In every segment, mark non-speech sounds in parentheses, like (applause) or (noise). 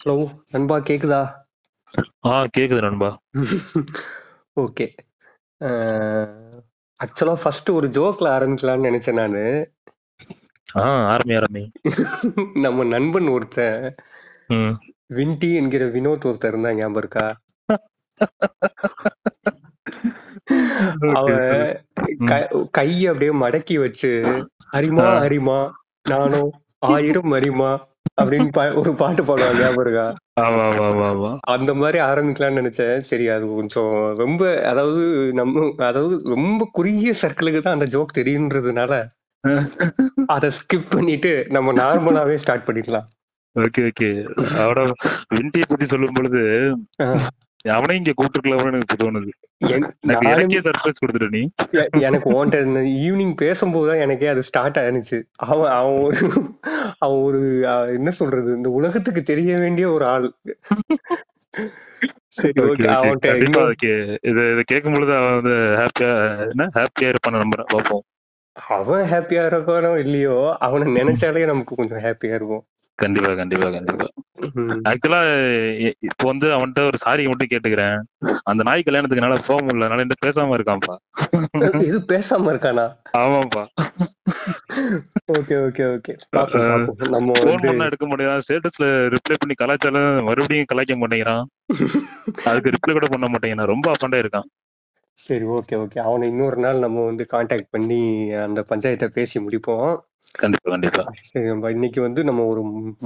Hello நண்பா கேக்குதா? ஆ கேக்குது நண்பா. ஓகே. அ ஆக்சுவலா ஃபர்ஸ்ட்டு ஒரு ஜோக்ல ஆரம்பிக்கலாம்னு நெனச்சேன் நானு. ஆ, ஆரம்பி, ஆரம்பி. நம்ம நண்பன் ஒருத்தன், ம். வின்டி என்கிற வினோத் ஒருத்தன் இருந்தான் ஞாபகம் இருக்கா? ஓகே, அவன் சொல்லு. க ம். கைய அப்படியே மடக்கி வச்சு, "அரிமா ஆ. அரிமா நானோ ஆயிரம் அறிமா" அப்படின்னு பா ஒரு பாட்டு பாடுவான் ஞாபகம் இருக்கா? ஆமா, ஆமா, ஆமா, ஆமா. அந்த மாரி ஆரம்பிக்கலாம்னு நெனச்சேன். சரி அது கொஞ்சம் ரொம்ப அதாவது நம்ம அதாவது ரொம்ப குறுகிய சர்க்கிளுக்கு தான் அந்த ஜோக் தெரியுன்றதுனால, அத ஸ்கிப் பண்ணிட்டு நம்ம நார்மலாவே ஸ்டார்ட் பண்ணிக்கலாம். Okay, okay. அவன வின்டிய பத்தி சொல்லும்பொழுது, ஆ. அவனையும் இங்க கூப்ட்டுருக்கலாமோன்னு எனக்கு இப்ப தோணுது. என் எனக்கு நானும் எனக்கே சர்ப்ரைஸ் குடுத்துட்ட நீ. எ எனக்கு உன்ட்ட இந்த ஈவ்னிங் பேசும்போது தான் எனக்கே அது ஸ்டார்ட் ஆனுச்சு. அவன் அவன் ஒரு அவன் ஒரு அ என்ன சொல்றது? இந்த உலகத்துக்கு தெரிய வேண்டிய ஒரு ஆள். சரி ஓகே, ஓகே. ஓகே. அவன்ட்ட கண்டிப்பா இன்னும் ஓகே. இத இத கேட்கும்பொழுது அவன் வந்து ஹாப்பியா என்ன ஹாப்பியா இருப்பான்னு நம்புறேன். பாப்போம். அவன் ஹாப்பியா இருக்கானோ இல்லையோ, அவன ம். நெனச்சாலே நமக்கு கொஞ்சம் ஹாப்பியா இருக்கும். கண்டிப்பா, கண்டிப்பா, கண்டிப்பா. ம். ஆக்சுவலா இ இப்போ வந்து அவன்ட்ட ஒரு சாரி மட்டும் கேட்டுக்கிறேன். அந்த நாய் கல்யாணத்துக்கு என்னால போ முடியல. அதனால என்ட்ட (laughs) பேசாம இருக்கான்ப்பா. அ இது பேசாம இருக்கானா? ஆமாப்பா. Okay, okay, okay. அ அ பாப்போம், பாப்போம். நம்ம ஃபோன் வந்து பண்ணா எடுக்க மாட்டேங்கிறான். ஸ்டேட்டஸ்ல ரிப்ளை பண்ணி கலாய்ச்சாலும் மறுபடியும் கலாய்க்க மாட்டேங்கிறான். அதுக்கு ரிப்ளை கூட பண்ண மாட்டேங்கிறான். ரொம்ப அஃபண்ட் ஆயிருக்கான். சரி ஓகே, ஓகே. அவன இன்னொரு நாள் நம்ம வந்து கான்டாக்ட் பண்ணி அந்த பஞ்சாயத்த பேசி முடிப்போம். கண்டிப்பா, கண்டிப்பா. சரி நம்ப இன்னைக்கு வந்து நம்ம ஒரு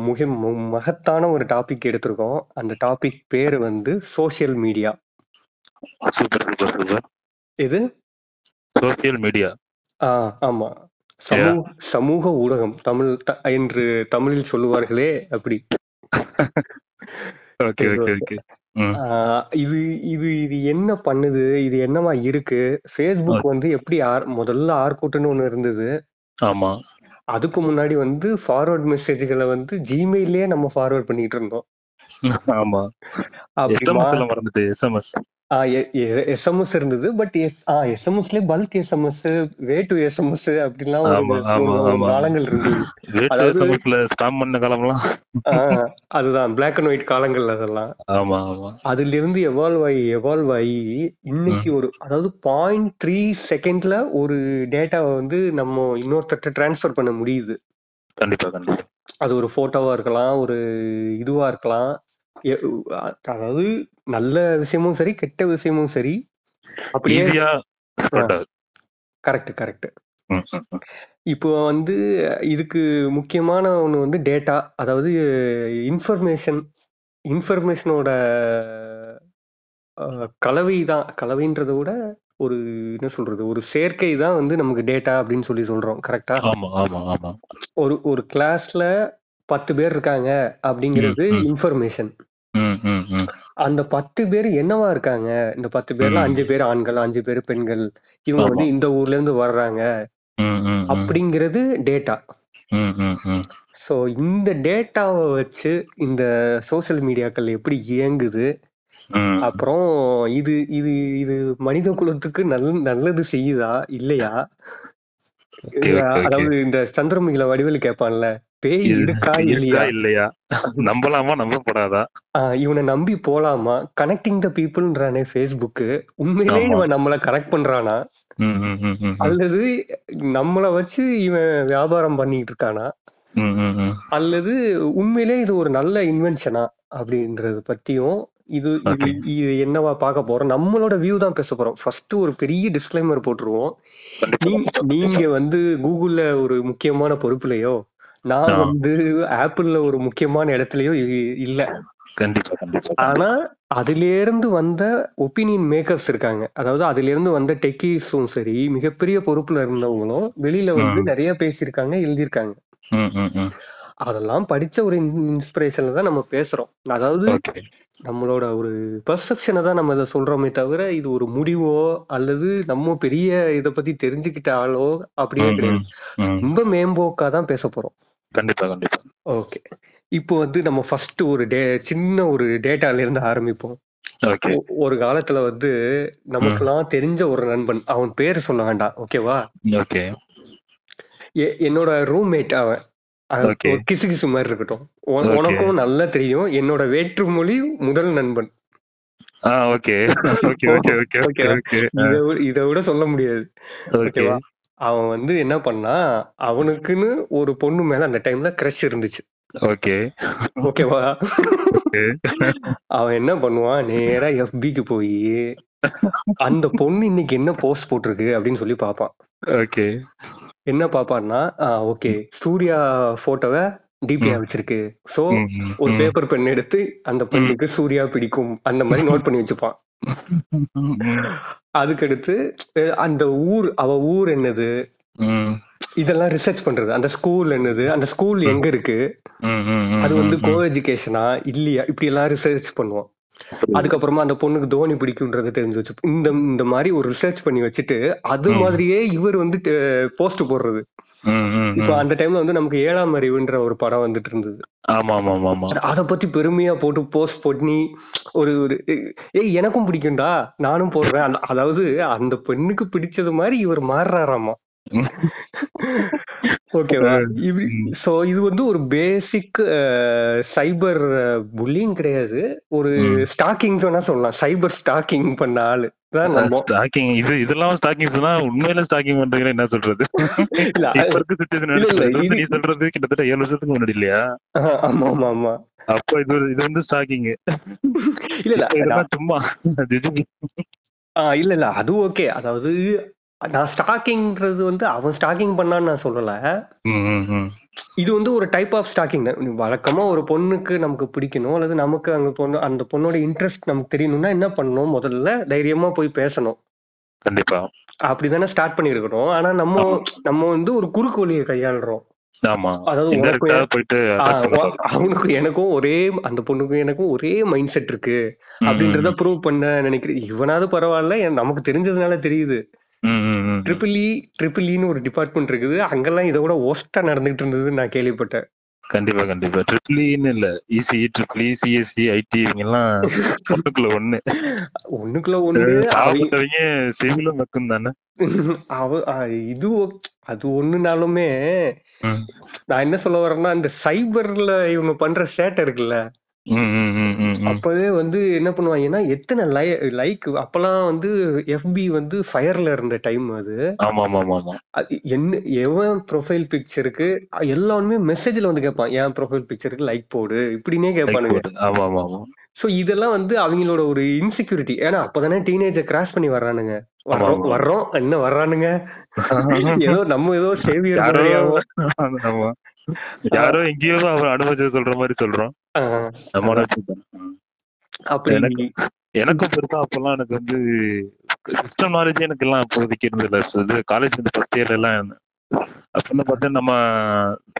முகி மு மகத்தான ஒரு டாபிக் எடுத்திருக்கோம். அந்த டாபிக் பேரு வந்து social media. Super, super, super. எது? Social media. ஆ ஆமா. யா. சமூக சமூக ஊடகம். தமிழ் த என்று தமிழில் சொல்லுவார்களே அப்படி. ஓகே, சரி ஓகே, ஓகே. ஓகே. ம். ஆ இது இது இது என்ன பண்ணுது? இது என்னவா இருக்கு? Facebook okay. வந்து எப்படி ஆர் முதல்ல ஆர்கூட்ன்னு ஒண்ணு இருந்தது. ஆமா. அதுக்கு முன்னாடி வந்து ஃபார்வர்ட் மெசேஜ்கள வந்து Gmailலயே நம்ம ஃபார்வர்ட் பண்ணிட்டு இருந்தோம். ஆமா. அப்படி மா எஸ்எம்எஸ்ல மறந்துட்டு எஸ்எம்எஸ். ஆ எ எ எஸ்எம்எஸ் இருந்தது. பட் எஸ் ஆ எஸ்எம்எஸ்லயே bulk SMS, way two SMS அப்படிலாம் ஒரு ஆமா, ஒரு ஆமா, ஒரு ஆமா, ஆமா. காலங்கள் இருந்தது. வே டூ அதாவது எஸ்எம்எஸ்ல ஸ்பாம் பண்ண காலம்லாம். ஆ அதுதான் பிளாக் அண்ட் ஒயிட் காலங்கள் அதெல்லாம். ஆமா, ஆமா. அதிலிருந்து எவால்வ் ஆயி, எவால்வ் ஆயி இன்னைக்கு ம். ஒரு அதாவது 0.3 செகண்ட்ல ஒரு டேட்டாவ வந்து நம்ம இன்னொருத்தர்ட்ட ட்ரான்ஸ்ஃபர் பண்ண முடியுது. கண்டிப்பா, கண்டிப்பா. அது ஒரு ஃபோட்டோவா இருக்கலாம். ஒரு இதுவா இருக்கலாம். எ உ அ அதாவது நல்ல விஷயமும் சரி, கெட்ட விஷயமும் சரி. அப்படியே ஈஸியா ஆ. ஸ்ப்ரெட் ஆகுது. Correct, correct. ம், ம், ம். இப்போ வந்து இதுக்கு முக்கியமான ஒண்ணு வந்து டேட்டா. அதாவது இன்ஃபர்மேஷன். இன்ஃபர்மேஷனோட அ கலவை தான். கலவைன்றத விட ஒரு என்ன சொல்றது? ஒரு சேர்க்கை தான் வந்து நமக்கு டேட்டா அப்படின்னு சொல்லி சொல்றோம். கரெக்ட்டா? ஆமா, ஆமா, ஆமா. ஒரு ஒரு கிளாஸ்ல 10 பேர் இருக்காங்க ம், அப்படிங்கிறது ம். இன்ஃபர்மேஷன். ம், ம், ம். அந்த 10 பேரு என்னவா இருக்காங்க? இந்த 10 பேர்ல 5 ம். பேர் ஆண்கள், 5 பேர் பெண்கள். இவங்க ஆமா. வந்து இந்த ஊர்ல இருந்து வர்றாங்க. ம், ம், ம். அப்படிங்கிறது டேட்டா. ம், ம், ம். ஸோ இந்த டேட்டாவ வச்சு இந்த சோசியல் மீடியாக்கள் எப்படி இயங்குது? ம். அப்புறம் இது இது இது மனித குலத்துக்கு நல் நல்லது செய்யுதா? இல்லையா? அ ஓகே, ஓகே, ஓகே. அதாவது இந்த சந்திரமுகில வடிவேலு கேட்பான்ல, "பேய் இது இருக்கா இருக்கா? இல்லையா?" இல்லையா? நம்பலாமா? நம்பப்படாதா? ஆ இவன நம்பி போலாமா? கனெக்டிங் த பீப்பிள்ன்றானே Facebook. உண்மையிலேயே ஆமா. இவன் நம்மள கனெக்ட் பண்றானா? ம், ம், ம், ம், ம். அல்லது நம்மள வச்சு இவன் வியாபாரம் பண்ணிட்டு இருக்கானா? ம், ம், ம். அல்லது உண்மையிலே இது ஒரு நல்ல இன்வென்ஷனா? அப்படின்றத பத்தியும், இது இது ஓகே. இது என்னவா பார்க்க போறோம்? நம்மளோட வியூ தான் பேச போறோம். ஃபர்ஸ்ட்டு ஒரு பெரிய டிஸ்க்ளைமர் போட்டுருவோம். கண்டிப்பா, நீங் கண்டிப்பா, நீங்க கண்டிப்பா. வந்து Googleல ஒரு முக்கியமான பொறுப்புலயோ, நான் ஆ. வந்து Appleல ஒரு முக்கியமான இடத்துலயோ இ இல்ல. கண்டிப்பா, கண்டிப்பா, ஆனா, கண்டிப்பா. அதிலேருந்து வந்த ஒபினியன் மேக்கர்ஸ் இருக்காங்க. அதாவது அதிலேருந்து வந்த டெக்கீஸும் சரி, மிகப்பெரிய பொறுப்புல இருந்தவங்களும் வெளியில வந்து ம். நெறைய பேசியிருக்காங்க, எழுதியிருக்காங்க. ம், ம், ம். அதெல்லாம் படிச்ச ஒரு இன் இன்ஸ்பிரேஷன்ல தான் நம்ம பேசுறோம். அதாவது ஓகே. நம்மளோட ஒரு பெர்செப்ஷன தான் நம்ம இத சொல்றோமே தவிர, இது ஒரு முடிவோ அல்லது நம்ம பெரிய இத பத்தி தெரிஞ்சுக்கிட்ட ஆளோ அப்படியே ம், கிடையாது. ம், ம். ரொம்ப மேம்போக்கா தான் பேச போறோம். கண்டிப்பா, கண்டிப்பா. ஓகே. இப்போ வந்து நம்ம ஃபர்ஸ்ட்டு ஒரு டே சின்ன ஒரு டேட்டாலேருந்து ஆரம்பிப்போம். ஓகே. ஒ ஒரு காலத்துல வந்து ம். நமக்கெல்லாம் தெரிஞ்ச ஒரு நண்பன். அவன் பேரு சொல்ல வேண்டாம். ஓகேவா? ஓகே. எ என்னோட ரூம்மேட் அவன். அது Okay. ஒரு கிசு கிசு மாதிரி இருக்கட்டும் உன- Okay. உனக்கும் நல்லா தெரியும் என்னோட வேற்றுமொழி முதல் நண்பன் ஆ okay okay okay okay okay okay இதை விட- இதை விட சொல்ல முடியாது ஓகே ஓகேவா அவன் வந்து என்ன பண்ணா அவனுக்குன்னு ஒரு பொண்ணு மேல அந்த டைம்ல கிரஷ் இருந்துச்சு ஓகே ஓகேவா அவன் என்ன பண்ணுவான் நேரா எஃபிக்கு போய் அந்த பொண்ணு இன்னைக்கு என்ன போஸ்ட் போட்டிருக்கு அப்படின்னு சொல்லி பார்ப்பான் ஓகே என்ன பார்ப்பான்னா ஓகே சூர்யா போட்டோவை டிபியா வச்சிருக்கு சோ ஒரு பேப்பர் பென் எடுத்து அந்த பெண்ணுக்கு சூர்யா பிடிக்கும் அந்த மாதிரி நோட் பண்ணி வச்சுப்பான் அதுக்கடுத்து அஹ், அந்த ஊர் அவ ஊர் என்னது இதெல்லாம் ரிசர்ச் பண்றது அந்த ஸ்கூல் என்னது அந்த ஸ்கூல் எங்க இருக்கு அது வந்து கோ எஜுகேஷனா இல்லையா இப்படி எல்லாம் ரிசர்ச் பண்ணுவோம் அதுக்கப்புறமா அந்த பொண்ணுக்கு தோனி பிடிக்கும்ன்றத தெரிஞ்சு வச்சு இந்த இந்த மாதிரி ஒரு ரிசர்ச் பண்ணி வச்சுட்டு அது ம். மாதிரியே இவர் வந்து போஸ்ட் போடுறது இப்போ அந்த டைம்ல வந்து நமக்கு ஏழாம் அறிவுன்ற ஒரு படம் வந்துட்டு இருந்தது ஆமா ஆமா ஆமா ஆமா அத பத்தி பெருமையா போட்டு போஸ்ட் பண்ணி ஒரு ஒரு ஏய் எனக்கும் பிடிக்கும்டா நானும் போடுறேன் அந்த- அதாவது அந்த பெண்ணுக்கு பிடிச்சது மாதிரி இவர் மாறுறாராமா ஓகேவா இப்படி சோ இது வந்து ஒரு பேசிக் சைபர் புல்லிங் கிடையாது ஒரு ம். ஸ்டாக்கிங் வேணா சொல்லலாம் சைபர் ஸ்டாக்கிங் பண்ண ஆளு தான் நம்ம ஸ்டாக்கிங் இது இதெல்லாம் ஸ்டாக்கிங் சொன்னா உண்மையில ஸ்டாக்கிங் பண்றீங்க என்ன சொல்றது இல்ல இப்ப இருக்க சுச்சுவேஷன் இல்ல, இல்ல, சொல்றது இது- நீ சொல்றது கிட்டத்தட்ட ஏழு வருஷத்துக்கு முன்னாடி இல்லையா அஹ், ஆமா ஆமா ஆமா அப்ப இது ஒரு- இது வந்து ஸ்டாக்கிங் இல்ல இல்ல நான்- இதெல்லாம் சும்மா ஜிஜிபி. ஆஹ், இல்ல இல்ல அது ஓகே அதாவது நான் ஸ்டாக்கிங்ன்றது வந்து அவன் ஸ்டாக்கிங் பண்ணான்னு நான் சொல்லல ம், ம், ம். இது வந்து ஒரு டைப் ஆஃப் ஸ்டாக்கிங் தான் வழக்கமா ஒரு பொண்ணுக்கு நமக்கு பிடிக்கணும் அல்லது நமக்கு அந்த பொண்ணு அந்த பொண்ணோட இன்ட்ரெஸ்ட் நமக்கு தெரியணும்னா என்ன பண்ணணும் முதல்ல தைரியமா போய் பேசணும் கண்டிப்பா அப்படிதானே ஸ்டார்ட் பண்ணியிருக்கிறோம் ஆனா நம்ம நம்ம வந்து ஒரு குறுக்கு வழியை கையாளுறோம் ஆமா அதாவது உனக்கும் இன்டெரக்டா போயிட்டு attack ஆஹ் பண்ணலாம். உ- அவனுக்கும் எனக்கும் ஒரே அந்த பொண்ணுக்கும் எனக்கும் ஒரே மைண்ட் செட் இருக்கு ம், அப்படின்றத ப்ரூவ் பண்ண நினைக்கிறேன் இவனாவது பரவாயில்ல என் நமக்கு தெரிஞ்சதுனால தெரியுது E, ம், ம், ம். ட்ரிபிள் இ ட்ரிபிள் இன்னு ஒரு டிபார்ட்மெண்ட் இருக்குது அங்கெல்லாம் இதை விட ஒஸ்டா நடந்துட்டு இருந்தது நான் கேள்விப்பட்டேன் கண்டிப்பா கண்டிப்பா ட்ரிபிள் இன்னு இல்ல E EC triple E CSC IT இவங்க (laughs) எல்லாம் ஒண்ணுக்குள்ள ஒண்ணு ஒண்ணுக்குள்ள ஒண்ணு அவங்க பாவத்தவங்க சிவிலும் மக்கும் தானே (laughs) அவ ஆ, இது ok- அது ஒண்ணுனாலுமே நான் என்ன சொல்ல வரேன்னா இந்த சைபர்ல இவங்க பண்ற சேட்டை இருக்குல்ல ம், ம், ம், ம், ம். அப்பவே வந்து என்ன பண்ணுவாங்கன்னா எத்தனை லை லைக் அப்பெல்லாம் வந்து எஃபி வந்து ஃபயர்ல இருந்த டைம் அது ஆமா ஆமா ஆமா ஆமா அது என்ன எவன் ப்ரொஃபைல் பிக்சருக்கு எல்லாருமே மெசேஜ்ல வந்து கேட்பான் என் ப்ரொஃபைல் பிக்சருக்கு லைக் போடு இப்படின்னே Like கேட்பானுங்க போடு. ஆமா ஆமா ஆமா சோ இதெல்லாம் வந்து அவங்களோட ஒரு இன்செக்யூரிட்டி ஏன்னா அப்பதானே டீனேஜை கிராஸ் பண்ணி வர்றானுங்க வர்றோம் ஆமா. வர்றோம் என்ன வர்றானுங்க (laughs) ஏதோ நம்ம ஏதோ சேவியர் யாரோ மாதிரியாவோ ஆமா. யாரோ எங்கேயோ அவர் அனுபவிச்சு சொல்ற மாதிரி சொல்றோம் ஆஹ் நம்ம அதான். அனுபவிச்சு. ம். அப்படி எனக்கு- எனக்கும் பெருசா அப்பெல்லாம் எனக்கு வந்து சிஸ்டம் நாலேஜ் எனக்கு எல்லாம் அப்போதைக்கு இருந்தது இது காலேஜ் வந்து ஃபர்ஸ்ட் இயர்ல எல்லாம் அப்படின்னு பார்த்தா நம்ம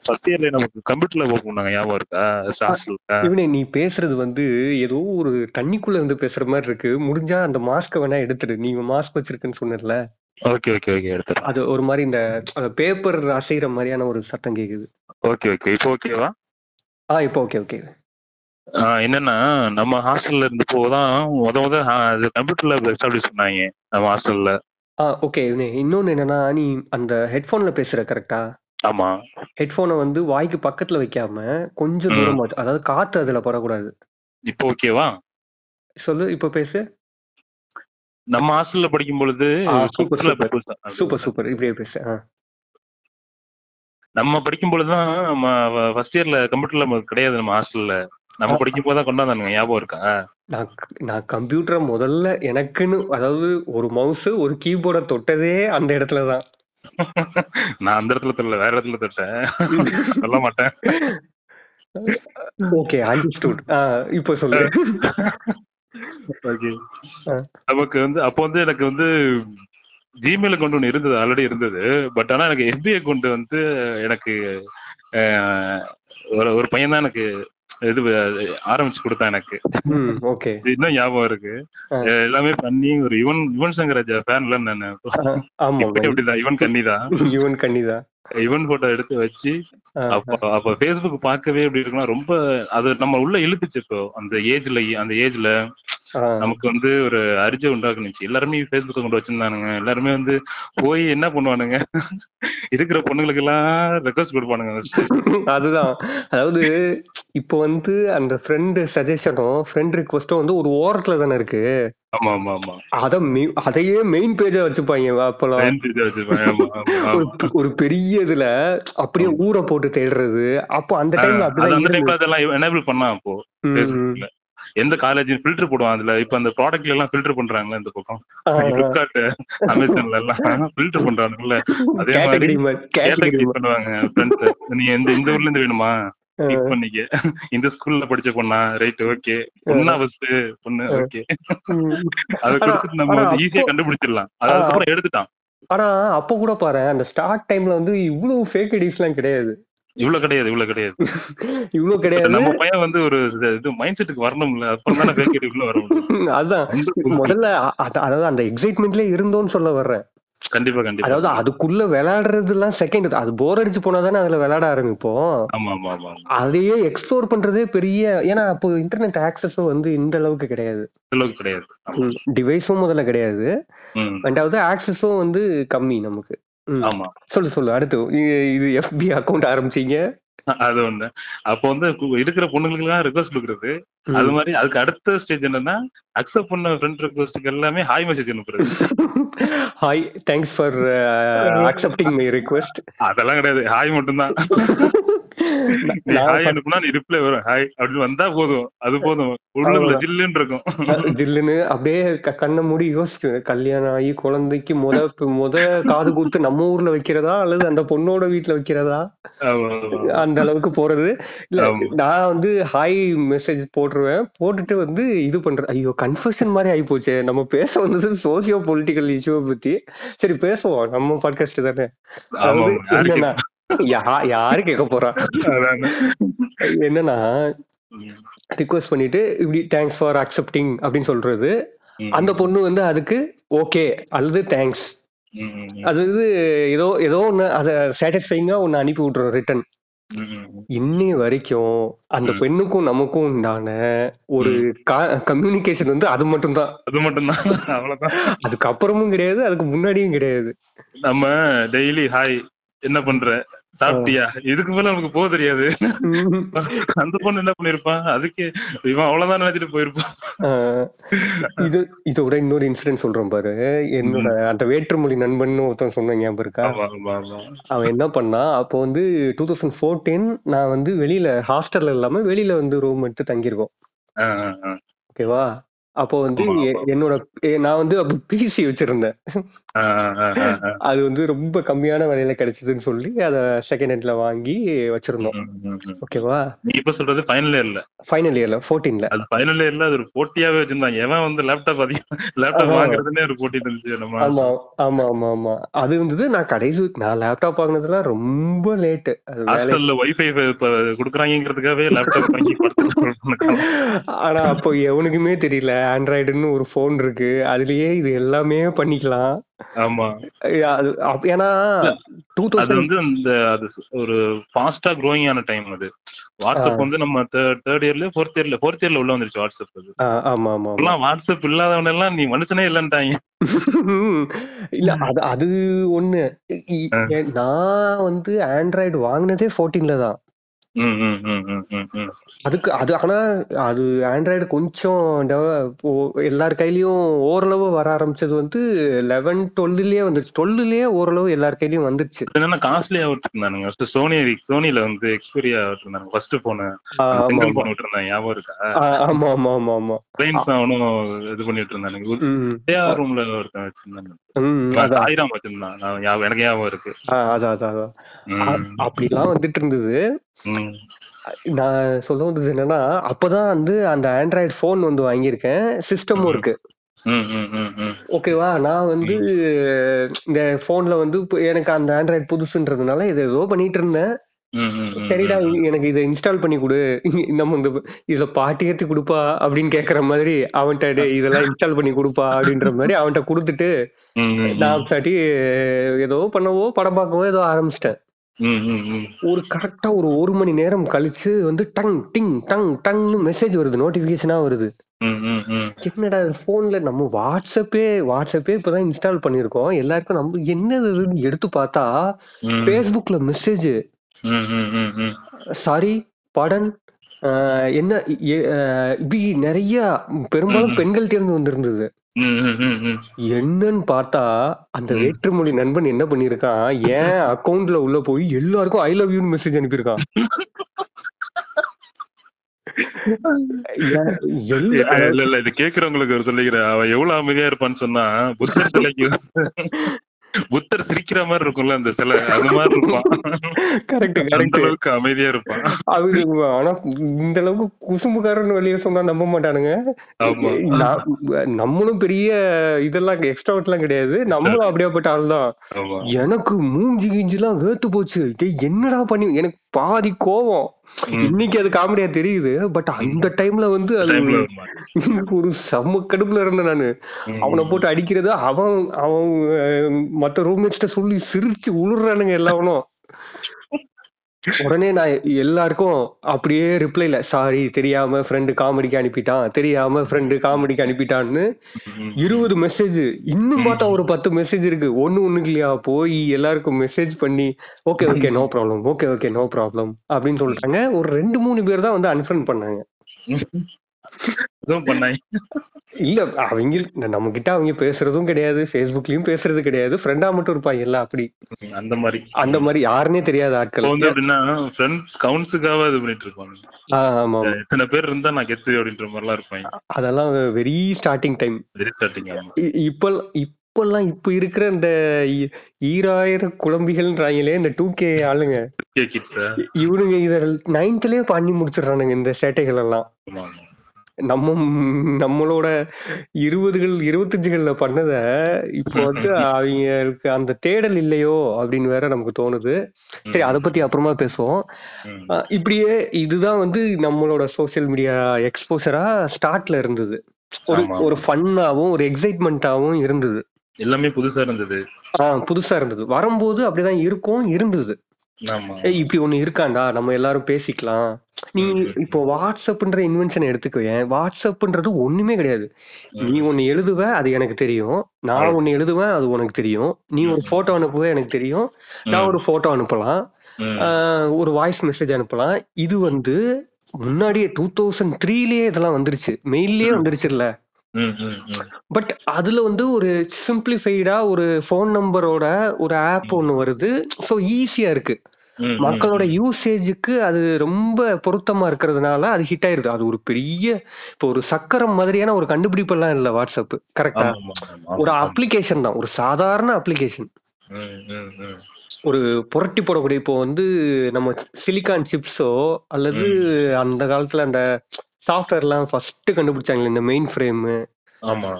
ஃபர்ஸ்ட் இயர்ல நமக்கு கம்ப்யூட்டர்ல ஒர்க் பண்ணாங்க ஞாபகம் இருக்கா ஸ்டார்ஸ்ல இவனே நீ பேசுறது வந்து ஏதோ ஒரு தண்ணிக்குள்ள இருந்து பேசுற மாதிரி இருக்கு முடிஞ்சா அந்த மாஸ்க் வேணா எடுத்துடு நீ மாஸ்க் வச்சிருக்குன்னு சொன்னல ஓகே ஓகே ஓகே எடுத்துறேன் அது ஒரு மாதிரி இந்த பேப்பர் அசைகிற மாதிரியான ஒரு சத்தம் கேக்குது ஓகே ஓகே இப்போ ஓகேவா ஆ இப்போ ஓகே ஓகே என்னன்னா நம்ம ஹாஸ்டல்ல இருந்தப்போ தான் முத முத கம்ப்யூட்டர்ல எஸ்டாப்ளிஷ் பண்ணாங்க நம்ம ஹாஸ்டல்ல ஆ ஓகே இவனே இன்னொன்னு என்னன்னா நீ அந்த ஹெட்ஃபோன்ல பேசுற கரெக்டா ஆமா ஹெட்ஃபோனை வந்து வாய்க்கு பக்கத்துல வைக்காம கொஞ்சம் ம். தூரமா வச்சு- அதாவது காத்து அதுல படக்கூடாது இப்போ ஓகேவா சொல்லு இப்போ பேசு நம்ம ஹாஸ்டல்ல படிக்கும் பொழுது ஆ, சூப்பர் புக்ஸ்ல சூப்பர் புக்ஸ் தான். சூப்பர் சூப்பர் இப்படியே பேசு ஆ. நம்ம படிக்கும் பொழுதுதான் நம்ம ஃபர்ஸ்ட் இயர்ல கம்ப்யூட்டர்ல நமக்கு கிடையாது நம்ம ஹாஸ்டல்ல நம்ம படிக்கும் போது தான் கொண்டாந்தானுங்க ஞாபகம் இருக்கா (laughs) நான் க- நான் கம்ப்யூட்டரை முதல்ல எனக்குன்னு அதாவது ஒரு மவுஸ் ஒரு கீபோர்டை தொட்டதே அந்த இடத்துல தான் நான் அந்த இடத்துல தெரியல வேற இடத்துல தொட்டேன் (laughs) சொல்ல மாட்டேன் ஓகே (laughs) அண்டர்ஸ்டூட் இப்போ Uh, சொல்லு Uh, Okay. ஆ. நமக்கு வந்து அப்போ வந்து எனக்கு வந்து ஜிமெயில் அக்கௌண்ட் ஒன்று இருந்தது ஆல்ரெடி இருந்தது பட் ஆனால் எனக்கு எஃபி அக்கௌண்ட் வந்து எனக்கு அஹ், ஒரு ஒரு பையன் தான் எனக்கு இது அஹ், ஆரம்பிச்சு கொடுத்தான் எனக்கு ம் ஓகே இது இன்னும் ஞாபகம் இருக்கு ஆ. அஹ், எல்லாமே பண்ணி ஒரு யுவன் யுவன் சங்கர் ராஜா ஃபேன்ல நான் ஆமா இப்பயும் அப்படிதான் யுவன் கண்ணி தான் யுவன் கண்ணிதான் இவன் போட்டோ எடுத்து வச்சு அப்ப அப்ப ஃபேஸ்புக் பார்க்கவே எப்படி இருக்குன்னா ரொம்ப அது நம்ம உள்ள இழுத்துச்சு இப்போ அந்த ஏஜ்ல அந்த ஏஜ்ல நமக்கு வந்து ஒரு அரிஜை உண்டாக்குனுச்சு எல்லாருமே ஃபேஸ்புக் கொண்டு வச்சிருந்தானுங்க எல்லாருமே வந்து போய் என்ன பண்ணுவானுங்க இருக்கிற பொண்ணுங்களுக்கு எல்லாம் ரெக்வஸ்ட் கொடுப்பானுங்க அதுதான் அதாவது இப்போ வந்து அந்த ஃப்ரெண்டு சஜஷனும் ஃப்ரெண்ட் ரிக்வஸ்ட்டும் வந்து ஒரு ஓரத்துல தானே இருக்கு ஆமா ஆமா ஆமா அத me- அதையே மெயின் பேஜா வச்சுப்பாங்க அப்பெல்லாம் Friends இதை வச்சிருப்பாங்க. ஆமா, ஆமா, ஆமா. (laughs) ஒரு பெ- ஒரு பெரிய இதுல அப்படியே ஊரை போட்டு தேடுறது அப்போ அந்த டைம்ல அது அந்த அப்படிதான் டைம்ல அதெல்லாம் எனேபிள் பண்ணா அப்போ இருந்தது. ஃபேஸ்புக்ல எந்த காலேஜ் ஃபில்டர் போடுவான் அதுல இப்ப அந்த ப்ராடக்ட்ல எல்லாம் ஃபில்டர் பண்றாங்கல்ல இந்த பக்கம் ஆஹ் பிளிப்கார்ட் அமேசான்ல எல்லாம் ஃபில்டர் பண்றாங்கல்ல அதே மாதிரி category மாதிரி, category கேட்டகரி பண்ணுவாங்க ஃப்ரெண்ட்ஸ் நீ எந்த இந்த ஊர்ல இருந்து வேணுமா மாதிரி. கிளிக் பண்ணிக்க இந்த ஸ்கூல்ல படிச்ச பொண்ணா ரைட் ஓகே பொண்ணா ஃபர்ஸ்ட் பொண்ணு ஓகே உம். அத ஆனா- கொடுத்துட்டு நம்ம ஆனா வந்து ஈஸியா அப்போ- கண்டுபிடிச்சிடலாம் அது அதுக்கப்புறம் எடுத்துட்டான் ஆனா அப்ப கூட பாரு அந்த ஸ்டார்ட் டைம்ல வந்து இவ்வளவு ஃபேக் ஐடிஸ் எல்லாம் கிடையாது இவ்வளவு கிடையாது இவ்வளவு கிடையாது இவ்வளவு இப்ப கிடையாது நம்ம பையன் வந்து ஒரு இது- இது மைண்ட் செட்டுக்கு வரணும்ல அப்புறம் தானே பேக்கரி உள்ள வர முடியும் அதான் முதல்ல அ- அத- அதாவது அந்த எக்ஸைட்மெண்ட்ல இருந்தோம்னு சொல்ல வர்றேன் கண்டிப்பா கண்டிப்பா அதாவது அதுக்குள்ள விளையாடுறது எல்லாம் செகண்ட் அது போர் அடிச்சு போனா தானே அதுல விளையாட ஆரம்பிப்போம் ஆமா ஆமா ஆமா ஆமா. அதையே எக்ஸ்ப்ளோர் பண்றதே பெரிய ஏன்னா அப்போ இன்டர்நெட் ஆக்சஸும் வந்து இந்த அளவுக்கு கிடையாது இந்த அளவுக்கு கிடையாது ஆமா. டிவைஸும் முதல்ல கிடையாது ம். ரெண்டாவது ஆக்சஸும் வந்து கம்மி நமக்கு ம். ஆமா சொல்லு சொல்லு அடுத்து இ- இது எஃபி அக்கவுண்ட் ஆரம்பிச்சீங்க அது ஒண்ணு அப்ப வந்து கு- இருக்கிற பொண்ணுங்களுக்கு எல்லாம் ரிக்வஸ்ட் கொடுக்குறது ம். அது மாதிரி அதுக்கு அடுத்த ஸ்டேஜ் என்னன்னா அக்செப்ட் பண்ண ஃப்ரெண்ட் ரிக்வஸ்ட்டுக்கு எல்லாமே ஹாய் மெசேஜ் அனுப்புறது hi thanks for accepting my request அதெல்லாம் கிடையாது ஹாய் (laughs) மட்டும்தான் நீ ஹாய் அனுப்புனா நீ ரிப்ளை வரும் ஹாய் அப்படின்னு வந்தா போதும் அது போதும் உள்ளுக்குள்ள அவ்வளவுதான். ஜில்லுன்னு இருக்கும் ஜில்லுன்னு அப்படியே க- கண்ணை மூடி யோசிக்குவேன் கல்யாணம் ஆகி குழந்தைக்கு முத முத காது குத்து நம்ம ஊர்ல வைக்கிறதா அல்லது அந்த பொண்ணோட வீட்ல வைக்கிறதா ஆமா, ஆமா, ஆமா. அந்த அளவுக்கு போறது இல்ல ஆமா. நான் வந்து ஹாய் மெசேஜ் போட்டுருவேன் போட்டுட்டு வந்து இது பண்றேன் ஐயோ கன்ஃபியூஷன் மாதிரி ஆகி போச்சே நம்ம பேச வந்தது சோசியோ பொலிட்டிக்கல் இஷ்யூவை பத்தி சரி பேசுவோம் நம்ம பாட்காஸ்ட் தானே ஆமா, அதாவது ஆமா. யாருக்கு என்னன்னா யா யாரு கேட்க போறா அதானே. என்னன்னா ம், ரிக்வஸ்ட் பண்ணிட்டு இப்படி தேங்க்ஸ் ஃபார் அக்செப்டிங் அப்படின்னு சொல்றது ம், (laughs) அந்த பொண்ணு வந்து அதுக்கு ஓகே அல்லது தேங்க்ஸ் ம், ம், ம், அது இது ஏதோ ஏதோ ஒன்று அதை சாட்டிஸ்ஃபைங்காக ஒன்று அனுப்பி விட்றோம் ரிட்டன் ம், ம். இன்னி வரைக்கும் அந்த ம். பெண்ணுக்கும் நமக்கும் உண்டான ஒரு கம்யூனிகேஷன் வந்து அது மட்டும்தான் அது மட்டும்தான் (laughs) அவ்வளவுதான் அதுக்கப்புறமும் கிடையாது அதுக்கு முன்னாடியும் கிடையாது நம்ம டெய்லி ஹாய் என்ன பண்ற சாப்பிட்டியா இதுக்கு மேல நமக்கு போக தெரியாது உம் அந்த பொண்ணு என்ன பண்ணிருப்பான் அதுக்கு இவன் அவ்வளவுதான் நினைச்சிட்டு போயிருப்பான் ஆஹ் இது இதோட இன்னொரு இன்சிடென்ட் சொல்றேன் பாரு என்னோட அந்த வேற்றுமொழி நண்பன் ஒருத்தன் சொன்னேன் ஞாபகம் இருக்கா ஆமா ஆமா ஆமா அவன் என்ன பண்ணா அப்போ வந்து டூ தௌசண்ட் ஃபோர்டீன் நான் வந்து வெளியில ஹாஸ்டல்ல இல்லாம வெளியில வந்து ரூம் எடுத்து தங்கியிருக்கோம் ஆ, ஆ, ஆ. ஓகேவா அப்போ வந்து ஆமா, எ- ஆமா. என்னோட எ- நான் வந்து அப்போ பிசி வச்சிருந்தேன் ஆ, ஆ, ஆ, ஆ. அது வந்து ரொம்ப கம்மியான விலையில கிடைச்சதுன்னு சொல்லி அதை செகண்ட் ஹேண்ட்ல வாங்கி வச்சிருந்தோம் ம், ம், ம். ஓகேவா நீ இப்ப சொல்றது ஃபைனல் இயர்ல ஃபைனல் இயர்ல ஃபோர்டீன்ல அது ஃபைனல் இயர்ல அது ஒரு போட்டியாவே வச்சிருந்தாங்க எவன் வந்து லேப்டாப் அதிகம் லேப்டாப் ஆமா. வாங்குறதுன்னே ஒரு போட்டி இருந்துச்சு நம்ம ஆமா ஆமா ஆமா ஆமா அது இருந்தது நான் கடைசி நான் லேப்டாப் வாங்கினதுல ரொம்ப லேட்டு அது வேலை ஹாஸ்டல்ல வைஃபை குடுக்குறாங்கிறதுக்காகவே லேப்டாப் வாங்கி படுத்து ஆனா அப்போ எவனுக்குமே தெரியல ஆண்ட்ராய்டுன்னு ஒரு ஃபோன் இருக்கு அதுலயே இது எல்லாமே பண்ணிக்கலாம் ஆமா ஐயா, அது அப்ப- ஏன்னா டூ அது தௌசண்ட் வந்து அந்த அது ஒரு ஃபாஸ்டா growing ஆன டைம் அது வாட்ஸ்அப் வந்து நம்ம தேர்ட் இயர்ல ஃபோர்த் இயர்ல ஃபோர்த் இயர்ல உள்ள வந்துருச்சு வாட்ஸ்அப் அது ஆமா ஆமா ஆமா இப்பெல்லாம் வாட்ஸ்அப் இல்லாதவன் எல்லாம் நீ மனுஷனே இல்லன்ட்டாங்க இல்ல அது அது ஒண்ணு இ- ஆ. ஏ- நான் வந்து ஆண்ட்ராய்டு வாங்கினதே 14ல தான் ம், ம், ம், ம், ம், ம். அதுக்கு அது ஆனா அது ஆண்ட்ராய்டு கொஞ்சம் develop- ஓ- எல்லார் கையிலயும் ஓரளவு வர ஆரம்பிச்சது வந்து லெவன் டுவெல்லுலயே வந்துருச்சு டுவெல்லுலயே ஓரளவு எல்லார் கையிலயும் வந்துருச்சு அது என்னன்னா காஸ்ட்லியா விட்டுருந்தானுங்க ஃபர்ஸ்ட் சோனி சோனில வந்து எக்ஸ்பீரியா விட்டுருந்தாங்க ஃபர்ஸ்ட் போன ஆ, ஆமா சிங்கிள் ஆமா போன் விட்டுருந்தாங்க ஞாபகம் இருக்கா ஆ, ஆமா ஆமா ஆமா ஆமா பிளைன்ஸ் அவனும் இது பண்ணிட்டு இருந்தானுங்க ம் உதயா ரூம்ல ஒருத்தன் வச்சிருந்தாங்க ம் அதான் சாய்ராம் வச்சிருந்தான் நான் ஞாபகம்- எனக்கு ஞாபகம் இருக்கு ஆ, அதான் அதான் அதான் அ- ம், அப்படிலாம் வந்துட்டு இருந்தது ம், நான் சொல்ல வந்தது என்னன்னா அப்பதான் வந்து அந்த ஆண்ட்ராய்டு ஃபோன் வந்து வாங்கியிருக்கேன் சிஸ்டமும் ம். இருக்கு ம், ம், ம், ம். ஓகேவா நான் வந்து இந்த ஃபோனில் வந்து இப்போ எனக்கு அந்த ஆண்ட்ராய்டு புதுசுன்றதுனால இதை ஏதோ பண்ணிட்டு இருந்தேன் ம், ம், ம், சரிடா ம். இது எனக்கு இதை இன்ஸ்டால் பண்ணி கொடு இங்க- நம்ம இந்த இதில் பாட்டு ஏற்றி கொடுப்பா அப்படின்னு கேட்குற மாதிரி அவன்கிட்ட டேய் இதெல்லாம் இன்ஸ்டால் பண்ணி கொடுப்பா அப்படின்ற மாதிரி அவன்கிட்ட கொடுத்துட்டு ம், ம், ம். நான் சாட்டி ஏதோ பண்ணவோ படம் பார்க்கவோ ஏதோ ஆரம்பிச்சிட்டேன் ம், ம், ம். ஒரு கரெக்டா ஒரு ஒரு மணி நேரம் கழிச்சு வந்து டங் டிங் டங் டங்னு மெசேஜ் வருது நோட்டிபிகேஷனா வருது ம், ம், ம். என்னடா போன்ல நம்ம வாட்ஸ்அப்பே வாட்ஸ்அப்பே இப்பதான் இன்ஸ்டால் பண்ணிருக்கோம் எல்லாருக்கும் நம்ம என்னது இதுன்னு எடுத்து பார்த்தா ம், ஃபேஸ்புக்ல மெசேஜ் ம், ம், ம், ம். சாரி படன் என்ன எ- அஹ் இப்படி நிறைய பெரும்பாலும் ம். பெண்கள் தேர்ந்து வந்திருந்தது ம், ம், ம், ம். என்னன்னு பார்த்தா அந்த ம். வேற்றுமொழி நண்பன் என்ன பண்ணிருக்கான் ஏன் அக்கவுண்ட்ல உள்ள போய் எல்லாருக்கும் ஐ லவ் யூன்னு மெசேஜ் அனுப்பியிருக்கான் ஏன் எல்லா- இல்ல இல்ல இது கேக்குறவங்களுக்கு ஒரு சொல்லிக்கிறேன் அவ எவ்வளவு அமைதியா இருப்பான்னு சொன்னா புத்தர் (laughs) சிலைக்கு புத்தர் சிரிக்கிற மாதிரி இருக்கும்ல அந்த சிலை அது (laughs) மாதிரி இருப்பான் correct, அந்த correct. அளவுக்கு அமைதியா இருப்பான் அவங்க ஆனா இந்த அளவுக்கு குசும்புக்காரன் வெளியே சொன்னா நம்ப மாட்டானுங்க ஆமா நான் நம்மளும் பெரிய இதெல்லாம் எக்ஸ்ட்ரா எல்லாம் கிடையாது நம்மளும் அப்படியாப்பட்ட ஆள் தான் ஆமா எனக்கு மூஞ்சி கிஞ்சிலாம் வேர்த்து போச்சு டேய், என்னடா பண்ணி எனக்கு பாதி கோவம் ம். இன்னைக்கு அது காமெடியா தெரியுது பட் அந்த டைம்ல வந்து அது டைம்ல ஒரு- வருமா? (laughs) ஒரு செம்ம கடுப்புல இருந்தேன் நானு ம், அவனை போட்டு அடிக்கிறது அவன் அவன் அஹ், மத்த ரூம்மேட்ஸ்ட சொல்லி சிரிச்சு உளுறானுங்க எல்லாவனும் உடனே நான் எல்லாருக்கும் அப்படியே ரிப்ளை இல்ல சாரி தெரியாம ஃப்ரெண்டு காமெடிக்கு அனுப்பிட்டான் தெரியாம ஃப்ரெண்டு காமெடிக்கு அனுப்பிட்டான்னு ம். இருபது மெசேஜ் இன்னும் பார்த்தா ஒரு பத்து மெசேஜ் இருக்கு ஒண்ணு ஒண்ணுக்கு இல்லையா போய் எல்லாருக்கும் மெசேஜ் பண்ணி okay okay no problem okay okay no problem அப்படின்னு சொல்லிட்டாங்க ஒரு ரெண்டு மூணு பேர் தான் வந்து அன்ஃப்ரெண்ட் பண்ணாங்க எதுவும் பண்ணாங்க இல்ல அவங்க நம்ம கிட்ட அவங்க பேசுறதும் கிடையாது ஃபேஸ்புக்லயும் பேசுறது கிடையாது ஃப்ரெண்டா மட்டும் இருப்பாங்க எல்லாம் அப்படி ம், அந்த மாதிரி அந்த மாதிரி யாருன்னே தெரியாத ஆட்கள் இப்போ வந்து எப்படின்னா ஃப்ரெண்ட்ஸ் கவுன்ஸுக்காக இது பண்ணிட்டு இருப்பாங்க ஆஹ் ஆமா ஆமா. இத்தனை பேர் இருந்தா நான் கெத்து அப்படின்ற மாதிரிலாம் இருப்பாங்க அதெல்லாம் very starting time very starting ஆமா இப்ப இப்பெல்லாம் இப்ப இருக்கிற இந்த ஈ- ஈராயிரம் குழம்பிகள்ன்றாங்களே இந்த டூ கே ஆளுங்க கே கிட்ஸ் இ- இவனுங்க இத நைன்த்லயே பண்ணி முடிச்சிடுறானுங்க இந்த சேட்டைகள் எல்லாம் ஆமா நம்ம நம்மளோட இருபதுகள் இருபத்தஞ்சுகள்ல பண்ணத இப்போ வந்து அவங்களுக்கு அந்த தேடல் இல்லையோ அப்படின்னு வேற நமக்கு தோணுது சரி அதை பத்தி அப்புறமா பேசுவோம் ம். அஹ் இப்படியே இதுதான் வந்து நம்மளோட சோஷியல் மீடியா எக்ஸ்போசரா ஸ்டார்ட்ல இருந்தது ஒரு ஆமா. ஒரு ஃபன்னாவும் ஒரு எக்ஸைட்மெண்ட்டாவும் இருந்தது எல்லாமே புதுசா இருந்தது ஆஹ் புதுசா இருந்தது வரும்போது அப்படிதான் இருக்கும் இருந்தது ஆமா ஏய் இப்படி ஒண்ணு இருக்காண்டா நம்ம எல்லாரும் பேசிக்கலாம் நீ இப்போ வாட்ஸ்அப்ன்ற இன்வென்ஷன் எடுத்துக்கோயேன் வாட்ஸ்அப்ன்றது ஒண்ணுமே கிடையாது நீ ஒண்ணு எழுதுவ அது எனக்கு தெரியும் நான் ஒண்ணு எழுதுவேன் அது உனக்கு தெரியும் நீ ஒரு போட்டோ அனுப்புவ எனக்கு தெரியும் நான் ஒரு போட்டோ அனுப்பலாம் ம். ஆஹ் ஒரு வாய்ஸ் மெசேஜ் அனுப்பலாம் இது வந்து முன்னாடியே டூ தௌசண்ட் த்ரீலயே இதெல்லாம் வந்துருச்சு மெயில்லயே வந்துருச்சுல்ல ம், ம், ம். பட் அதுல வந்து ஒரு சிம்பிளிஃபைடா ஒரு ஃபோன் நம்பரோட ஒரு ஆப் ஒன்று வருது ஸோ ஈஸியா இருக்கு ம், மக்களோட யூசேஜுக்கு அது ரொம்ப பொருத்தமா இருக்கிறதுனால அது ஹிட் ஆயிருது அது ஒரு பெரிய இப்போ ஒரு சக்கரம் மாதிரியான ஒரு கண்டுபிடிப்பெல்லாம் இல்லை வாட்ஸ்அப் கரெக்டா ஆமா, ஆமா, ஆமா. ஒரு அப்ளிகேஷன் தான் ஒரு சாதாரண அப்ளிகேஷன் ம், ம், ம். ஒரு புரட்டி போடக்கூடிய இப்போ வந்து நம்ம சிலிகான் சிப்ஸோ அல்லது அந்த காலத்துல அந்த சாஃப்ட்வேர்லாம் ஃபர்ஸ்ட் கண்டுபிடிச்சாங்களே இந்த மெயின் ஃப்ரேம் ஆமா.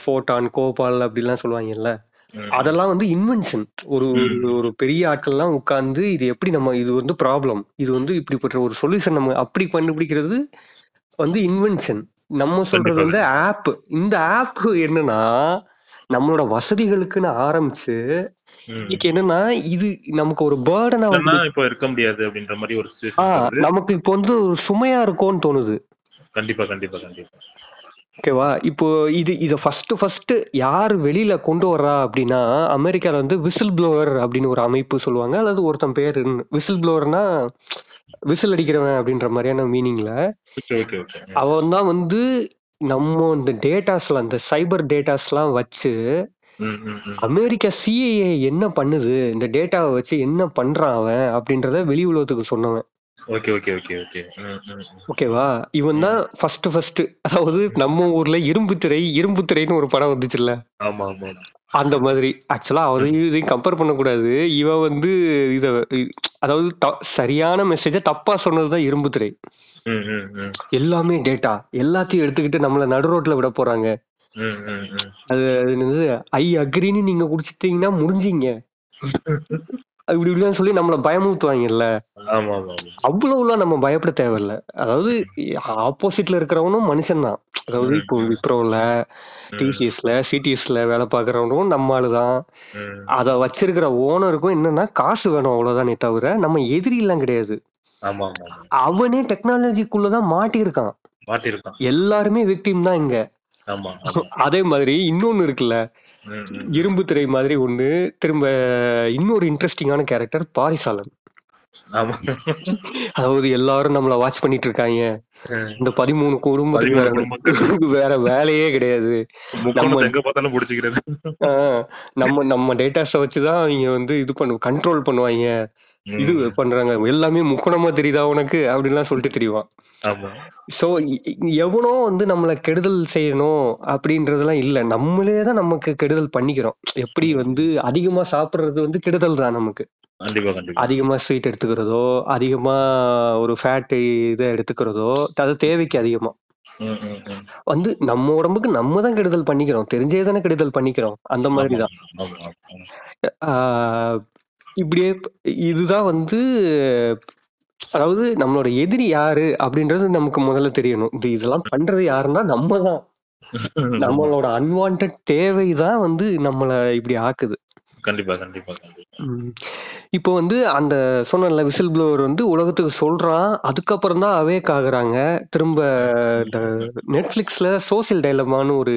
ஃபோட்டான் கோபால் அப்படிலாம் சொல்லுவாங்கல்ல ம். அதெல்லாம் வந்து இன்வென்ஷன் ஒரு ஒரு- ஒரு பெரிய ஆட்கள்லாம் உட்கார்ந்து இது எப்படி நம்ம இது வந்து ப்ராப்ளம் இது வந்து இப்படிப்பட்ட ஒரு சொல்யூஷன் நம்ம அப்படி கண்டுபிடிக்கிறது வந்து இன்வென்ஷன் நம்ம சொல்றது வந்து ஆப் இந்த ஆப் என்னன்னா நம்மளோட வசதிகளுக்குன்னு ஆரம்பிச்சு ம். இன்னைக்கு என்னன்னா இது நமக்கு ஒரு பேர்டனா இல்லைன்னா இப்ப இருக்க முடியாது அப்படின்ற மாதிரி ஒரு சுச்சுவேஷன் வருது நமக்கு இப்போ வந்து ஒரு சுமையா இருக்கும்னு தோணுது கண்டிப்பா கண்டிப்பா கண்டிப்பா ஓகேவா இப்போ இது இதை ஃபர்ஸ்ட் ஃபர்ஸ்ட் யார் வெளியில கொண்டு வர்றா அப்படின்னா அமெரிக்கால வந்து விசில் ப்ளோவர் அப்படின்னு ஒரு அமைப்பு சொல்லுவாங்க அல்லது ஒருத்தன் பேர் விசில் ப்ளோவர்னா விசில் அடிக்கிறவன் அப்படின்ற மாதிரியான மீனிங்ல ஓகே ஓகே ஓகே அவன் தான் வந்து நம்ம இந்த டேட்டாஸ்லாம் இந்த சைபர் டேட்டாஸ்லாம் வச்சு ம், ம், ம். அமெரிக்கா சிஏஏ என்ன பண்ணுது இந்த டேட்டாவை வச்சு என்ன பண்றான் அவன் அப்படின்றத வெளி உலகத்துக்கு சொன்னவன் ஓகே ஓகே ஓகே ஓகே ம், ம், ம். ஓகேவா இவன் தான் ஃபர்ஸ்ட் ஃபர்ஸ்ட் அதாவது நம்ம ஊர்ல இரும்பு திரை இரும்பு திரைன்னு ஒரு படம் வந்துச்சுல்ல ஆமா ஆமா அந்த மாதிரி ஆக்சுவலா அவரையும் இதையும் கம்பேர் பண்ணக்கூடாது இவன் வந்து இத இ- அதாவது த- சரியான மெசேஜ தப்பா சொன்னதுதான் இரும்பு திரை ம், ம், ம். எல்லாமே டேட்டா எல்லாத்தையும் எடுத்துக்கிட்டு நம்மள நடு ரோட்ல விட போறாங்க ம், ம், ம். அது அது என்னது ஐ அக்ரின்னு நீங்க குடிச்சிட்டீங்கன்னா முடிஞ்சீங்க இப்படி இப்படின்னு சொல்லி நம்மளை பயமுறுத்துவாங்கல்ல ஆமா ஆமா ஆமா அவ்வளவுலாம் நம்ம பயப்பட தேவையில்ல அதாவது ஆப்போசிட்ல இருக்கிறவனும் மனுஷன்தான் அதாவது இப்போ விப்ரோல டிசிஎஸ்ல சிடிஎஸ்ல வேலை பார்க்கறவனும் நம்ம ஆளுதான் ம், அதை வச்சிருக்கிற ஓனருக்கும் என்னன்னா காசு வேணும் அவ்வளவுதானே தவிர நம்ம எதிரிலாம் கிடையாது ஆமா ஆமா ஆமா அவனே டெக்னாலஜிக்குள்ளதான் மாட்டியிருக்கான் மாட்டிருக்கான் எல்லாருமே விக்டிம் தான் இங்க ஆமா ஆமா அதே மாதிரி இன்னொன்னு இருக்குல்ல ம், ம். இரும்பு திரை மாதிரி ஒண்ணு திரும்ப இன்னொரு இன்ட்ரெஸ்டிங்கான கேரக்டர் பாரிசாலன் ஆமா அதாவது எல்லாரும் நம்மள வாட்ச் பண்ணிட்டு இருக்காங்க ம். இந்த பதிமூணு குடும்பத்துக்கு பதிமூணு வேற- குடும்பத்துக்கு. (laughs) வேற வேலையே கிடையாது முக்கோணத்தை நம்ம- எங்க பார்த்தாலும் பிடிச்சிக்கிறது ஆஹ் நம்ம நம்ம டேட்டாஸ வச்சுதான் அவங்க வந்து இது பண்ணு கண்ட்ரோல் பண்ணுவாங்க ம், இது பண்றாங்க எல்லாமே முக்கோணமா தெரியுதா உனக்கு அப்படின்லாம் சொல்லிட்டு தெரியுவான் ஆமா ஸோ எவனோ வந்து நம்மளை கெடுதல் செய்யணும் அப்படின்றதெல்லாம் இல்லை நம்மளே தான் நமக்கு கெடுதல் பண்ணிக்கிறோம் எப்படி வந்து அதிகமா சாப்பிட்றது வந்து கெடுதல் தான் நமக்கு கண்டிப்பா கண்டிப்பா அதிகமா ஸ்வீட் எடுத்துக்கிறதோ அதிகமா ஒரு ஃபேட் இதை எடுத்துக்கிறதோ அது தேவைக்கு அதிகமா ம், ம், ம். வந்து நம்ம உடம்புக்கு நம்ம தான் கெடுதல் பண்ணிக்கிறோம் தெரிஞ்சே தானே கெடுதல் பண்ணிக்கிறோம் அந்த மாதிரி ஆமா தான் ஆமா ஆமா. ஆஹ் இப்படியே ப- இதுதான் வந்து அதாவது நம்மளோட எதிரி யாரு அப்படின்றது நமக்கு முதல்ல தெரியணும் இது இதெல்லாம் பண்றது யாருன்னா நம்ம தான் ஆமா. நம்மளோட அன்வான்ட் தேவை தான் வந்து நம்மளை இப்படி ஆக்குது கண்டிப்பா கண்டிப்பா கண்டிப்பா ம். இப்போ வந்து அந்த சொன்னல விசில் ப்ளோவர் வந்து உலகத்துக்கு சொல்றான் அதுக்கப்புறம் தான் அவேக் ஆகுறாங்க திரும்ப இந்த நெட்ஃபிளிக்ஸ்ல சோசியல் டைலமான்னு ஒரு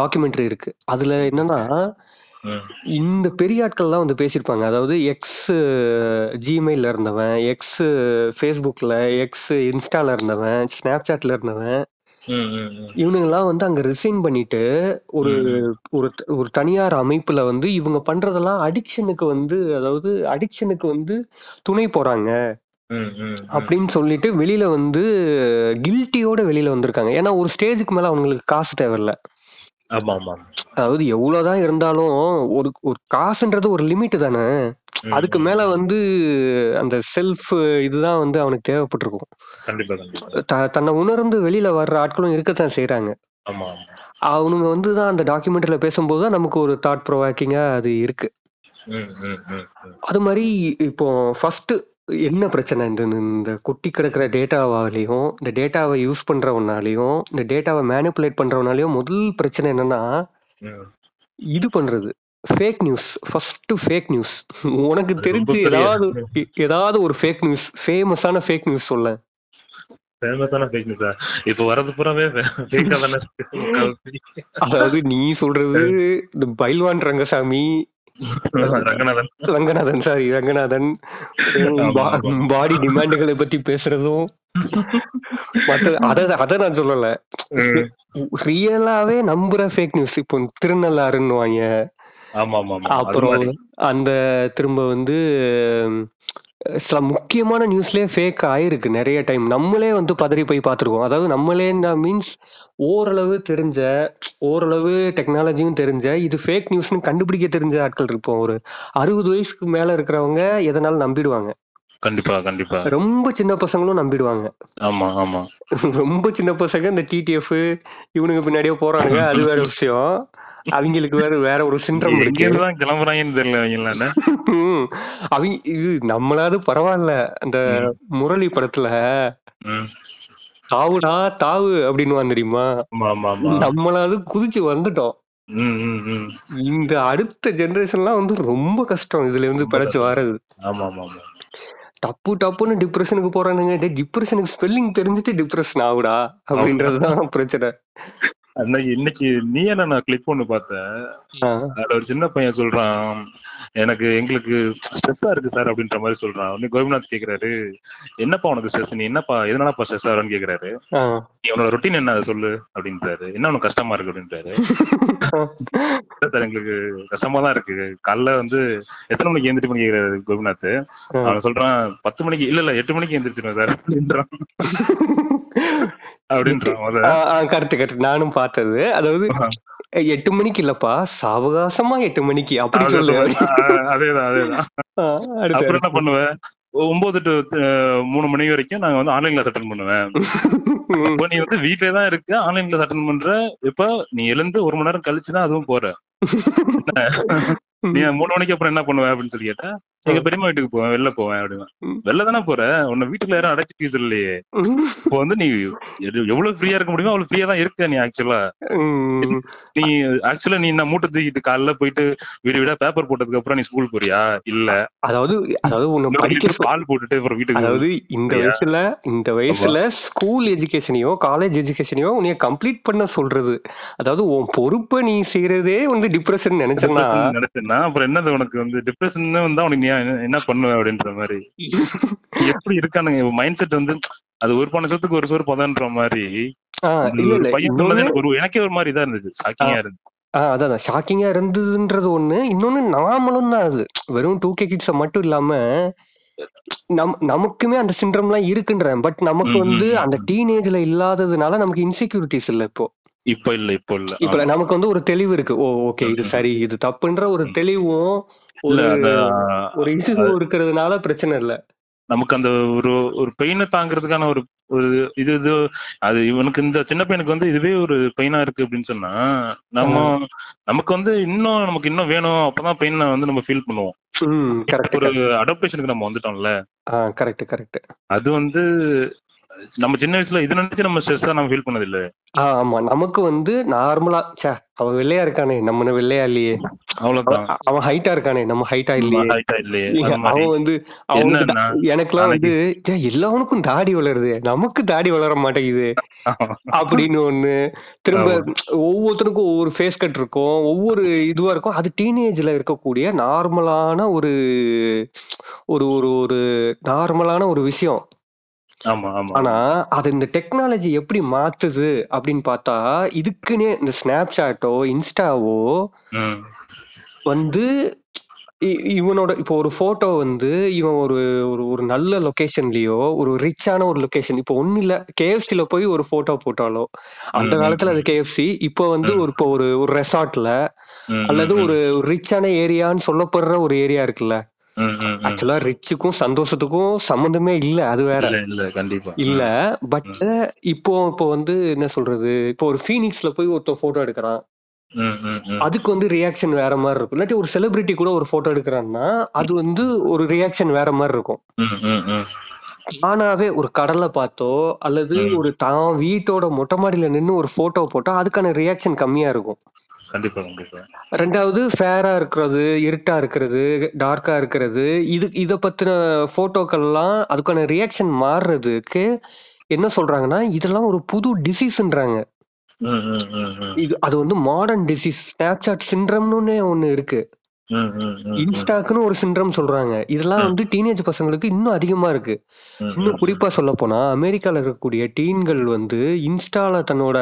டாக்குமெண்ட்ரி இருக்கு அதுல என்னன்னா ம், இந்த பெரிய ஆட்கள்லாம் வந்து பேசியிருப்பாங்க அதாவது எக்ஸ் ஜிமெயில இருந்தவன் எக்ஸ் ஃபேஸ்புக்ல எக்ஸ் இன்ஸ்டால இருந்தவன் ஸ்னாப் சாட்ல இருந்தவன் ம், ம், ம். இவனுங்கெல்லாம் வந்து அங்க ரிசைன் பண்ணிட்டு ஒரு ம், ஒரு ஒரு தனியார் அமைப்புல வந்து இவங்க பண்றதெல்லாம் அடிக்ஷனுக்கு வந்து அதாவது அடிக்ஷனுக்கு வந்து துணை போறாங்க ம், ம், ம். அப்படின்னு சொல்லிட்டு வெளியில வந்து கில்ட்டியோட வெளியில வந்திருக்காங்க ஏன்னா ஒரு ஸ்டேஜுக்கு மேல அவங்களுக்கு காசு தேவையில்ல ஆமா ஆமா ஆமா. அதாவது எவ்வளவுதான் இருந்தாலும் ஒரு ஒரு காசுன்றது ஒரு லிமிட் தானே ம், அதுக்கு ம். மேல வந்து அந்த செல்ஃப் இதுதான் வந்து அவனுக்கு தேவைப்பட்டிருக்கும் கண்டிப்பா கண்டிப்பா த- தன்னை உணர்ந்து வெளியில வர்ற ஆட்களும் இருக்கத்தான் செய்றாங்க ஆமா ஆமா அவனுங்க வந்து தான் அந்த டாக்குமெண்ட்ரியில பேசும்போது தான் நமக்கு ஒரு தாட் ப்ரொவாக்கிங்கா அது இருக்கு ம், ம், ம், ம். அது மாதிரி இப்போ ஃபர்ஸ்ட் என்ன பிரச்சனை இந்த இந்த குட்டி கிடக்கிற டேட்டாவாலையும் இந்த டேட்டாவை யூஸ் பண்றவனாலையும் இந்த டேட்டாவை மேனிப்புலேட் பண்றவனாலையும் முதல் பிரச்சனை என்னன்னா ம். இது பண்றது fake news first fake news உனக்கு அது ரொம்ப தெரிஞ்சு பெரிய ஏதாவது எ- ஏதாவது ஒரு ஃபேக் நியூஸ் ஃபேமஸான ஃபேக் நியூஸ் சொல்ல ஃபேமஸான ஃபேக் நியூஸ் இப்போ வரது பூராவே ஃபேக்கா தானே இருக்கு. முக்காவாசி. அதாவது நீ (laughs) சொல்றது இந்த பைல்வான் ரங்கசாமி ரங்கநாதன் ரங்கநாதன் சாரி ரங்கநாதன் உம் ஆமா, பா- ஆமா. உம் பாடி டிமாண்டுகளை பத்தி பேசுறதும் மற்ற அதை அதை நான் சொல்லல ம். ரியலாவே நம்புற ஃபேக் நியூஸ் இப்போ திருநள்ளாறுன்னுவாங்க ஆமா ஆமா ஆமா அது அப்புறம் மாதிரி அந்த திரும்ப வந்து உம், சில முக்கியமான நியூஸ்லயே ஃபேக் ஆயிருக்கு நிறைய டைம் நம்மளே வந்து பதறி போய் பார்த்துருக்கோம் அதாவது நம்மளே மீன்ஸ் ஓரளவு தெரிஞ்ச ஓரளவு டெக்னாலஜியும் தெரிஞ்ச இது ஃபேக் நியூஸ்னு கண்டுபிடிக்க தெரிஞ்ச ஆட்கள் இருப்போம் ஒரு அறுபது வயசுக்கு மேல இருக்கிறவங்க எதனால நம்பிடுவாங்க கண்டிப்பா கண்டிப்பா ரொம்ப சின்ன பசங்களும் நம்பிடுவாங்க ஆமா ஆமா ரொம்ப சின்ன பசங்க இந்த டிடிஎஃப் இவனுங்க பின்னாடியே போறானுங்க அது வேற விஷயம் அவங்களுக்கு வேற வேற ஒரு இங்க சிண்ட்ரம் எங்க இருக்கு இருந்து தான் கிளம்புறாங்கன்னு தெரியல அவங்கள என்ன? ம். அவங்க இது நம்மளாவது பரவாயில்ல அந்த ம், முரளி படத்துல ம். தாவுடா தாவு அப்படின்னு தெரியுமா ஆமா ஆமா ஆமா நம்மளாவது குதிச்சு வந்துட்டோம் ம், ம், ம். இந்த அடுத்த ஜெனரேஷன்லாம் வந்து ரொம்ப கஷ்டம் இதுல இருந்து ரொம்ப பிழைச்சு கஷ்டம். வர்றது ஆமா ஆமா ஆமா டப்பு டப்புன்னு டிப்ரெஷனுக்கு போறானுங்க டே டிப்ரெஷனுக்கு ஸ்பெல்லிங் தெரிஞ்சுட்டு டிப்ரெஷன் ஆகுடா அப்படின்றதுதான் பிரச்சனை அன்னைக்கு இன்னைக்கு நீ என்ன நான் கிளிப் ஒண்ணு பார்த்தேன் ஆ. அதுல ஒரு சின்ன பையன் சொல்றான் எனக்கு எங்களுக்கு ஸ்ட்ரெஸ்ஸா இருக்கு சார் அப்படின்ற மாதிரி சொல்றான் உடனே கோபிநாத் கேக்குறாரு என்னப்பா உனக்கு ஸ்ட்ரெஸ் நீ என்னப்பா எதனாலப்பா ஸ்ட்ரெஸ் ஆகுறன்னு கேக்குறாரு ஆ. நீ உன்னோட ரொட்டீன் என்ன அதை சொல்லு அப்படின்றாரு என்ன உனக்கு கஷ்டமா இருக்கு அப்படின்றாரு இல்ல சார் எங்களுக்கு கஷ்டமா தான் இருக்கு காலைல வந்து எத்தனை மணிக்கு எந்திரிச்சு மணி கேக்குறாரு கோபிநாத் ஆ. அவன் சொல்றான் பத்து மணிக்கு இல்ல இல்ல எட்டு மணிக்கு எந்திரிச்சிருவேன் சார் அப்படின்றான் அப்படின்றான் முத. ஆ, ஆ, கரெக்ட் கரெக்ட் நானும் பார்த்தது அதாவது "ஏய், எட்டு மணிக்கு இல்லப்பா சாவகாசமா எட்டு மணிக்கு அப்படி சொல்லுவாரு அதேதான் அதேதான் அதேதான் ஆ, அடுத்து அப்புறம் என்ன அடுத்து பண்ணுவேன் ஒ- ஒன்பது டு அஹ், மூணு மணி வரைக்கும் நாங்க வந்து ஆன்லைன்ல அட்டன் பண்ணுவேன் ம், இப்ப நீ வந்து வீட்லயே தான் இருக்க ஆன்லைன்ல அட்டன் பண்ற இப்ப நீ எழுந்து ஒரு மணி நேரம் கழிச்சுதான் அதுவும் போற நீ மூணு மணிக்கு அப்புறம் என்ன பண்ணுவ அப்படின்னு சொல்லி கேட்டா எங்க பெரியம்மா வீட்டுக்கு போவேன் வெளில போவேன் அப்படின்னா ம். வெளில தானே போற உன்னை வீட்டுல யாரும் அடைச்சிட்டு இது இல்லையே ம், இப்போ வந்து நீ எது- எவ்வளவு ஃப்ரீயா இருக்க முடியுமோ அவ்வளவு ஃப்ரீயா தான் இருக்க நீ ஆக்சுவலா ம், நீ ஆக்சுவலா நீ என்ன மூட்டை தூக்கிட்டு காலைல போயிட்டு வீடு வீடா பேப்பர் போட்டதுக்கு அப்புறம் நீ ஸ்கூல் போறியா இல்ல அதாவது அதாவது ஒண்ணு படிக்கிற பால் போட்டுட்டு அப்புறம் வீட்டுக்கு அதாவது இந்த இல்லையா? வயசுல இந்த வயசுல ஸ்கூல் எஜுகேஷனையோ காலேஜ் எஜுகேஷனையோ உன்னைய கம்ப்ளீட் பண்ண சொல்றது அதாவது உன் பொறுப்பை நீ செய்யறதே வந்து டிப்ரெஷன் நினைச்சேன்னா depression நினைச்சேன்னா அப்புறம் என்னது உனக்கு வந்து டிப்ரெஷன் வந்தா உனக்கு நீ என்ன- என்ன பண்ணுவ அப்படின்ற மாதிரி எப்படி இருக்கானுங்க மைண்ட் செட் வந்து அது ஒரு பணத்துக்கு ஒரு சோறு பதன்ற மாதிரி ஆ, இல்ல ஒரு இல்ல பையன் சொன்னது இன்னொன்னு எனக்கு ஒரு எனக்கே ஒரு மாதிரி இதா இருந்துச்சு ஷாக்கிங்கா இருந்துச்சு ஆ, அதான் அதான் ஷாக்கிங்கா இருந்ததுன்றது ஒண்ணு இன்னொன்னு நாமளும் தான் அது வெறும் டூ கே கிட்ஸ மட்டும் இல்லாம நம் நமக்குமே அந்த சிண்ட்ரம்லாம் இருக்குன்றேன் பட் நமக்கு ம், ம், வந்து ம், அந்த ம். டீனேஜ்ல இல்லாததுனால நமக்கு இன்செக்யூரிட்டிஸ் இல்ல இப்போ இப்ப இல்ல இப்ப இல்ல இப்ப ஆமா. நமக்கு வந்து ஒரு தெளிவு இருக்கு ஓ ஓகே இது ம், சரி இது தப்புன்ற ஒரு ம். தெளிவும் இல்ல ஒரு அந்த ஒரு இசுகு இருக்கிறதுனால பிரச்சனை இல்ல நமக்கு அந்த ஒரு ஒரு பெயினை தாங்கிறதுக்கான ஒரு ஒரு இது இது அது இவனுக்கு இந்த சின்ன பையனுக்கு வந்து இதுவே ஒரு பெயினா இருக்கு அப்படின்னு சொன்னா நம்ம நமக்கு வந்து இன்னும் நமக்கு இன்னும் வேணும் அப்பதான் பெயினை வந்து நம்ம ஃபீல் பண்ணுவோம் ம் கரெக்ட் ஒரு அடாப்டேஷனுக்கு நம்ம வந்துட்டோம்ல கரெக்ட் கரெக்ட் அது வந்து நம்ம சின்ன வயசுல இது நினைச்சு நம்ம ஸ்ட்ரெஸ்ஸா நம்ம ஃபீல் பண்ணது இல்ல ஆமா நமக்கு வந்து நார்மலா சே அவன் வெள்ளையா இருக்கானே நம்ம வெள்ளையா இல்லையே அவ்வளவுதான் அவ- அவன் ஹைட்டா இருக்கானே நம்ம ஹைட்டா நம்ம இல்லையே height ஆ இல்லையே ஏங்க, அது மாதிரி அவன் வந்து அவனுக்கு என்னன்னா தா- எனக்கெல்லாம் வந்து "ஏ, எல்லாவனுக்கும் தாடி வளருது நமக்கு தாடி வளர மாட்டேங்குது அப்படின்னு ஒண்ணு திரும்ப ஒவ்வொருத்தருக்கும் ஒவ்வொரு ஃபேஸ் கட் இருக்கும் ஒவ்வொரு இதுவா இருக்கும் அது டீனேஜ்ல இருக்கக்கூடிய நார்மலான ஒரு ஒரு ஒரு ஒரு நார்மலான ஒரு விஷயம் (laughs) ஆமா ஆமா ஆனா ஆமா அது இந்த டெக்னாலஜி எப்படி மாத்துது அப்படின்னு பார்த்தா இதுக்குன்னே இந்த ஸ்னாப்சாட்டோ இன்ஸ்டாவோ ம். வந்து இ- இவனோட இப்போ ஒரு போட்டோ வந்து இவன் ஒரு ஒரு ஒரு நல்ல லொகேஷன்லயோ ஒரு ரிச்சான ஒரு லொகேஷன் இப்போ ஒன்னும் இல்ல கேஎஃப்சில போய் ஒரு போட்டோ போட்டாலோ அந்த ம், ம், காலத்துல அது ம், கேஎஃப்சி இப்போ வந்து ம், ஒரு இப்போ ஒரு ஒரு ரெசார்ட்ல ம், அல்லது ம், ஒரு ரிச்சான ஏரியான்னு சொல்லப்படுற ஒரு ஏரியா இருக்குல்ல ம், ம், ம். ஆக்சுவலா ரிச்சுக்கும் சந்தோஷத்துக்கும் சம்மந்தமே இல்ல அது வேற இல்ல இல்ல கண்டிப்பா இல்ல ம், பட் ம், இப்போ இப்போ வந்து என்ன சொல்றது இப்போ ஒரு ஃபீனிக்ஸ்ல போய் ஒருத்தன் போட்டோ எடுக்கிறான் ம், ம், ம். அதுக்கு வந்து ரியாக்ஷன் வேற மாதிரி இருக்கும் இல்லாட்டி ஒரு செலிபிரிட்டி கூட ஒரு போட்டோ எடுக்கிறான்னா அது வந்து ஒரு ரியாக்ஷன் வேற மாதிரி இருக்கும் ம், ம், ம், தானாவே ஒரு கடலை பார்த்தோ அல்லது ம். ஒரு தான் வீட்டோட மொட்டை மாடியில நின்று ஒரு போட்டோ போட்டோ அதுக்கான ரியாக்ஷன் கம்மியா இருக்கும் கண்டிப்பா கண்டிப்பா ரெண்டாவது ஃபேரா இருக்கிறது இருட்டா இருக்கிறது டார்க்கா இருக்கிறது இது இத பத்தின போட்டோக்கள்லாம் அதுக்கான ரியாக்ஷன் மாறுறதுக்கு என்ன சொல்றாங்கன்னா இதெல்லாம் ஒரு புது டிசீஸ்ன்றாங்க ம், ம், ம், ம். இது அது வந்து மாடர்ன் டிசீஸ் ஸ்னாப்சாட் சிண்ட்ரம்னு ஒன்னு இருக்கு ம், ம், ம், ம். இன்ஸ்டாக்குன்னு ஒரு சிண்ட்ரம் சொல்றாங்க இதெல்லாம் ம், வந்து டீனேஜ் பசங்களுக்கு இன்னும் அதிகமா இருக்கு ம், இன்னும் ம், ம். குறிப்பா சொல்ல போனா அமெரிக்கால இருக்கக்கூடிய டீன்கள் வந்து இன்ஸ்டால தன்னோட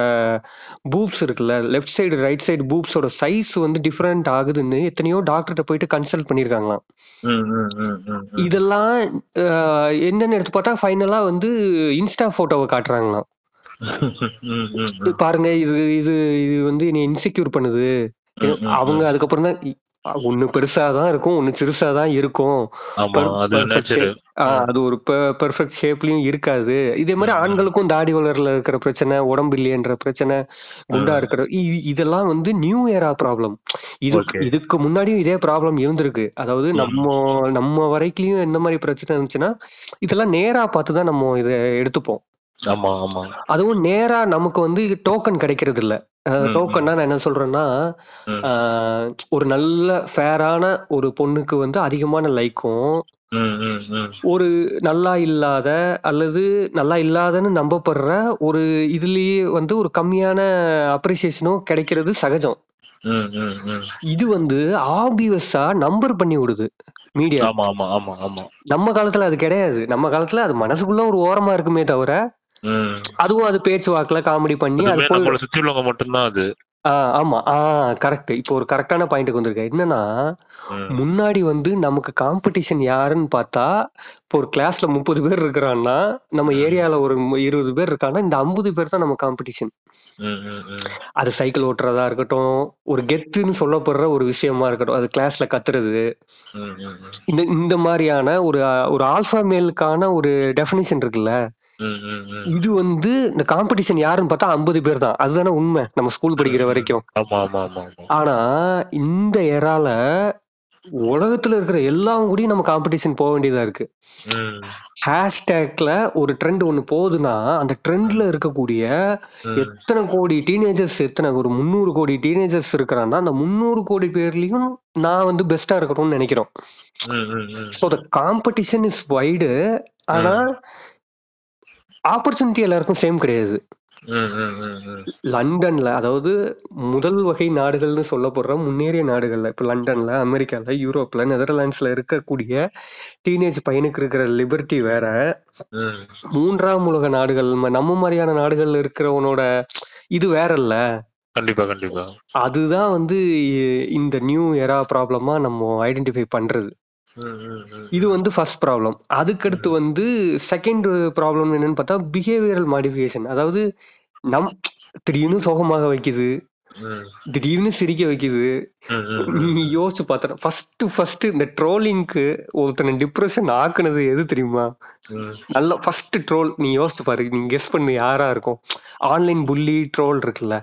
பூப்ஸ் இருக்குல்ல லெஃப்ட் சைடு ரைட் சைடு பூப்ஸோட சைஸ் வந்து டிஃப்ரெண்ட் ஆகுதுன்னு எத்தனையோ டாக்டர்கிட்ட போயிட்டு கன்சல்ட் பண்ணியிருக்காங்களாம் ம், ம், ம், ம், ம். இதெல்லாம் ஆஹ், என்னன்னு எடுத்து பார்த்தா ஃபைனலா வந்து இன்ஸ்டா போட்டோவை காட்டுறாங்களாம் ம், ம், இது ம். பாருங்க இது இது இது வந்து என்னை இன்செக்யூர் பண்ணுது ம், இது- ம், அவங்க ம். அதுக்கப்புறம் தான் இ- ஒண்ணு பெருசா தான் இருக்கும் ஒண்ணு சிறுசா தான் இருக்கும் ஆமா அது பெர்ஃபெக்ட் நேச்சர் ஷேப் அது ஒரு பெர்ஃபெக்ட் ஷேப்லயும் இருக்காது இதே மாதிரி ஆண்களுக்கும் தாடி வளர்ல இருக்கிற பிரச்சனை உடம்பு இல்லையன்ற பிரச்சனை குண்டா இருக்கிற இ- இதெல்லாம் வந்து நியூ ஏரா ப்ராப்ளம் இது ஓகே இதுக்கு முன்னாடியும் இதே ப்ராப்ளம் இருந்திருக்கு அதாவது நம்ம நம்ம வரைக்கும் என்ன மாதிரி பிரச்சனை இருந்துச்சுன்னா இதெல்லாம் நேரா பார்த்து தான் நம்ம இதை எடுத்துப்போம் ஆமா ஆமா அதுவும் நேரா நமக்கு வந்து டோக்கன் கிடைக்கிறது இல்ல ம், ம், டோக்கன்னா நான் என்ன சொல்றேன்னா ம், அஹ், ஒரு நல்ல ஃபேரான ஒரு பொண்ணுக்கு வந்து அதிகமான லைக்கும் ம், ம், ம். ஒரு நல்லா இல்லாத அல்லது நல்லா இல்லாதன்னு நம்பப்படுற ஒரு இதுலயே வந்து ஒரு கம்மியான அப்ரிசியேஷனும் கிடைக்கிறது சகஜம் ம், ம், ம். இது வந்து ஆபியஸா நம்பர் பண்ணி விடுது மீடியா ஆமா ஆமா ஆமா ஆமா நம்ம காலத்துல அது கிடையாது நம்ம காலத்துல அது மனசுக்குள்ள ஒரு ஓரமா இருக்குமே தவிர ம். அதுவும் அது பேச்சு வாக்குல காமெடி பண்ணி அது அதுவுமே போயிடும் நம்மள சுத்தி உள்ளவங்க மட்டும்தான் அது ஆ ஆமா ஆ கரெக்ட் இப்போ ஒரு கரெக்டான பாயிண்ட்டுக்கு வந்திருக்க என்னன்னா ம், முன்னாடி வந்து நமக்கு காம்படிஷன் யாருன்னு பார்த்தா இப்போ ஒரு கிளாஸ்ல முப்பது பேர் இருக்கிறான்னா நம்ம ம், ஏரியால ஒரு மு- இருபது பேர் இருக்கான்னா இந்த ஐம்பது பேர் தான் நம்ம காம்படிஷன் ம், ம், ம். அது சைக்கிள் ஓட்டுறதா இருக்கட்டும் ஒரு கெத்துன்னு சொல்லப்படுற ஒரு விஷயமா இருக்கட்டும் அது கிளாஸ்ல கத்துறது ம், ம், ம். இந்த இந்த மாதிரியான ஒரு அ, ஒரு ஆல்ஃபா மேலுக்கான ஒரு டெஃபினிஷன் இருக்குல்ல ம், ம், ம். இது வந்து இந்த காம்படிஷன் யாருன்னு பார்த்தா ஐம்பது பேர் தான் அதுதானே உண்மை நம்ம ஸ்கூல் ம், படிக்கிற ம். வரைக்கும் ஆமா ஆமா ஆமா ஆமா ஆனா இந்த எறால உலகத்துல இருக்கிற எல்லா கூடயும் நம்ம காம்படிஷன் போக வேண்டியதா இருக்கு ம், ஹேஷ்டேக்ல ஒரு ட்ரெண்ட் ஒண்ணு போகுதுன்னா அந்த ட்ரெண்ட்ல இருக்கக்கூடிய ம், எத்தனை கோடி டீனேஜர்ஸ் எத்தனை ஒரு முந்நூறு கோடி டீனேஜர்ஸ் இருக்கிறான்னா அந்த முந்நூறு கோடி பேர்லயும் நான் வந்து பெஸ்டா இருக்கணும்னு நினைக்கிறோம் ம், ம், ம். So the competition is wide ஆனா ஆப்பர்ச்சுனிட்டி எல்லாருக்கும் சேம் கிடையாது ம், ம், ம், ம். லண்டன்ல அதாவது முதல் வகை நாடுகள்னு சொல்லப்படுற முன்னேறிய நாடுகள்ல இப்போ லண்டன்ல அமெரிக்கால யூரோப்ல நெதர்லாண்ட்ஸ்ல இருக்கக்கூடிய டீனேஜ் பையனுக்கு இருக்கிற லிபர்ட்டி வேற ம், மூன்றாம் உலக நாடுகள் ம- நம்ம மாதிரியான நாடுகள்ல இருக்கிறவனோட இது வேறல்ல கண்டிப்பா கண்டிப்பா அதுதான் வந்து இ- இந்த நியூ எரா ப்ராப்ளமா நம்ம ஐடென்டிஃபை பண்றது ம், ம், ம். இது வந்து ஃபர்ஸ்ட் ப்ராப்ளம் அதுக்கடுத்து வந்து செகண்ட் ப்ராப்ளம் என்னன்னு பார்த்தா பிஹேவியரல் மாடிஃபிகேஷன் அதாவது நம் திடீர்னு சோகமாக வைக்குது ம், திடீர்னு சிரிக்க வைக்குது ம், ம், ம். நீ யோசிச்சு பார்த்தா ஃபர்ஸ்ட் ஃபர்ஸ்ட் இந்த ட்ரோலிங்க்கு ஒருத்தனை டிப்ரெஷன் ஆக்குனது எது தெரியுமா ம், நல்ல ஃபர்ஸ்ட் ட்ரோல் நீ யோசிச்சு பாரு நீ கெஸ் பண்ணு யாரா இருக்கும் ஆன்லைன் புள்ளி ட்ரோல் இருக்குல்ல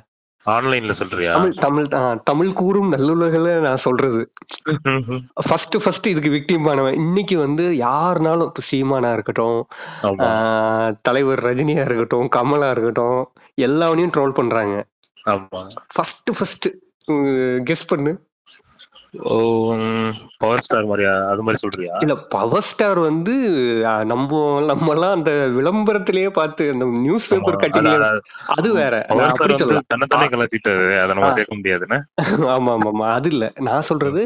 ஆன்லைன்ல சொல்றியா தமிழ் தமிழ் ஆ, தமிழ் கூறும் நல்லுலகில் நான் சொல்றது ம், ஃபர்ஸ்ட் ஃபர்ஸ்ட் இதுக்கு விக்டிமானவன் இன்னைக்கு வந்து யாருனாலும் இப்போ சீமானா இருக்கட்டும் ஆ, ஆமா தலைவர் ரஜினியா இருக்கட்டும் கமலா இருக்கட்டும் எல்லாவனையும் ட்ரோல் பண்றாங்க ஆமா ஃபர்ஸ்ட் ஃபர்ஸ்ட் கெஸ் பண்ணு ஓ பவர் ஸ்டார் மாதிரியா அது மாதிரி சொல்றியா இல்ல பவர் ஸ்டார் வந்து அஹ், நம்ம நம்ம எல்லாம் அந்த விளம்பரத்திலேயே பார்த்து அந்த நியூஸ் ஆமா, பேப்பர் அது- கட்டிங்ல அது- அது வேற நான் பவர் ஸ்டார் அப்படி வந்து சொல்லல தன்னைத்தானே கலப்பிட்டாரு அதை நம்ம ஆ. கேட்க முடியாதுன்னு (laughs) ஆமா ஆமா ஆமா அது இல்ல நான் சொல்றது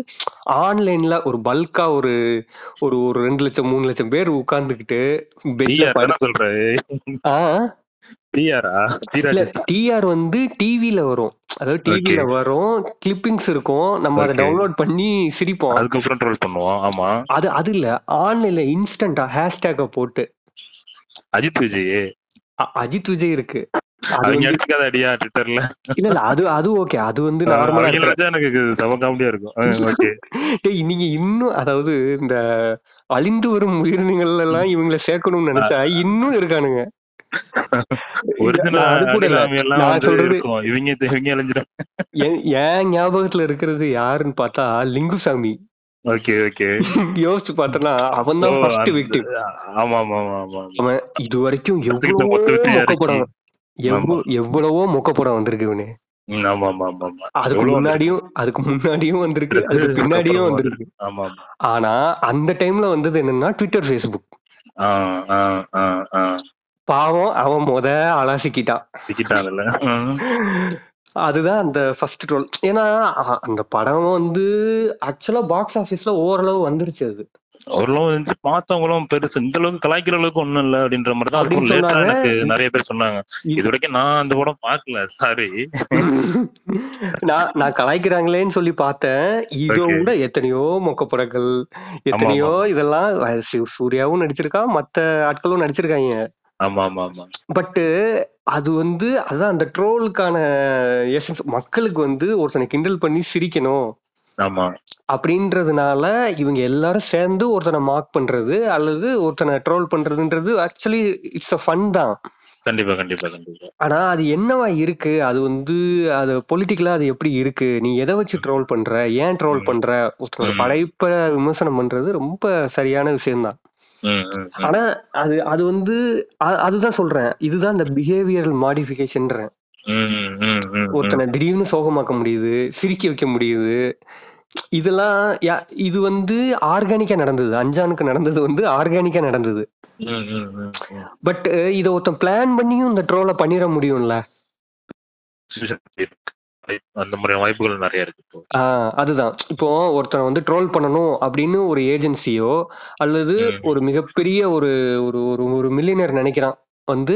ஆன்லைன்ல ஒரு பல்கா ஒரு ஒரு ஒரு ரெண்டு லட்சம் மூணு லட்சம் பேர் உட்கார்ந்துகிட்டு பெட்ல டிஆர் படு தானே சொல்ற ஆ டிஆரா இல்ல டிராஜேஷ் டிஆர் வந்து டிவில வரும் அதாவது டிவில Okay. வரும் கிளிப்பிங்ஸ் இருக்கும் நம்ம அதை Okay. டவுன்லோட் பண்ணி சிரிப்போம் அதுக்கப்புறம் ட்ரோல் பண்ணுவோம் ஆமா அது அது இல்ல ஆன்லைன்ல இன்ஸ்டன்டா ஹேஷ்டேக போட்டு அஜித் விஜய் அ- அஜித் விஜய் இருக்கு அது அவங்க வந்து அடிச்சுக்காத அடியா ட்விட்டர்ல இல்ல இல்ல அது அது ஓகே அது வந்து நார்மலா அவங்க இருக்கிற நினைச்சா எனக்கு செம காமெடியா இருக்கும் ஓகே டேய், நீங்க இன்னும் அதாவது இந்த அழிந்து வரும் உயிரினங்கள் எல்லாம் இவங்களை சேர்க்கணும்னு நினைச்சா இன்னும் இருக்கானுங்க இல்ல, நான் அது ஒரிஜினல் கூட இல்ல அடிலாமி எல்லாம் நான் வந்து சொல்றது இருக்கும் இவங்க இவங்க அழிஞ்சிடும் என் என் ஞாபகத்துல இருக்கிறது யாருன்னு பார்த்தா லிங்குசாமி ஓகே ஓகே யோசிச்சு பார்த்தனா அவன் ஓ தான் ஃபர்ஸ்ட் அந்த விக்டிம் ஆமா ஆமா ஆமா ஆமா ஆமா. அவன் இது வரைக்கும் கத்திரிக்காய் எவ்வளவோ மொத்த வித்து இறக்கி மொக்கப்படம் எவ்வளோ ஆமா எவ்வளவோ மொக்கப்படம் வந்திருக்கு இவனு ம், ஆமா ஆமா ஆமா ஆமா அதுக்கு எவ்வளவு வந்திருக்கு முன்னாடியும் அதுக்கு முன்னாடியும் வந்திருக்கு அடுத்து அதுக்கு பின்னாடியும் அதுக்கப்புறம் வந்திருக்கு வந்திருக்கு ஆமா ஆமா ஆனா அந்த டைம்ல வந்தது என்னன்னா ட்விட்டர் ஃபேஸ்புக் ஆ ஆ ஆ ஆ பாவம் அவன் முத ஆளா சிக்கிட்டான் சிக்கிட்டாங்கல்ல அதுதான் அந்த ஃபர்ஸ்ட் ட்ரோல் ஏன்னா அ- அந்த படம் வந்து ஆக்சுவலா பாக்ஸ் ஆபீஸ்ல ஓரளவு வந்துருச்சு அது அவர்களும் வந்து பார்த்தவங்களும் பெருசு இந்த அளவுக்கு கலாய்க்கிற அளவுக்கு ஒண்ணும் இல்ல அப்படின்ற மாதிரி தான் அப்படின்னு அதுவும் லேட்டா சொன்னாங்க எனக்கு நிறைய பேர் சொன்னாங்க இ- இது வரைக்கும் நான் அந்த படம் பார்க்கல சாரி நான் நான் கலாய்க்கிறாங்களேன்னு சொல்லி பார்த்தேன் இதை ஓகே விட எத்தனையோ மொக்கப்படங்கள் ஆமா ஆமா எத்தனையோ இதெல்லாம் வ- சு- சூர்யாவும் நடிச்சிருக்கான் மத்த ஆட்களும் நடிச்சிருக்காங்க ஆமா ஆமா ஆமா பட்டு அது வந்து அதான் அந்த ட்ரோலுக்கான எசன்ஸ் மக்களுக்கு வந்து ஒருத்தனை கிண்டல் பண்ணி சிரிக்கணும் ஆமா அப்படின்றதுனால இவங்க எல்லாரும் சேர்ந்து ஒருத்தனை மார்க் பண்றது அல்லது ஒருத்தனை ட்ரோல் பண்றதுன்றது ஆக்சுவலி இட்ஸ் அ ஃபன் தான் கண்டிப்பா கண்டிப்பா கண்டிப்பா ஆனா அது என்னவா இருக்கு அது வந்து அது பொலிட்டிக்கலா அது எப்படி இருக்கு நீ எதை வச்சு ட்ரோல் பண்ற ஏன் ட்ரோல் ம், பண்ற ஒருத்தனோட ம், படைப்பை விமர்சனம் பண்றது ரொம்ப சரியான விஷயம்தான் ம், ம், ம். ஆனா அது அது வந்து அ- அதுதான் சொல்றேன் இதுதான் இந்த பிஹேவியரல் மாடிஃபிகேஷன்றேன் ம், ம், ம், ம். ஒருத்தனை திடீர்னு சோகமாக்க முடியுது சிரிக்க வைக்க முடியுது இதெல்லாம் யா- இது வந்து ஆர்கானிக்கா நடந்தது அஞ்சானுக்கு நடந்தது வந்து ஆர்கானிக்கா நடந்தது ம், ம், ம், ம். பட் இதை ஒருத்தன் பிளான் பண்ணியும் இந்த ட்ரோலை பண்ணிட முடியும்ல அந்த மாதிரியான வாய்ப்புகள் நிறைய இருக்கு இப்போ ஆ, அதுதான் இப்போ ஒருத்தனை வந்து ட்ரோல் பண்ணணும் அப்படின்னு ஒரு ஏஜென்சியோ அல்லது ம், ஒரு மிகப்பெரிய ஒரு ஒரு ஒரு ஒரு மில்லியனர் நினைக்கிறான் வந்து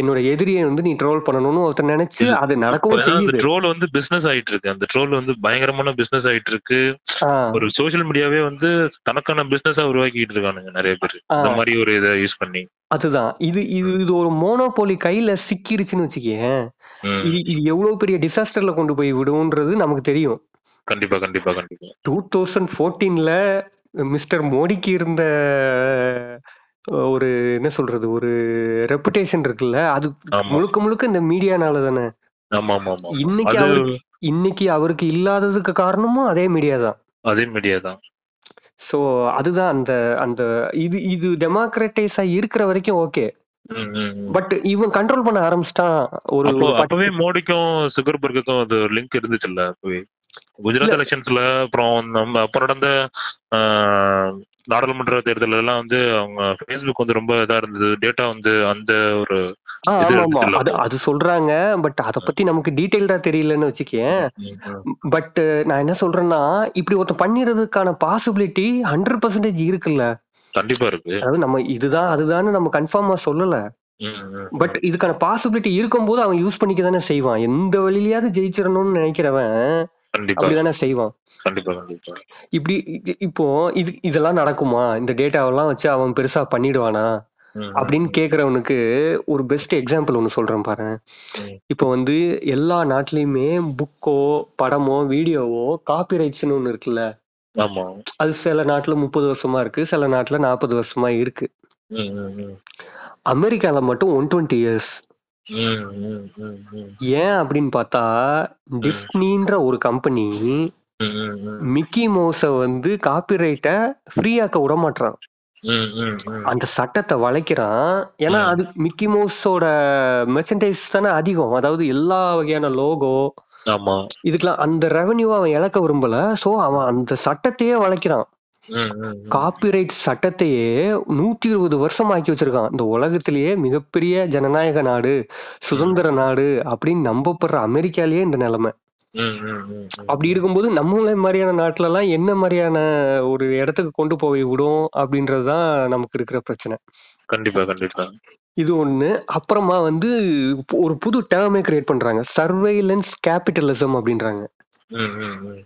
என்னோட எதிரியை வந்து நீ ட்ரோல் பண்ணணும்னு ஒருத்தன் நினைச்சு இல்ல அது இப்போ நடக்கவும் ஏன்னா அந்த செய்யுது ட்ரோல் வந்து பிசினஸ் ஆயிட்டு இருக்கு அந்த ட்ரோல் வந்து பயங்கரமான பிசினஸ் ஆயிட்டு இருக்கு ஆ ஒரு சோஷியல் மீடியாவே வந்து தனக்கான பிசினஸா உருவாக்கிட்டு இருக்கானுங்க நிறைய பேர் ஆ இந்த மாதிரி ஒரு இதை யூஸ் பண்ணி அதுதான் இது இது ம், இது ஒரு மோனோபோலி கையில சிக்கிருச்சுன்னு வச்சுக்கேன் இது ம். இது எவ்வளவு பெரிய டிசாஸ்டர்ல கொண்டு போய் விடும்ன்றது நமக்கு தெரியும் கண்டிப்பா கண்டிப்பா கண்டிப்பா டூ தௌசண்ட் ஃபோர்டீன்ல மிஸ்டர் மோடிக்கு இருந்த அஹ், ஒரு என்ன சொல்றது ஒரு ரெப்புடேஷன் இருக்குல்ல அது ஆமா முழுக்க முழுக்க இந்த மீடியானால தானே ஆமா ஆமா ஆமா ஆமா இன்னைக்கு அது அவருக்கு இன்னைக்கு அவருக்கு இல்லாததுக்கு காரணமும் அதே மீடியா தான் அதே மீடியா தான் ஸோ அதுதான் அந்த அந்த இது இது டெமோக்ரட்டைஸா இருக்கிற வரைக்கும் ஓகே பட் இவன் கண்ட்ரோல் பண்ண ஆரம்பிச்சிட்டான் ஒரு அப்போ ஒரு பத்து- அப்பவே மோடிக்கும் சுகர்பர்க்குக்கும் அது ஒரு லிங்க் இருந்துச்சுல்ல அப்பவே குஜராத் எலெக்ஷன்ஸ்ல அப்புறம் நம்ம அப்போ நடந்த ஆஹ், நாடாளுமன்ற தேர்தல் எல்லாம் வந்து அவங்க ஃபேஸ்புக் வந்து ரொம்ப இதா இருந்தது டேட்டா வந்து அந்த ஒரு ஆ, இது ஆமா ஆமா எடுத்துக்கலாம். அது அது சொல்றாங்க பட் அத பத்தி நமக்கு டீடைல்டா தெரியலன்னு வச்சுக்கேன் பட் நான் என்ன சொல்றேன்னா இப்படி ஒருத்தன் பண்ணிடுறதுக்கான பாசிபிலிட்டி ஹண்ட்ரட் பர்சன்டேஜ் இருக்குல்ல கண்டிப்பா இருக்கு அதாவது நம்ம இதுதான் அதுதான்னு நம்ம கன்ஃபார்மா சொல்லல பட் இதுக்கான பாசிபிலிட்டி இருக்கும்போது அவன் யூஸ் பண்ணிக்க தானே செய்வான் எந்த வழியிலயாவது ஜெயிச்சிடணும்னு நினைக்கிறவன் கண்டிப்பா அப்படிதானே செய்வான் கண்டிப்பா கண்டிப்பா இப்படி இ- இப்போ இது இதெல்லாம் நடக்குமா இந்த டேட்டாவெல்லாம் வச்சு அவன் பெருசா பண்ணிடுவானா ம், அப்படின்னு கேக்குறவனுக்கு ஒரு பெஸ்ட் எக்ஸாம்பிள் ஒன்று சொல்றேன் பாரு ம். இப்போ வந்து எல்லா நாட்டிலையுமே புக்கோ படமோ வீடியோவோ காப்பிரைட்ஸ்னு ஒன்று இருக்குல்ல ஆமா அது சில நாட்டில் முப்பது வருஷமா இருக்கு சில நாட்டில் நாற்பது வருஷமா இருக்கு ம், ம், ம். அமெரிக்காவில் மட்டும் ஒன் டுவெண்ட்டி இயர்ஸ் ம், ம், ம், ம். ஏன் அப்படின்னு பார்த்தா டிஸ்னின்ற ஒரு கம்பெனி ம், ம், ம். மிக்கி மவுஸை வந்து காப்பிரைட்டை ஃப்ரீயாக்க விட மாட்றான் ம், ம், ம். அந்த சட்டத்தை வளைக்கிறான் ஏன்னா ம். அது மிக்கி மவுஸோட மெர்ச்சன்டைஸ் தானே அதிகம் அதாவது எல்லா வகையான லோகோ ஆமா இதுக்கெல்லாம் அந்த ரெவன்யூவை அவன் இழக்க விரும்பல ஸோ அவன் அந்த சட்டத்தையே வளைக்கிறான் ம், ம், ம். காப்பிரைட் சட்டத்தையே நூத்தி இருபது வருஷம் ஆக்கி வச்சிருக்கான் இந்த உலகத்திலேயே மிகப்பெரிய ஜனநாயக நாடு சுதந்திர நாடு அப்படின்னு நம்பப்படுற அமெரிக்காலேயே இந்த நிலைமை ம், ம், ம், ம். அப்படி இருக்கும்போது நம்மளே மாதிரியான நாட்டுல எல்லாம் என்ன மாதிரியான ஒரு இடத்துக்கு கொண்டு போய் விடும் அப்படின்றது தான் நமக்கு இருக்கிற பிரச்சனை கண்டிப்பா கண்டிப்பா இது ஒண்ணு அப்புறமா வந்து ஒரு புது டேர்மே கிரியேட் பண்றாங்க சர்வைலன்ஸ் கேபிட்டலிசம் அப்படின்றாங்க ம், ம், ம்.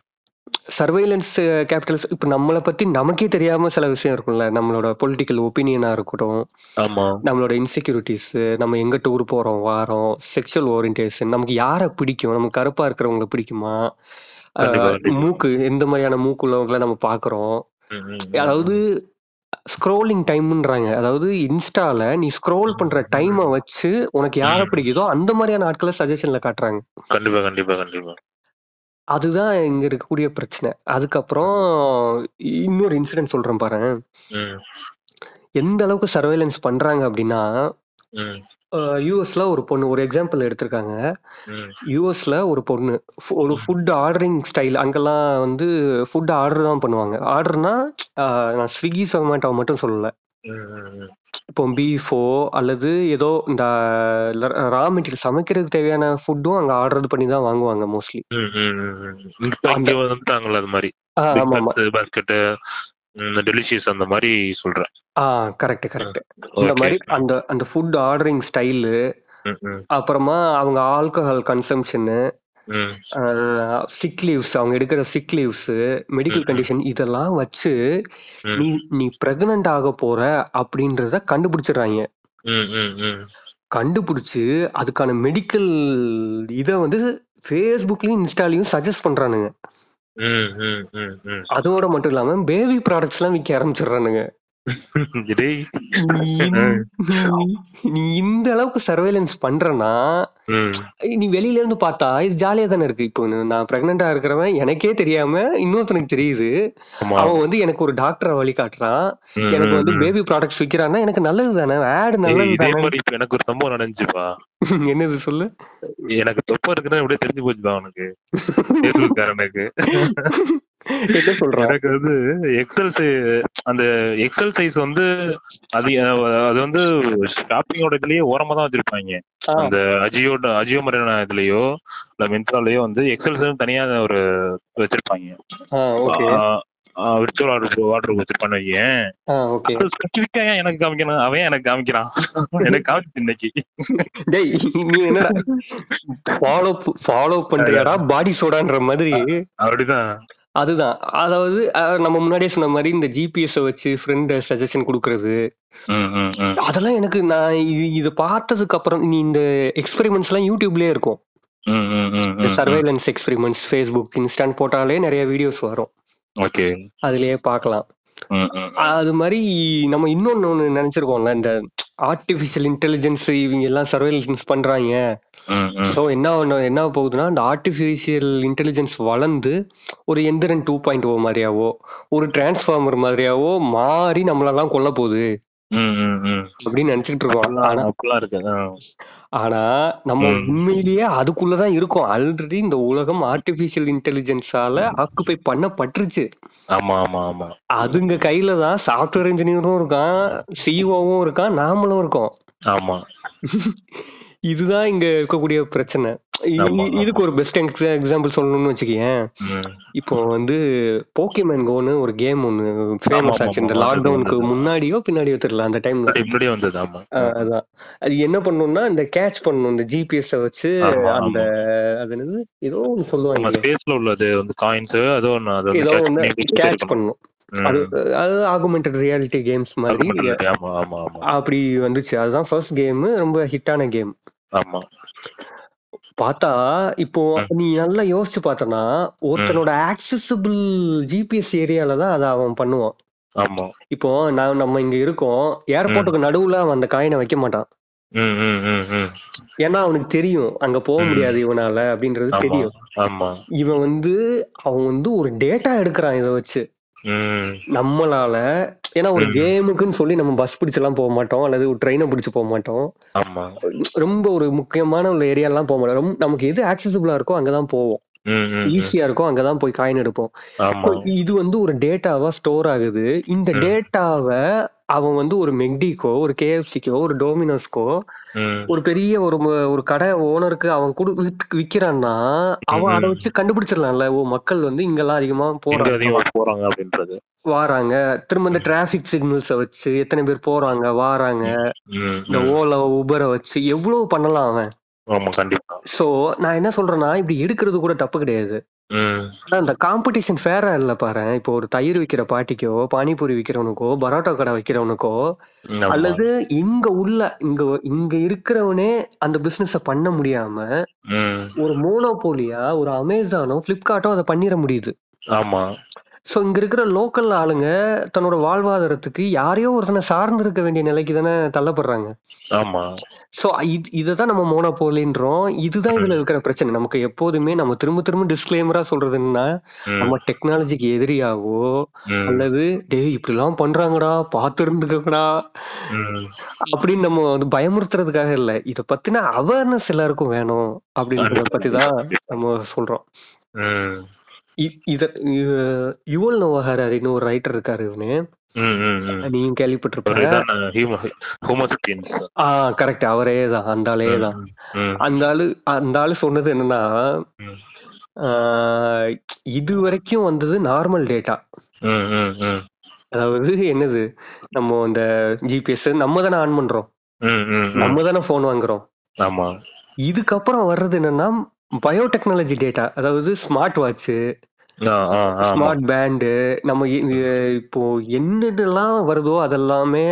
சர்வைலன்ஸ் கேபிட்டலிசம் இப்போ நம்மளை பத்தி நமக்கே தெரியாம சில விஷயம் இருக்கும்ல நம்மளோட பொலிட்டிக்கல் ஒப்பீனியனா இருக்கட்டும் ஆமா நம்மளோட இன்செக்யூரிட்டிஸ் நம்ம எங்க டூர் போறோம் வாரோம் செக்ஷுவல் ஓரியன்டேஷன் நமக்கு யாரை பிடிக்கும் நம்ம கருப்பா இருக்கிறவங்களை பிடிக்குமா கண்டிப்பா, அஹ் கண்டிப்பா. மூக்கு எந்த மாதிரியான மூக்கு உள்ளவங்களை நம்ம பாக்குறோம் ம், ம், ம். அதாவது ஸ்க்ரோலிங் டைம்ன்றாங்க அதாவது இன்ஸ்டால நீ ஸ்க்ரோல் பண்ற டைமை வச்சு உனக்கு யாரை ம். பிடிக்குதோ அந்த மாதிரியான ஆட்களை சஜஷன்ல காட்டுறாங்க கண்டிப்பா கண்டிப்பா கண்டிப்பா அதுதான் இங்க இருக்கக்கூடிய பிரச்சனை அதுக்கப்புறம் இன்னொரு இன்சிடென்ட் சொல்றேன் பாரு ம், எந்த அளவுக்கு சர்வேலன்ஸ் பண்றாங்க அப்படின்னா ம், யூஎஸ்ல ஒரு பொண்ணு ஒரு எக்ஸாம்பிள் எடுத்திருக்காங்க ம், யூஎஸ்ல ஒரு பொண்ணு ஃபு- ஒரு ஃபுட் ஆர்டரிங் ஸ்டைல் அங்கெல்லாம் வந்து ஃபுட் ஆர்டர் தான் பண்ணுவாங்க ஆர்டர்னா நான் ஸ்விக்கி சொமேட்டோ மட்டும் சொல்லல ம், ம், இப்போ பீஃபோ அல்லது ஏதோ இந்த ரா மெட்டீரியல் சமைக்கிறதுக்கு தேவையான ஃபுட்டும் அங்கே ஆர்டர் பண்ணி தான் வாங்குவாங்க மோஸ்ட்லி ம், ம், ம், ம். இப்ப இங்க வந்துட்டாங்களா அது மாதிரி ஆ பிக் ஆமாம் ஆமாம் பாஸ்கெட், பாஸ்கெட்டு, ம், டெலிஷியஸ் அந்த மாதிரி சொல்றேன் ஆ கரெக்ட் கரெக்ட் இந்த ஓகே மாதிரி அந்த அந்த ஃபுட் ஆர்டரிங் ஸ்டைலு ம், ம், அப்புறமா அவங்க ஆல்கஹால் கன்சம்ஷனு ம், சிக் லீவ்ஸ் அவங்க எடுக்கிற சிக் லீவ்ஸ் மெடிக்கல் ம், கண்டிஷன் இதெல்லாம் வச்சு ம், (laughs) நீ நீ ப்ரெக்னென்ட் ஆக போற அப்படின்றத கண்டுபிடிச்சிடுறாங்க ம், ம், ம். கண்டுபிடிச்சு அதுக்கான மெடிக்கல் இதை வந்து ஃபேஸ்புக்லையும் இன்ஸ்டாலையும் சஜஸ்ட் பண்றானுங்க ம், ம், ம், ம். அதோட மட்டும் இல்லாம பேபி ப்ராடக்ட்ஸ் எல்லாம் விற்க ஆரம்பிச்சிடுறானுங்க டேய். நீ இந்த- நீ- நீ இந்த அளவுக்கு சர்வேலன்ஸ் பண்றனா ம், நீ வெளியில இருந்து பார்த்தா இது ஜாலியா தானே இருக்கு இப்போ நான் பிரெக்னெண்டா இருக்கிறவன் எனக்கே தெரியாம இன்னொருத்தனுக்கு தெரியுது (laughs) ஆமா. அவன் வந்து எனக்கு ஒரு டாக்டரை வழி காட்டுறான் ம், எனக்கு ம், வந்து (laughs) ம். பேபி ப்ராடக்ட்ஸ் விற்கிறான்னா எனக்கு நல்லது தானே ஆடு ஏய், நல்லது இதே தானே மாதிரி இப்ப எனக்கு ஒரு சம்பவம் நடந்துச்சுப்பா என்னது சொல்லு எனக்கு தொப்பை இருக்குன்னு அப்படியே தெரிஞ்சு போச்சுப்பா அவனுக்கு பேசுக்காரனுக்கு (laughs) என்ன சொல்றான் எனக்கு வந்து எக்ஸல் சை- அந்த எக்ஸல் சைஸ் வந்து அது அஹ், அது வந்து ஷாப்பிங்கோட இதுலயே ஓரமா தான் வச்சிருப்பாங்க ஆ, அந்த அஜியோ அஜியோ மாதிரியான இதுலயோ இல்ல மின்சாலயோ வந்து எக்ஸல் size னு தனியா ஒரு வச்சிருப்பாங்க ஆ ஓகே விர்ச்சுவல் ஆர்டர் ஆர்டர் வச்சிருப்பான்னு வையேன் ஆ ஓகே அது ஸ்பெசிபிக்கா ஏன் எனக்கு காமிக்கணும் அவன் ஏன் எனக்கு காமிக்கிறான் (laughs) எனக்கு காமிச்சு இன்னைக்கு (laughs) டேய் நீ என்னடா ஃபாலோ ஃபாலோ பண்றியாடா பாடி சோடான்ற மாதிரி அப்படிதான் அதுதான் அதாவது அஹ், நம்ம முன்னாடியே சொன்ன மாதிரி இந்த ஜிபிஎஸ் வச்சு ஃப்ரெண்ட் சஜஷன் கொடுக்கறது ம், ம், ம். அதெல்லாம் எனக்கு நான் இது இதை பார்த்ததுக்கு அப்புறம் நீ இந்த எக்ஸ்பெரிமெண்ட்ஸ் எல்லாம் யூடியூப்லயே இருக்கும் ம், ம், ம், இந்த ம், ம். சர்வைலன்ஸ் எக்ஸ்பெரிமெண்ட்ஸ் ஃபேஸ்புக் இன்ஸ்டான் போட்டாலே நிறைய வீடியோஸ் வரும் ஓகே அதுலயே பார்க்கலாம் ம், ம், ம். அது மாதிரி நம்ம இன்னொன்னு ஒண்ணு நினைச்சிருக்கோம்ல இந்த ஆர்டிபிஷியல் இன்டெலிஜென்ஸ் இவங்க எல்லாம் சர்வேலன்ஸ் பண்றாங்க ம், ம். ஸோ என்ன ஒண்ணு- என்ன போகுதுன்னா அந்த ஆர்டிஃபிஷியல் இன்டெலிஜென்ஸ் வளர்ந்து ஒரு எந்திரன் டூ பாயிண்ட் ஓ மாதிரியாவோ ஒரு டிரான்ஸ்ஃபார்மர் மாதிரியாவோ மாறி நம்மளெல்லாம் கொல்ல போகுது ம், ம், ம். அப்படின்னு நினைச்சிட்டு இருக்கோம் ஆனா அப்படிலாம் அப்படிலாம் இருக்கு ஆ. ஆனா நம்ம ம். உண்மையிலேயே அதுக்குள்ளதான் இருக்கோம் ஆல்ரெடி இந்த உலகம் ஆர்டிஃபிஷியல் இன்டெலிஜென்ஸால ஆக்குபை பண்ணப்பட்டுருச்சு ஆமா ஆமா ஆமா அதுங்க கையில தான் சாஃப்ட்வேர் இன்ஜினியரும் இருக்கான் சிஓவும் இருக்கான் நாமளும் இருக்கோம் ஆமா இதுதான் இங்க இருக்கக்கூடிய பிரச்சனை இ- ஆமா, ஆமா. இதுக்கு ஒரு பெஸ்ட் எக்ஸாம்பிள் சொல்லணும்னு வச்சுக்கேன் ம். இப்போ வந்து போக்கிமேன் கோன்னு ஒரு கேம் ஒன்று ஃபேமஸ் ஆமா, ஆச்சு இந்த ஆமா, லாக்டவுனுக்கு ஆமா. முன்னாடியோ பின்னாடியோ தெரியல அந்த டைம்ல முன்னாடி முன்னாடியே வந்தது ஆமா அதான் அது என்ன பண்ணும்னா இந்த கேட்ச் பண்ணும் இந்த ஜிபிஎஸ் வச்சு ஆமா, அந்த ஆமா. அது என்னது ஏதோ ஒன்று நம்ம சொல்லுவாங்க ஸ்பேஸ்ல உள்ளது வந்து காயின்ஸ் அதோ ஒண்ணு அது வந்து ஏதோ catch ஒன்று பண்ணி எடுத்துட்டு கேட்ச் இருக்கணும். பண்ணும் ம். அது அது ஆகுமெண்டட் ரியாலிட்டி கேம்ஸ் மாதிரி Augmented reality. ஆமா ஆமா ஆமா அப்படி வந்துச்சு அதுதான் ஃபர்ஸ்ட் கேம் ரொம்ப ஹிட்டான கேம் ஆமா பார்த்தா இப்போ ம். நீ நல்லா யோசிச்சு பார்த்தனா ஒருத்தனோட ஆக்சசிபிள் ஜிபிஎஸ் ஏரியால தான் அதை அவன் பண்ணுவான் ஆமா இப்போ நான் நம்ம இங்க இருக்கோம் ஏர்போர்ட்டுக்கு நடுவுல அவன் அந்த காயினை வைக்க மாட்டான் ம், ம், ம், ம். ஏன்னா அவனுக்கு தெரியும் அங்க போக ம். முடியாது இவனால அப்படின்றது ஆமா தெரியும் ஆமா இவன் வந்து அவன் வந்து ஒரு டேட்டா எடுக்கிறான் இதை வச்சு ம், நம்மளால ஏன்னா ஒரு ம். கேமுக்குன்னு சொல்லி நம்ம பஸ் பிடிச்செல்லாம் போக மாட்டோம் அல்லது ஒரு ட்ரெயினை பிடிச்சு போக மாட்டோம் ஆமா ரொம்ப ஒரு முக்கியமான உள்ள ஏரியாலாம் போக மாட்டோம் ரொம்ப- நமக்கு எது ஆக்சசிபிளா இருக்கோ அங்கதான் போவோம் ம், ம், ம். ஈஸியா இருக்கோ அங்கதான் போய் காயின் எடுப்போம் ஆமா So, இது வந்து ஒரு டேட்டாவா ஸ்டோர் ஆகுது இந்த ம், டேட்டாவை அவன் வந்து ஒரு மெக்டிக்கோ ஒரு கேஎஃப்சிக்கோ ஒரு டோமினோஸ்க்கோ ம், ஒரு பெரிய ஒரு ம- ஒரு கடை ஓனருக்கு அவன் குடு வித்து- விக்கிறான்னா அவன் அதை ம். வச்சு கண்டுபிடிச்சிடலாம்ல ஓ மக்கள் வந்து இங்கெல்லாம் அதிகமா எங்க போறாங்க அதிகமா போறாங்க அப்படின்றது வாராங்க திரும்ப இந்த டிராபிக் சிக்னல்ஸை வச்சு எத்தனை பேர் போறாங்க வாராங்க ம், இந்த ம். ஓலோ உபரை வச்சு எவ்வளவு பண்ணலாம் அவன் ஆமா கண்டிப்பா ஸோ நான் என்ன சொல்றேன்னா இப்படி எடுக்கிறது கூட தப்பு கிடையாது ம், ஆனா அந்த காம்படிஷன் ஃபேரா இல்ல பாரு இப்போ ஒரு தயிர் விக்கிற பாட்டிக்கோ பானிபூரி விக்கிறவனுக்கோ பரோட்டா கடை வைக்கிறவனுக்கோ ம், ஆமா அல்லது இங்க உள்ள இங்க இங்க இருக்கிறவனே அந்த பிசினஸ பண்ண முடியாம ம், ஒரு மோனோபோலியா ஒரு அமேசானோ பிளிப்கார்ட்டோ அதை பண்ணிட முடியுது ஆமா ஸோ இங்க இருக்கிற லோக்கல் ஆளுங்க தன்னோட வாழ்வாதாரத்துக்கு யாரையோ ஒருத்தனை சார்ந்து இருக்க வேண்டிய நிலைக்கு தானே தள்ளப்படுறாங்க ஆமா ஸோ இது இதை தான் நம்ம மோனோபோலின்றோம் இதுதான் ம், இதுல இருக்கிற பிரச்சனை நமக்கு எப்போதுமே நம்ம திரும்ப திரும்ப டிஸ்க்ளைமரா சொல்றது என்னன்னா ம், நம்ம டெக்னாலஜிக்கு எதிரியாவோ ம், அல்லது டேய் இப்படிலாம் பண்றாங்கடா பார்த்து இருந்துக்கடா ம். அப்படின்னு நம்ம வந்து பயமுறுத்துறதுக்காக இல்ல இத பத்தின அவேர்னஸ் எல்லாருக்கும் வேணும் அப்படின்றத கண்டிப்பா பத்தி தான் நம்ம சொல்றோம் ம், இ- இத இ- யுவல் நோவஹராரின்னு ஒரு ரைட்டர் இருக்காரு இவனு ம், ம், ம். நீயும் ஒரு கேள்விப்பட்டிருப்ப இதான ஹியூம- ஹோமோசெபியன்ஸ். ஆ கரெக்ட் அவரே தான் அந்த ஆளே ம், தான் ம், ம், அந்த ஆளு அந்த ஆளு சொன்னது என்னன்னா ம், ஆஹ், இது வரைக்கும் வந்தது நார்மல் டேட்டா ம், ம், ம். அதாவது என்னது நம்ம இந்த ஜிபிஎஸ் நம்ம தானே ஆன் பண்றோம் ம், ம், ம். நம்ம தானே ஃபோன் வாங்குறோம் ஆமா இதுக்கப்புறம் வர்றது என்னன்னா பயோடெக்னாலஜி டேட்டா அதாவது ஸ்மார்ட் வாட்ச்சு ஆ, ஆ, ஆமா ஸ்மார்ட் பேண்டு நம்ம இ- ம், இ- இப்போ என்னென்னலாம் வருதோ அதெல்லாமே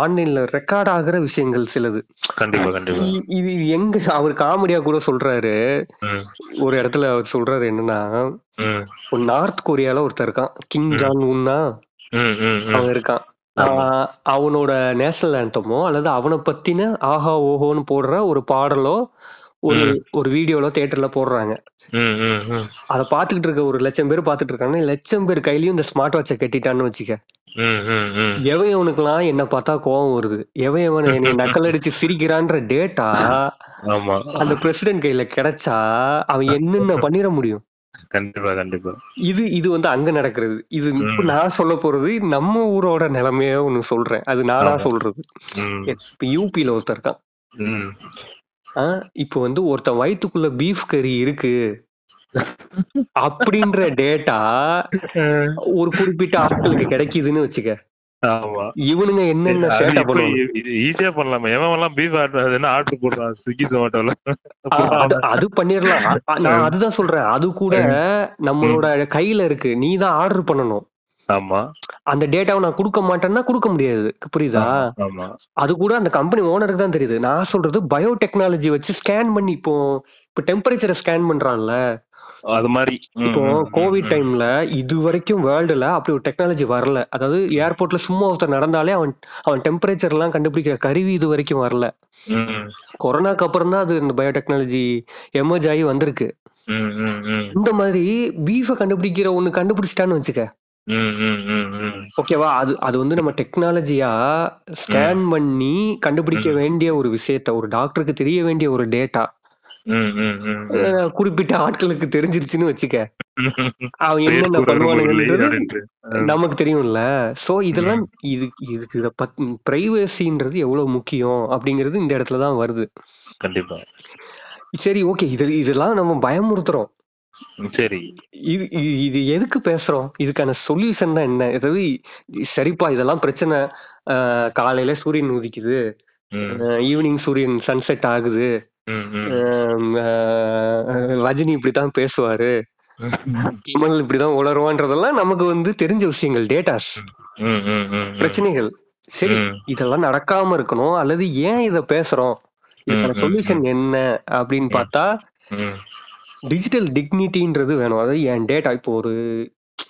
ஆன்லைன்ல ரெக்கார்ட் ஆகிற விஷயங்கள் சிலது கண்டிப்பா கண்டிப்பா இ- இது இது எங்க அவர் காமெடியா கூட சொல்றாரு ம், ஒரு இடத்துல அவர் சொல்றாரு என்னன்னா ம், ஒரு நார்த் கொரியால ஒருத்தர் இருக்கான் கிங் ம், ஜான் உன்னா ம், ம், ம். அவன் இருக்கான் ஆமா ஆஹ் அவனோட நேஷனல் ஆண்டமோ அல்லது அவனை பத்தின ஆஹா ஓஹோன்னு போடுற ஒரு பாடலோ ஒரு ம், ஒரு வீடியோலோ தியேட்டர்ல போடுறாங்க ம், ம், ம். அதை பார்த்துக்கிட்டு இருக்க ஒரு லட்சம் பேர் பார்த்துட்டு இருக்காங்க லட்சம் பேர் கையிலயும் இந்த ஸ்மார்ட் வாட்சை கட்டிட்டான்னு வச்சுக்க ம், ம், ம். எவன் இவனுக்குலாம் என்ன பார்த்தா கோவம் வருது எவன் எவன் என்னை நக்கல் அடிச்சு சிரிக்கிறான்ற டேட்டா ஆமா அந்த பிரசிடென்ட் கையில கிடைச்சா அவன் என்னென்ன பண்ணிட முடியும் கண்டிப்பா கண்டிப்பா இது இது வந்து அங்க நடக்கிறது இது இப்ப ம், நான் சொல்ல போறது நம்ம ஊரோட நிலைமைய ஒண்ணு சொல்றேன் அது நானா ஆமா சொல்றது ம், இப்ப யூபியில ஒருத்தர் இருக்கான் ம். ஆ, இப்ப வந்து ஒருத்தன் வயித்துக்குள்ள பீஃப் கறி இருக்கு அப்படின்ற டேட்டா அஹ், ஒரு குறிப்பிட்ட ஆட்களுக்கு கிடைக்குதுன்னு வச்சுக்க ஆமா இவனுங்க என்னென்ன அது சேட்டை இப்படி பண்ணுவாங்க இது ஈஸியா பண்ணலாமே எவன் எல்லாம் பீஃப் ஆர்டர் என்ன ஆர்டர் போடுறான் ஸ்விக்கி ஜொமேட்டோல ஆ, அது அது பண்ணிடலாம் அ- அ- நான் அதுதான் சொல்றேன் அது கூட நம்மளோட கையில இருக்கு நீ தான் ஆர்டர் பண்ணணும் ஆமா அந்த டேட்டாவை நான் கொடுக்க மாட்டேன்னா கொடுக்க முடியாது புரியுதா ஆமா ஆமா அது கூட அந்த கம்பெனி ஓனருக்கு தான் தெரியுது நான் சொல்றது பயோடெக்னாலஜி வச்சு ஸ்கேன் பண்ணி இப்போ இப்போ டெம்பரேச்சரை ஸ்கேன் பண்றான்ல அது மாதிரி ம், இப்போ ம், ம், கோவிட் ம். டைம்ல இது வரைக்கும் வேர்ல்டுல அப்படி ஒரு டெக்னாலஜி வரல அதாவது ஏர்போர்ட்ல சும்மா ஒருத்தர் நடந்தாலே அவன் அவன் டெம்பரேச்சர் எல்லாம் கண்டுபிடிக்கிற கருவி இது வரைக்கும் வரல ம், கொரோனாக்கு அப்புறம் தான் அது இந்த பயோடெக்னாலஜி எமர்ஜ் ஆகி வந்திருக்கு ம், ம், ம், இந்த மாதிரி பீஃபை கண்டுபிடிக்கிற ஒண்ணு கண்டுபிடிச்சிட்டான்னு வச்சுக்க ம், ம், ம், ம். ஓகேவா அது அது வந்து நம்ம டெக்னாலஜியா ஸ்கேன் பண்ணி கண்டுபிடிக்க ம். வேண்டிய ஒரு விஷயத்த ஒரு டாக்டருக்கு தெரிய வேண்டிய ஒரு டேட்டா ம், ம், ம், ம். குறிப்பிட்ட ஆட்களுக்கு தெரிஞ்சிருச்சுன்னு வச்சுக்க அவன் பேர் என்னென்ன கூறார் ஊரிலே பண்ணுவானுங்கன்றது அப்படின்ட்டு. நமக்கு தெரியும்ல சோ இதெல்லாம் இது இதுக்கு இத பத் பிரைவசின்றது எவ்வளவு முக்கியம் அப்படிங்கிறது இந்த இடத்துல தான் வருது கண்டிப்பா சரி ஓகே இது இதெல்லாம் நம்ம பயமுறுத்துறோம் ம், சரி இது இது- இது எதுக்கு பேசுறோம் இதுக்கான சொல்யூஷன் தான் என்ன அதாவது சரிப்பா இதெல்லாம் பிரச்சனை அஹ், காலையில சூரியன் உதிக்குது ம், ஈவினிங் சூரியன் சன்செட் ஆகுது ம், ம். அஹ், அஹ், ரஜினி இப்படித்தான் பேசுவாரு கமல் இப்படிதான் உளருவான்றதெல்லாம் நமக்கு வந்து தெரிஞ்ச விஷயங்கள் டேட்டாஸ் ம், ம், ம், ம். பிரச்சனைகள் சரி ம். இதெல்லாம் நடக்காம இருக்கணும் அல்லது ஏன் இத பேசுறோம் இதுக்கான ம், ம், சொல்யூஷன் என்ன அப்படின்னு ம். பார்த்தா ம், டிஜிட்டல் டிக்னிட்டின்றது வேணும் அதாவது என் டேட்டா இப்போ ஒரு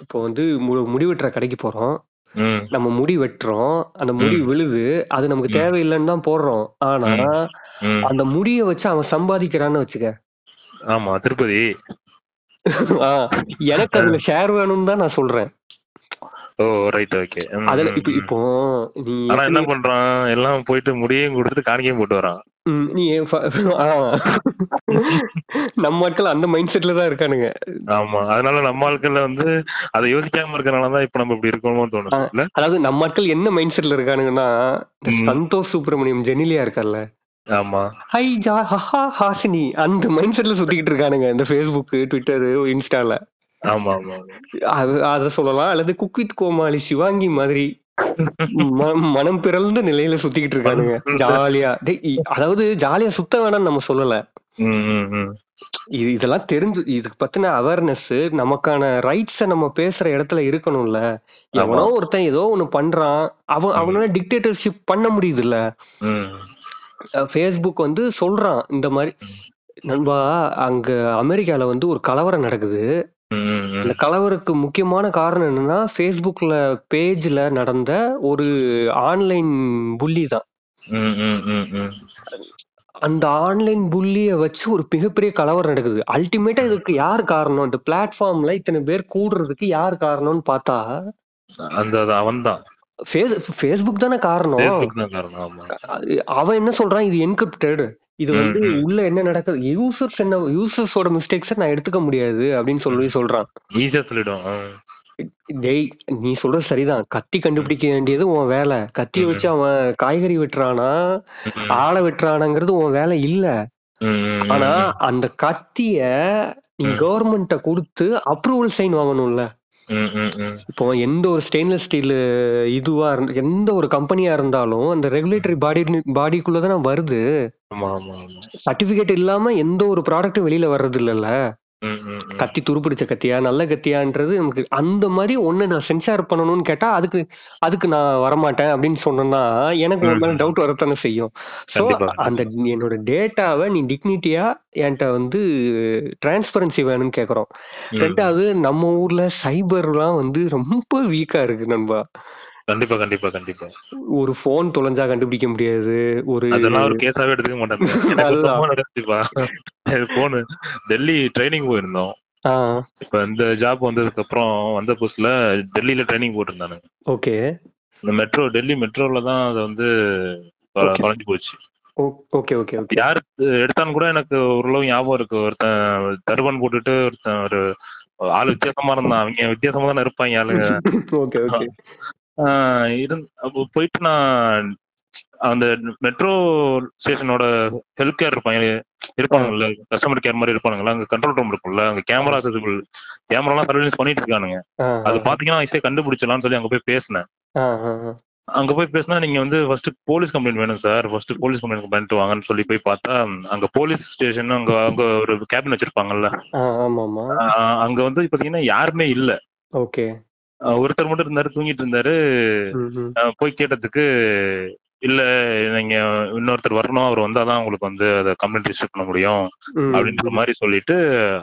இப்போ வந்து மு- முடி வெட்டுற கடைக்கு போறோம் ம், நம்ம முடி வெட்டுறோம் அந்த முடி ம், விழுது அது நமக்கு ம், தேவையில்லைன்னு தான் போடுறோம் ஆனா ம், ம். அந்த முடியை வச்சு அவன் சம்பாதிக்கிறான்னு வச்சுக்க ஆமா திருப்பதி ஆ, எனக்கு அதுல ஷேர் வேணும்னு தான் நான் சொல்றேன் ஓ ரைட் ஓகே அதுல இப்போ இப்போ நீ ஆனா எப்படி என்ன பண்றான் எல்லாம் போயிட்டு முடியையும் கொடுத்துட்டு காணிக்கையும் போட்டு வரான் ம், நீ ஏன் ஃப- ஆ. நம்ம ஆட்கள் அந்த மைண்ட் செட்ல தான் இருக்கானுங்க ஆமா அதனால நம்ம ஆட்கள்ல வந்து அதை யோசிக்காம இருக்கறனாலதான் இப்ப நம்ம இப்படி இருக்கோமோ ஆ, தோணுது இல்ல அதாவது நம்ம ஆட்கள் என்ன மைண்ட் செட்ல இருக்கானுங்கன்னா இந்த ம், சந்தோஷ் சுப்பிரமணியம் ஜெனிலியா இருக்கார்ல ஆமா ஹை ஜா ஹஹா ஹாசினி அந்த மைண்ட் செட்ல சுத்திக்கிட்டு இருக்கானுங்க இந்த ஃபேஸ்புக் ட்விட்டர் இன்ஸ்டால ஆமா ஆமா ஆமா. அது அதை சொல்லலாம் அல்லது குக்வித் கோமாளி சிவாங்கி மாதிரி ம- மனம் பிறழ்ந்த நிலையில சுத்திக்கிட்டு மனம் இருக்கானுங்க புரியுது. ஜாலியா டேய், இ- அதாவது ஜாலியா சுத்த வேணாம்னு நம்ம சொல்லல ம், ம், ம். இது இதெல்லாம் தெரிஞ்சு இதுக்கு பத்தின அவேர்னஸ் நமக்கான ரைட்ஸை நம்ம பேசுற இடத்துல இருக்கணும்ல ஆமா எவனோ ஒருத்தன் ஏதோ ஒன்று பண்றான் அவன் ம், அவனால டிக்டேட்டர்ஷிப் பண்ண முடியுதுல்ல ம், ஃபேஸ்புக் வந்து சொல்றான் இந்த மாதிரி நண்பா அங்க அமெரிக்கால வந்து ஒரு கலவரம் நடக்குது ம், ம், அந்த ம். கலவரத்துக்கு முக்கியமான காரணம் என்னன்னா ஃபேஸ்புக்ல பேஜ்ல நடந்த ஒரு ஆன்லைன் புள்ளி தான் ம், ம், ம், ம். அந்த ஆன்லைன் புள்ளியை வச்சு ஒரு மிகப்பெரிய கலவரம் நடக்குது அல்டிமேட்டா இதுக்கு யார் காரணம் இந்த பிளாட்ஃபார்ம்ல இத்தனை பேர் கூடுறதுக்கு யார் காரணம்னு பார்த்தா அந்த அவன் தான் ஃபேஸ் ஃபேஸ்புக் தானே காரணம் பேஸ்புக் தான் காரணம் ஆமா அது- அவன் என்ன சொல்றான் இது என்கிரிப்டட் இது ம், வந்து ம், உள்ள என்ன நடக்குது யூசர்ஸ் என்ன யூசர்ஸோட மிஸ்டேக்ஸை நான் எடுத்துக்க முடியாது அப்படின்னு சொல்லி ம். சொல்றான் ஈஸியா சொல்லிடும் ஆ. டேய் நீ சொல்றது சரிதான் கத்தி ம், கண்டுபிடிக்க வேண்டியது உன் வேலை கத்தியை வச்சு ம், அவன் காய்கறி வெட்டுறானா ம், ஆளை வெட்டுறானாங்கிறது உன் வேலை இல்ல ம், ம், ஆனா ம், ம். அந்த கத்திய நீ ம், கவர்மெண்ட்ட கொடுத்து அப்ரூவல் சைன் வாங்கணும்ல ம், ம், ம். இப்போ எந்த ஒரு ஸ்டெயின்லெஸ் ஸ்டீல் இதுவா இருந்த எந்த ஒரு கம்பெனியா இருந்தாலும் அந்த ரெகுலேட்டரி பாடி பாடிக்குள்ளதான வருது ஆமா ஆமா ஆமா சர்டிபிகேட் இல்லாம எந்த ஒரு ப்ராடக்ட்டும் வெளியில வர்றது இல்லல்ல ம், ம், ம். கத்தி துருப்பிடிச்ச கத்தியா நல்ல கத்தியான்றது நமக்கு அந்த மாதிரி ஒண்ணு நான் சென்சார் பண்ணணும்னு கேட்டா அதுக்கு அதுக்கு நான் வரமாட்டேன் அப்படின்னு சொன்னேன்னா எனக்கு உன் மேல ம். டவுட் வரத்தானே செய்யும் ஸோ கண்டிப்பா அந்த கண்டிப்பா என்னோட டேட்டாவை நீ டிக்னிட்டியா என்கிட்ட வந்து டிரான்ஸ்பரன்சி வேணும்னு கேட்குறோம் ம். ரெண்டாவது நம்ம ஊர்ல சைபர்லாம் வந்து ரொம்ப வீக்கா இருக்கு நண்பா கண்டிப்பா கண்டிப்பா கண்டிப்பா ஒரு ஃபோன் தொலைஞ்சா கண்டுபிடிக்க முடியாது ஒரு அதெல்லாம் ஒரு கேஸாவே எடுத்துக்க மாட்டானுங்க எனக்கு ஒரு அதுதான் சம்பவம் நடந்துச்சுப்பா போனு டெல்லி ட்ரைனிங் போயிருந்தோம் ஆ இப்ப இந்த ஜாப் வந்ததுக்கு அப்புறம் வந்த புதுசுல டெல்லியில ட்ரைனிங் போட்டிருந்தானுங்க ஓகே இந்த மெட்ரோ டெல்லி மெட்ரோல தான் அது வந்து தொல- ஓகே தொலைஞ்சு போச்சு ஓகே ஓகே ஓகே யார் எடுத்தான்னு கூட எனக்கு ஓரளவு ஞாபகம் இருக்கு ஒருத்தன் தருவன் போட்டுட்டு ஒருத்தன் ஒரு ஆள் வித்தியாசமா இருந்தான் அவங்க வித்தியாசமா தானே இருப்பாங்க ஆளுங்க (laughs) ஓகே ஓகே ஆஹ் இருந் அப்போ போயிட்டு நான் அந்த மெட்ரோ ஸ்டேஷனோட ஹெல்த் கேர் இருப்பாங்க ஆ இருப்பாங்கல்ல கஸ்டமர் கேர் மாதிரி இருப்பாங்கல்ல அங்க கண்ட்ரோல் ரூம் இருக்கும்ல அங்க ஆ கேமரா அசசிபிள் கேமராலாம் சர்வீஸ் பண்ணிட்டு இருக்கானுங்க ஆ ஆ அது பாத்தீங்கன்னா ஈஸியா கண்டுபிடிச்சலாம்னு சொல்லி அங்க போய் பேசினேன் ஆ ஆ ஆ. அங்க போய் பேசினா நீங்க வந்து ஃபர்ஸ்ட் போலீஸ் கம்ப்ளைண்ட் வேணும் சார் ஃபர்ஸ்ட் போலீஸ் கம்ப்ளைண்ட் பண்ணிட்டு வாங்கன்னு சொல்லி போய் பார்த்தா அங்க போலீஸ் ஸ்டேஷன் அங்க அங்க ஒரு கேபின் வச்சிருப்பாங்கல்ல ஆ, ஆமாமா ஆஹ் அங்க வந்து பாத்தீங்கன்னா யாருமே இல்ல ஓகே ஆஹ் ஒருத்தர் மட்டும் இருந்தாரு தூங்கிட்டு இருந்தாரு ம் ம். ஆஹ் போய் கேட்டதுக்கு இல்ல நீங்க இன்னொருத்தர் வரணும் அவர் வந்தாதான் உங்களுக்கு வந்து அதை கம்ப்ளைண்ட் ரிஜிஸ்டர் பண்ண முடியும் ம். அப்படின்ற மாதிரி சொல்லிட்டு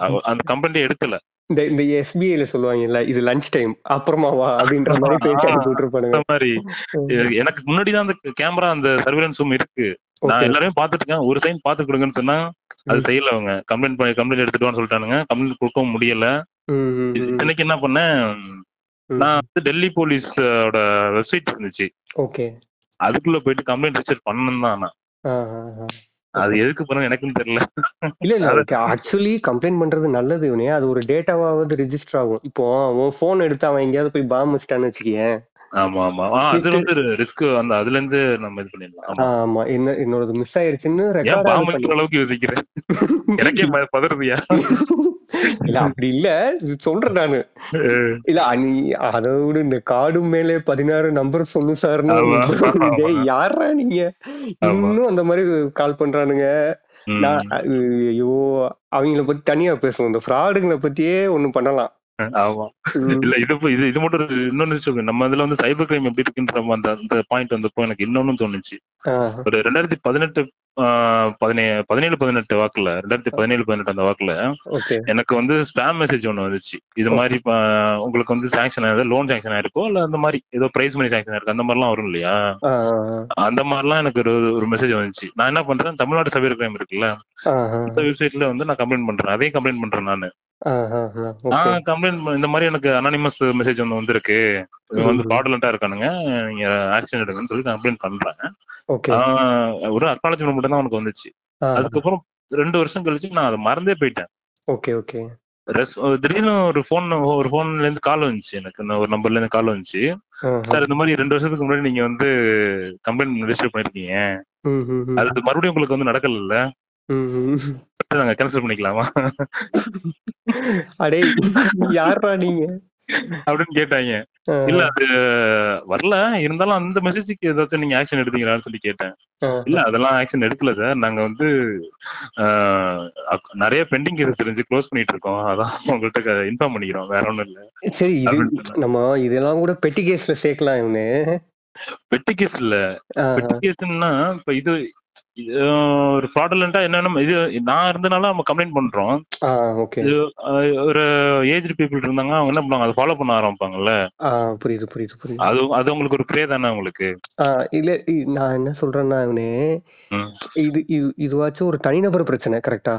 அவ- அந்த கம்ப்ளைண்ட் எடுக்கல இந்த இந்த SBI ல சொல்லுவாங்கல்ல இது லஞ்ச் டைம் அப்புறமா வா அப்படின்ற மாதிரி பேசி அனுப்பி விட்டுருப்பானுங்க அந்த மாதிரி எ- எனக்கு முன்னாடி தான் அந்த கேமரா அந்த சர்வேலன்ஸ் ரூம் இருக்கு நான் Okay. எல்லாரையும் பாத்துட்டு இருக்கேன் ஒரு சைன் பாத்து கொடுங்கன்னு சொன்னா அது ம். செய்யல அவங்க கம்ப்ளைண்ட் பண்ணி கம்ப்ளைண்ட் எடுத்துட்டு வான்னு சொல்லிட்டானுங்க கம்ப்ளைண்ட் கொடுக்கவும் முடியல ம், ம், இது- ம். இன்னைக்கு என்ன பண்ணேன் ம். நான் வந்து டெல்லி போலீஸோட வெப்சைட் இருந்துச்சு ஓகே அதுக்குள்ள போயிட்டு கம்ப்ளைண்ட் ரிஜிஸ்டர் பண்ணணும் தான் நான் ஆ, ஆ, ஆ. அது எதுக்கு பண்ண எனக்கும் தெரியல இல்ல இல்ல அது- ஓகே ஆக்சுவலி கம்ப்ளைண்ட் பண்றது நல்லது இவனே அது ஒரு டேட்டாவாவது ரெஜிஸ்டர் ஆகும் இப்போ உன் போன் எடுத்து அவன் எங்கேயாவது போய் பாம்பு வச்சிட்டான்னு வச்சுக்கேன் ஆமா ஆமா ஆ, அது வந்து ரிஸ்க் அந்த அதுல இருந்து நம்ம இது பண்ணிடலாம் ஆமா ஆமா என்ன என்னோடது மிஸ் ஆயிருச்சுன்னு ஏன் ரெக்கார்ட் பாம்பு வைக்கிற அளவுக்கு (laughs) யோசிக்கிறேன் எனக்கே ப- பதறுதுயா இல்ல அப்படி இல்ல இது சொல்றேன் நானு இல்ல நீ அதோட இந்த காடும் மேலே பதினாறு நம்பர் சொல்லு சார்னு ஒரு ஆமா, bro, ஆமா. டேய் யாரா நீங்க ஆமா. இன்னும் அந்த மாதிரி கால் பண்றானுங்க ம். நான் அது, ஐயோ அவங்கள பத்தி தனியா பேசுவோம் இந்த ஃப்ராடுங்களை பத்தியே ஒண்ணு பண்ணலாம் ஆமா ம். இல்ல இது இப்ப- இது இது மட்டும் ஒரு- இன்னொன்னு சொல்லுங்க நம்ம இதுல வந்து சைபர் கிரைம் எப்படி இருக்குன்ற நம்ம அந்த அந்த பாயிண்ட் வந்தப்போ எனக்கு இன்னொன்னு தோணுச்சு ஆ, ஒரு ரெண்டாயிரத்தி பதினெட்டு பதினேழு பதினேழு பதினெட்டு வாக்குல ரெண்டாயிரத்தி பதினேழு பதினெட்டு அந்த வாக்குல ஓகே எனக்கு வந்து ஸ்பாம் மெசேஜ் ஒன்று வந்துச்சு இது மாதிரி இப்ப, ஆஹ், உங்களுக்கு வந்து சாங்ஷன் ஆகுது லோன் சாங்ஷன் ஆயிருக்கோ இல்ல அந்த மாதிரி ஏதோ பிரைஸ் மணி சாங்ஷன் ஆயிருக்கு அந்த மாதிரிலாம் வரும் இல்லையா ஆ, அந்த மாதிரிலாம் எனக்கு ஒரு ஒரு மெசேஜ் வந்துச்சு நான் என்ன பண்றேன் தமிழ்நாடு சபை கிரைம் இருக்குல்ல ஆ, ஆ, அந்த வெப்சைட்ல வந்து நான் கம்ப்ளைண்ட் பண்றேன் அதையும் கம்ப்ளைண்ட் பண்றேன் நான் ஆ, ஆ, ஆ, okay. நான் கம்ப்ளைண்ட் இந்த மாதிரி எனக்கு அனானிமஸ் மெசேஜ் ஒன்று வந்திருக்கு இவங்க வந்து ம். ஃபாடுலண்டா இருக்கானுங்க நீங்க ஆக்ஷன் எடுங்கன்னு சொல்லி கம்ப்ளைண்ட் பண்றேன் Okay. ஆஹ், ஒரு அக்னாலஜ்மெண்ட் மட்டும் தான் உனக்கு வந்துச்சு ஆ, அதுக்கப்புறம் ரெண்டு வருஷம் கழிச்சு நான் அதை மறந்தே போயிட்டேன் okay, okay. ரெஸ்- திடீர்னு ஒரு ஃபோன் ஒரு ஃபோன்ல இருந்து கால் வந்துச்சு எனக்கு நான் ஒரு நம்பர்ல இருந்து கால் வந்துச்சு ஆ, சார் இந்த மாதிரி ரெண்டு வருஷத்துக்கு முன்னாடி நீங்க வந்து கம்ப்ளைண்ட் ரெஜிஸ்டர் பண்ணிருக்கீங்க ம், ம், ம், அது மறுபடியும் உங்களுக்கு வந்து நடக்கல ம், ம். நாங்க கேன்சல் (laughs) பண்ணிக்கலாமா அடே யாரா நீங்க அப்படின்னு கேட்டாங்க ஆ, இல்ல அது வரல இருந்தாலும் அந்த மெசேஜ்க்கு ஏதாச்சும் நீங்க ஆக்ஷன் எடுத்தீங்களான்னு சொல்லி கேட்டேன் ஆ, இல்ல அதெல்லாம் ஆக்ஷன் எடுக்கல சார் நாங்க வந்து ஆஹ், அக்- நிறைய பெண்டிங் இருக்கு தெரிஞ்சு க்ளோஸ் பண்ணிட்டு இருக்கோம் அதான் உங்கள்கிட்ட இன்ஃபார்ம் பண்ணிக்கிறோம் வேற ஒண்ணும் இல்ல சரி இது அப்படின்னு சொன்னேன். நம்ம இதெல்லாம் கூட பெட்டி கேஸ்ல சேர்க்கலாம் இவனு பெட்டி கேஸ் இல்ல ஆ, பெட்டி கேஸ்னா இப்ப இது இது, ஆஹ், ஒரு ஃப்ராடலண்டா என்னென்ன இது நான் இருந்தனால நம்ம கம்ப்ளைண்ட் பண்றோம் ஆ, okay. ஆஹ், ஒரு ஏஜ் பீப்புள் இருந்தாங்க அவங்க என்ன பண்ணுவாங்க அதை ஃபாலோ பண்ண ஆரம்பிப்பாங்கல்ல ஆ, புரியுது புரியுது புரியுது அது அது உங்களுக்கு ஒரு ப்ரே தானே உங்களுக்கு ஆ, இல்ல இ- நான் என்ன சொல்றேன்னா இவனே ம். இது இது இதுவாச்சும் ஒரு தனிநபர் பிரச்சனை கரெக்டா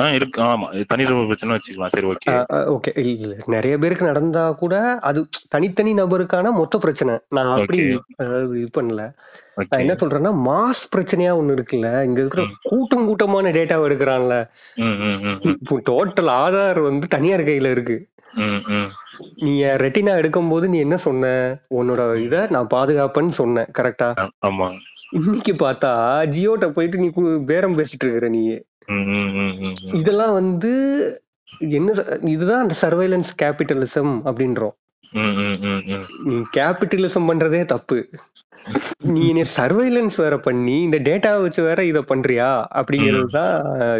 ஆ, இருக்கு ஆமா இது தனிநபர் பிரச்சனை வச்சுக்கலாம் சரி ஓகே ஓகே இல்ல இல்ல நிறைய பேருக்கு நடந்தா கூட அது தனித்தனி நபருக்கான மொத்த பிரச்சனை நான் அப்படி Okay. அதாவது இது பண்ணல நான் ஓகே என்ன சொல்றேன்னா மாஸ் பிரச்சனையா ஒண்ணு இருக்குல்ல இங்க இருக்கிற ம். கூட்டம் கூட்டமான டேட்டாவை எடுக்கிறான்ல ம் ம் ம் ம், இப்போ டோட்டல் ஆதார் வந்து தனியார் கையில இருக்கு ம் ம் நீ ரெட்டினா எடுக்கும் போது நீ என்ன சொன்ன உன்னோட இத நான் பாதுகாப்பேன்னு சொன்னேன் கரெக்டா ஆ- ஆமா இன்னைக்கு பார்த்தா ஜியோட்ட போயிட்டு நீ கு- பேரம் பேசிட்டு இருக்கிற நீ ம் ம் ம் ம் ம். இதெல்லாம் வந்து என்ன சொ- இதுதான் அந்த சர்வைலன்ஸ் கேபிட்டலிசம் அப்படின்றோம் ம், ம், ம், ம். நீ கேபிட்டலிசம் பண்றதே தப்பு நீ என்ன சர்வைலன்ஸ் வேற பண்ணி இந்த டேட்டாவை வச்சு வேற இத பண்றியா அப்படிங்கிறது தான்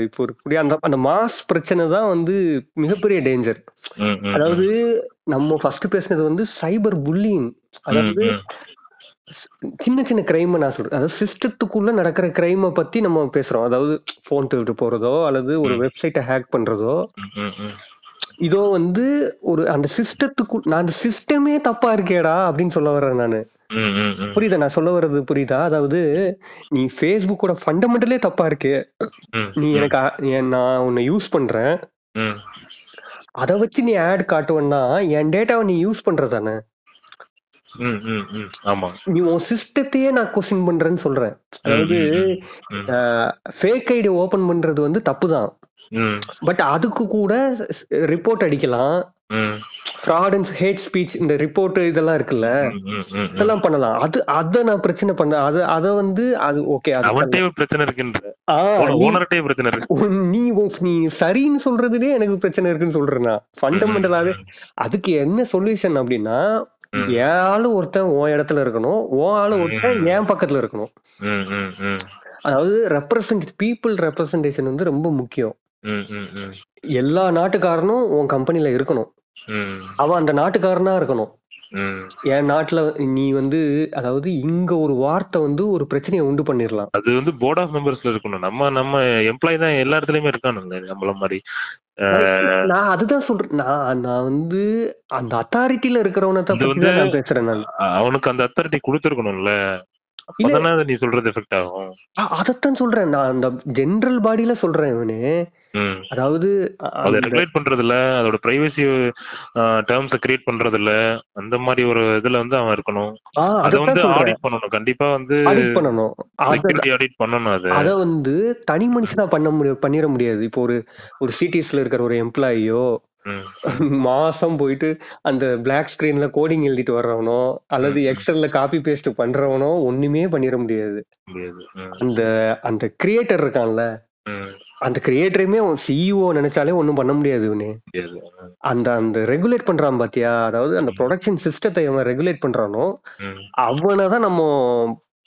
இப்போ இருக்கக்கூடிய அந்த அந்த மாஸ் பிரச்சனை தான் வந்து மிகப்பெரிய டேஞ்சர் ம், ம், அதாவது நம்ம ஃபர்ஸ்ட் பேசுனது வந்து சைபர் புல்லிங் ம், அதாவது ம். சின்ன சின்ன கிரைம் நான் சொல்றேன் அதாவது சிஸ்டத்துக்குள்ள நடக்கிற கிரைமை பத்தி நம்ம பேசுறோம் அதாவது போன் திருட்டு போறதோ அல்லது ஒரு வெப்சைட்டை ஹேக் பண்றதோ ம், ம், ம். இதோ வந்து ஒரு அந்த சிஸ்டத்துக்கு நான் அந்த சிஸ்டமே தப்பா இருக்கேடா அப்படின்னு சொல்ல வர்றேன் நான் ம், ம், ம். புரியுதா நான் சொல்ல வர்றது புரியுதா அதாவது நீ ஃபேஸ்புக்கோட ஃபண்டமெண்டலே தப்பா இருக்கு ம், நீ எனக்கு அ- என் நான் உன்னை யூஸ் பண்றேன் ம். அதை வச்சு நீ ஆட் காட்டுவேன்னா என் டேட்டாவை நீ யூஸ் பண்றதானே ம், ம், ம். ஆமா நீ உன் சிஸ்டத்தையே நான் கொஸ்டின் பண்றேன்னு சொல்றேன் அதாவது ம். ஃபேக் ஐடி ஓபன் பண்றது வந்து தப்பு தான் ம், பட் அதுக்கு கூட ரிப்போர்ட் அடிக்கலாம் ம், ஃப்ராட் அண்ட் ஹேட் ஸ்பீச் இந்த ரிப்போர்ட் இதெல்லாம் இருக்குல்ல ம், ம், ம், ம். இதெல்லாம் பண்ணலாம் அது அத நான் பிரச்சனை பண்ண அது அத வந்து அது ஓகே அது பண்ணலாம். அவன்கிட்டயே ஒரு பிரச்சனை இருக்குன்ற ஆ, நீ- ஓனர்கிட்டயே பிரச்சனை இருக்கு உன்- நீ உன்- நீ சரின்னு சொல்றதுலயே எனக்கு பிரச்சனை இருக்குன்னு சொல்றேன்னா ஃபண்டமெண்டலாவே அதுக்கு என்ன சொல்யூஷன் அப்படின்னா ம். என் ஆளு ஒருத்தன் உன் இடத்துல இருக்கணும் உன் ஆளு ஒருத்தன் ம். என் பக்கத்துல இருக்கணும் ம், ம், ம். அதாவது ரெப்ரசன்ட் பீப்புள் ரெப்ரசன்டேஷன் வந்து ரொம்ப முக்கியம் ம், ம், ம். எல்லா நாட்டுக்காரனும் உன் கம்பெனில இருக்கணும் ம். அவன் அந்த நாட்டுக்காரனா இருக்கணும் ம். என் நாட்டுல நீ வந்து அதாவது இங்க ஒரு வார்த்தை வந்து ஒரு பிரச்சனையை உண்டு பண்ணிடலாம் அது வந்து போர்ட் ஆஃப் மெம்பர்ஸ்ல இருக்கணும் நம்ம நம்ம எம்ப்ளாய் தான் எல்லா இடத்துலயுமே இருக்கானுங்க நம்மள மாதிரி நான் அதுதான் சொல்றேன் நான் நான் வந்து அந்த அத்தாரிட்டில இருக்கிறவனை தான் இது பத்தி தான் நான் பேசுறேன் நான் அ- அவனுக்கு அந்த அத்தாரிட்டி கொடுத்துருக்கணும்ல இல்ல. அப்பதானே அது நீ சொல்றது எஃபெக்ட் ஆகும் அ- அதைத்தான் சொல்றேன் நான் அந்த ஜெனரல் பாடியில சொல்றேன் இவனு ம். அதாவது அ- அதை அந்த- ரெகுலேட் பண்றது இல்ல அதோட பிரைவசி டேர்ம்ஸ் கிரியேட் பண்றது இல்ல அந்த மாதிரி ஒரு இதுல வந்து அவன் இருக்கணும் ஆ, அதை அதைத்தான் வந்து சொல்றேன் ஆடிட் பண்ணணும் கண்டிப்பா வந்து ஆடிட் பண்ணணும் அத செக்யூரிட்டி ஆடிட் பண்ணணும் அது அத வந்து தனி மனுஷனா பண்ண முடியும் பண்ணிட முடியாது இப்போ ஒரு ஒரு சிடிஸ்ல இருக்கிற ஒரு எம்ப்ளாயியோ ம். மாசம் போயிட்டு அந்த பிளாக் ஸ்கிரீன்ல கோடிங் எழுதிட்டு வர்றவனோ அல்லது ம். எக்ஸல்ல காப்பி பேஸ்ட் பண்றவனோ ஒண்ணுமே பண்ணிட முடியாது முடியாது ம். அந்த அந்த கிரியேட்டர் இருக்கான்ல ம். அந்த கிரியேட்டரையுமே சிஇஓ நினைச்சாலே ஒண்ணும் பண்ண முடியாது இவனு முடியாது அந்த அந்த ரெகுலேட் பண்றான் பாத்தியா அதாவது அந்த ப்ரொடக்ஷன் சிஸ்டத்தை இவன் ரெகுலேட் பண்றானோ ம். அவனை தான் நம்ம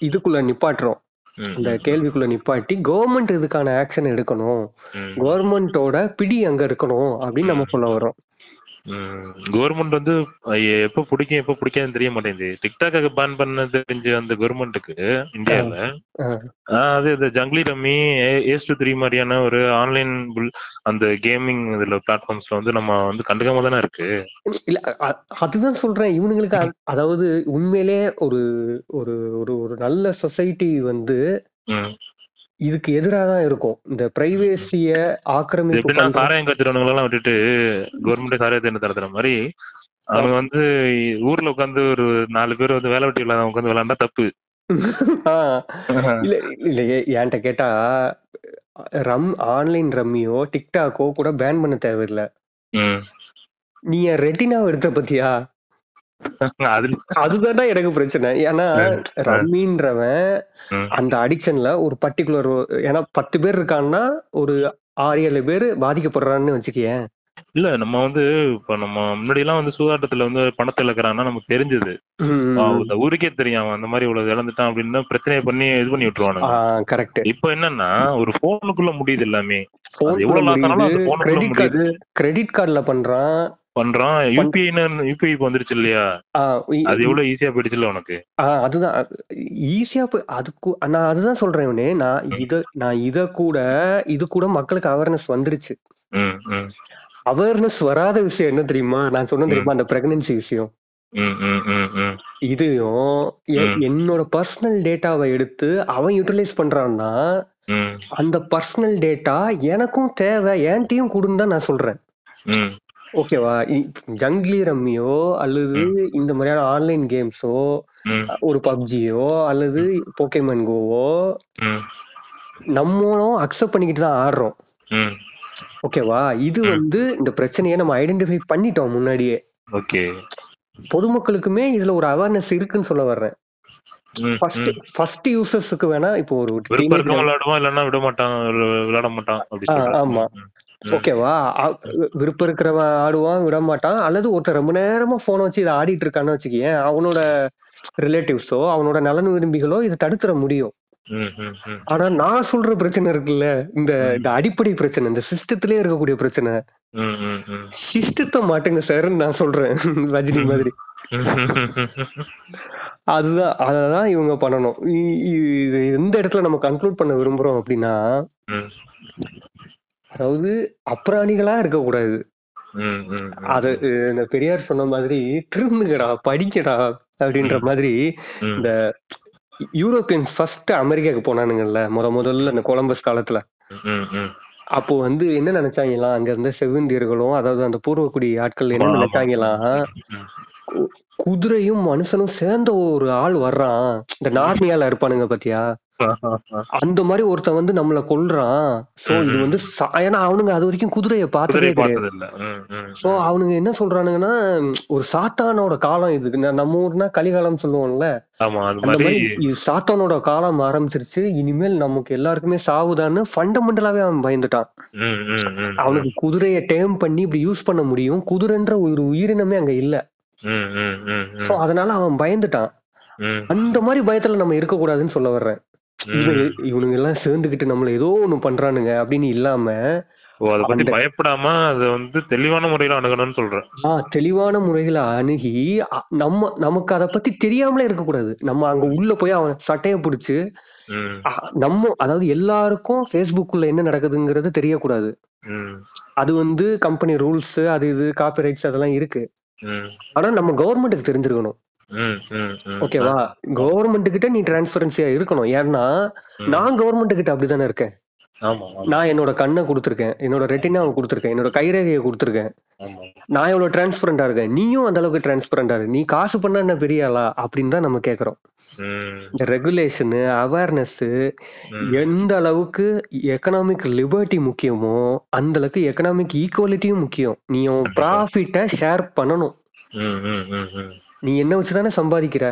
இதுக்குள்ள நிப்பாட்டுறோம் ம். அந்த கேள்விக்குள்ள நிப்பாட்டி கவர்மெண்ட் இதுக்கான ஆக்ஷன் எடுக்கணும் ம். கவர்மெண்டோட பிடி அங்க இருக்கணும் அப்படின்னு நம்ம சொல்ல வரோம் கவர்மெண்ட் வந்து ஐய- எப்ப பிடிக்கும் எப்ப பிடிக்காதுன்னு தெரிய மாட்டேங்குது டிக்டாக்க பேன் பண்ண தெரிஞ்ச அந்த கவர்மெண்ட்டுக்கு இந்தியால ஆ. ஆஹ் அது இந்த Junglee rummy ace two three மாதிரியான ஒரு ஆன்லைன் அந்த கேமிங் இதுல பிளாட்ஃபார்ம்ஸ்ல வந்து நம்ம வந்து கண்டுக்காம தானே இருக்கு இல்ல அ- அதுதான் சொல்றேன் இவனுங்களுக்கு அ- அதாவது உண்மையிலே ஒரு ஒரு ஒரு ஒரு நல்ல சொசைட்டி வந்து ம். இதுக்கு எதிராக தான் இருக்கும் இந்த பிரைவேசிய இது ஆக்கிரமிப்பு எப்படின்னா பண்ற சாராயம் காய்ச்சறவனுங்க எல்லாம் விட்டுட்டு கவர்மெண்ட் சாராயத்தை என்ன தரத்துற மாதிரி அவங்க வந்து ஊர்ல உட்காந்து ஒரு நாலு பேர் வந்து வேலை வெட்டி இல்லாத உட்காந்து விளையாண்டா தப்பு (laughs) ஆ, இல்ல இல்ல ஏ- ஏன்ட்ட கேட்டா ரம் ஆன்லைன் ரம்மியோ டிக்டாக்கோ கூட பேன் பண்ண தேவையில்ல (laughs) ம். நீ என் ரெட்டினாவை எடுத்த பத்தியா அதுல அதுதான்டா எனக்கு பிரச்சனை ஏன்னா ரம்மின்றவன் ம். அந்த அடிக்ஷன்ல ஒரு பர்டிகுலர் ஏன்னா பத்து பேர் இருக்கான்னா ஒரு ஆறு ஏழு பேர் பாதிக்கப்படுறான்னு வச்சுக்கேன் இல்ல நம்ம வந்து இப்ப நம்ம முன்னாடி எல்லாம் வந்து சூதாட்டத்துல வந்து பணத்தை இழக்கிறான்னா நமக்கு தெரிஞ்சது அவன் இந்த ஊருக்கே தெரியும் அவன் அந்த மாதிரி இவ்வளவு இழந்துட்டான் அப்படின்னு பிரச்சனையை பண்ணி இது பண்ணி விட்டுருவானுங்க கரெக்ட் இப்ப என்னன்னா ஒரு போனுக்குள்ள முடியுது எல்லாமே அது போன் எவ்வளவு லாஸ் ஆனாலும் அது போனுக்குள்ள கிரெடிட் முடியுது கார்டு கிரெடிட் கார்டுல பண்றான் பண்றான் யூபிஐன்னு யூபிஐ இப்ப வந்துருச்சு இல்லையா ஆ, இ- அது எவ்வளவு ஈஸியா போயிடுச்சுல்ல உனக்கு ஆ, அதுதான் ஈஸியா போய் அதுக்கு நான் அதுதான் சொல்றேன் இவனே நான் இத நான் இத கூட இது கூட மக்களுக்கு அவேர்னஸ் வந்துருச்சு ம், ம், அவேர்னஸ் வராத விஷயம் என்ன தெரியுமா நான் சொன்ன தெரியுமா அந்த பிரெக்னன்சி விஷயம் ம், ம், ம், ம். இதையும் எ- ம். என்னோட பர்சனல் டேட்டாவை எடுத்து அவன் யூட்டிலைஸ் பண்றான்னா ம், அந்த பர்சனல் டேட்டா எனக்கும் தேவை என்கிட்டயும் கொடுன்னு தான் நான் சொல்றேன் ம், ஓகேவா ஜங்லி ரம்மியோ அல்லது இந்த மாதிரியான ஆன்லைன் கேம்ஸோ ம், ஒரு பப்ஜியோ அல்லது போக்கேமன் கோவோ ம், நம்மளும் அக்செப்ட் பண்ணிக்கிட்டு தான் ஆடுறோம் ம். ஓகேவா இது வந்து இந்த பிரச்சனையை நம்ம ஐடென்டிஃபை பண்ணிட்டோம் முன்னாடியே ஓகே பொதுமக்களுக்குமே இதுல ஒரு அவேர்னஸ் இருக்குன்னு சொல்ல வர்றேன் ம், ஃபர்ஸ்ட் ம். ஃபர்ஸ்ட் யூசர்ஸுக்கு வேணா இப்போ ஒரு விருப்பம் teenage இருக்கவன் விளையாடுவான் இல்லைன்னா விட மாட்டான் விளை- விளையாட மாட்டான் அப்படி ஆ, சொல்றேன் ஆமா. ம், ஓகேவா அ- விருப்பம் இருக்கிறவன் ஆடுவான் விட மாட்டான் அல்லது ஒருத்தன் ரொம்ப நேரமா போனை வச்சு இதை ஆடிட்டு இருக்கான்னு வச்சுக்கேன் அவனோட ரிலேட்டிவ்ஸோ அவனோட நலன் விரும்பிகளோ இதை தடுத்துற முடியும் ம், ம், ம். ஆனா நான் சொல்ற பிரச்சனை இருக்குல்ல இந்த இந்த அடிப்படை பிரச்சனை இந்த சிஸ்டத்திலே இருக்கக்கூடிய பிரச்சனை ம், ம், ம். சிஸ்டத்தை மாட்டுங்க சார்ன்னு நான் சொல்றேன் ரஜினி மாதிரி அதுதான் அததான் இவங்க பண்ணணும் இ- இ- இது எந்த இடத்துல நம்ம கன்க்ளூட் பண்ண விரும்புறோம் அப்படின்னா ம், அதாவது அப்ராணிகளா இருக்கக்கூடாது ம், ம், ம். அது அஹ், இந்த பெரியார் சொன்ன மாதிரி திருந்துங்கடா படிக்கடா அப்படின்ற மாதிரி ம், இந்த யூரோப்பியன்ஸ் ஃபர்ஸ்ட் அமெரிக்காக்கு போனானுங்கல்ல முத முதல்ல இந்த கொலம்பஸ் காலத்துல ம், ம். அப்போ வந்து என்ன நினைச்சாங்களாம் அங்க இருந்த செவிந்தியர்களும் அதாவது அந்த பூர்வக்குடி ஆட்கள் என்ன ஆமா, ஆமா. நினைச்சாங்களாம் ம். கு- குதிரையும் மனுஷனும் சேர்ந்த ஒரு ஆள் வர்றான் இந்த நார்னியால இருப்பானுங்க பாத்தியா அந்த மாதிரி ஒருத்தன் வந்து நம்மள கொல்றான் சோ இது வந்து சா- ஏன்னா அவனுங்க அது வரைக்கும் குதிரையை பார்த்ததே குதிரையை கிடையாது பார்த்ததில்ல. ம், ம், சோ ம். அவனுங்க என்ன சொல்றானுங்கன்னா ம், ஒரு சாத்தானோட காலம் இது ந- நம்ம ஊர்னா கலிகாலம் சொல்லுவோம்ல ஆமா அது அந்த மாதிரி மாதிரி இது சாத்தானோட காலம் ஆரம்பிச்சிருச்சு இனிமேல் நமக்கு எல்லாருக்குமே சாவுதான்னு ஃபண்டமெண்டலாவே அவன் பயந்துட்டான் ம், ம், ம், ம். அவனுக்கு குதிரையை டேம் பண்ணி இப்படி யூஸ் பண்ண முடியும் குதிரைன்ற ஒரு உயிரினமே அங்க இல்ல ம், ம், ம், சோ ம். அதனால அவன் பயந்துட்டான் ம், அந்த மாதிரி பயத்துல நம்ம இருக்கக்கூடாதுன்னு சொல்ல வர்றேன் இவன் ம். இவனுங்க எல்லாம் சேர்ந்துகிட்டு நம்மள ஏதோ ஒண்ணு பண்றானுங்க அப்படின்னு இல்லாம ஓ அதை பத்தி அந்த- பயப்படாம அதை வந்து தெளிவான முறையில அணுகணும்னு சொல்றேன் ஆ தெளிவான முறையில அணுகி அ, நம்ம நமக்கு அதை பத்தி தெரியாமலே இருக்கக்கூடாது நம்ம அங்க உள்ள போய் அவன் சட்டையை பிடிச்சு ம், அ, நம்ம அதாவது எல்லாருக்கும் ஃபேஸ்புக்குள்ள என்ன நடக்குதுங்கிறது தெரியக்கூடாது ம், அது வந்து கம்பெனி ரூல்ஸ் அது இது காப்பிரைட்ஸ் அதெல்லாம் இருக்கு ம், ஆனா நம்ம கவர்மெண்ட்டுக்கு தெரிஞ்சிருக்கணும் ம், ம், ம். ஓகேவா கவர்மெண்ட் கிட்ட நீ டிரான்ஸ்பரன்சியா இருக்கணும் ஏன்னா ம். நான் கவர்மெண்ட் கிட்ட அப்படிதானே இருக்கேன் ஆமா ஆமா நான் என்னோட கண்ணை கொடுத்துருக்கேன் என்னோட ரெட்டினாவை கொடுத்துருக்கேன் என்னோட கைரேகையை கொடுத்துருக்கேன் ஆமா நான் எவ்வளவு டிரான்ஸ்பரண்டா இருக்கேன் நீயும் அந்த அளவுக்கு டிரான்ஸ்பரண்டா இரு நீ காசு பண்ண என்ன பெரிய ஆளா அப்படின்னு தான் நம்ம கேக்குறோம் ம், இந்த ரெகுலேஷனு அவேர்னஸ் ம். எந்த அளவுக்கு எக்கனாமிக் லிபர்ட்டி முக்கியமோ அந்த அளவுக்கு எக்கனாமிக் ஈக்குவாலிட்டியும் முக்கியம் நீ உன் ப்ராஃபிட்டை ஷேர் பண்ணணும் ம், ம், ம், ம். நீ என்ன வச்சுதானே சம்பாதிக்கிற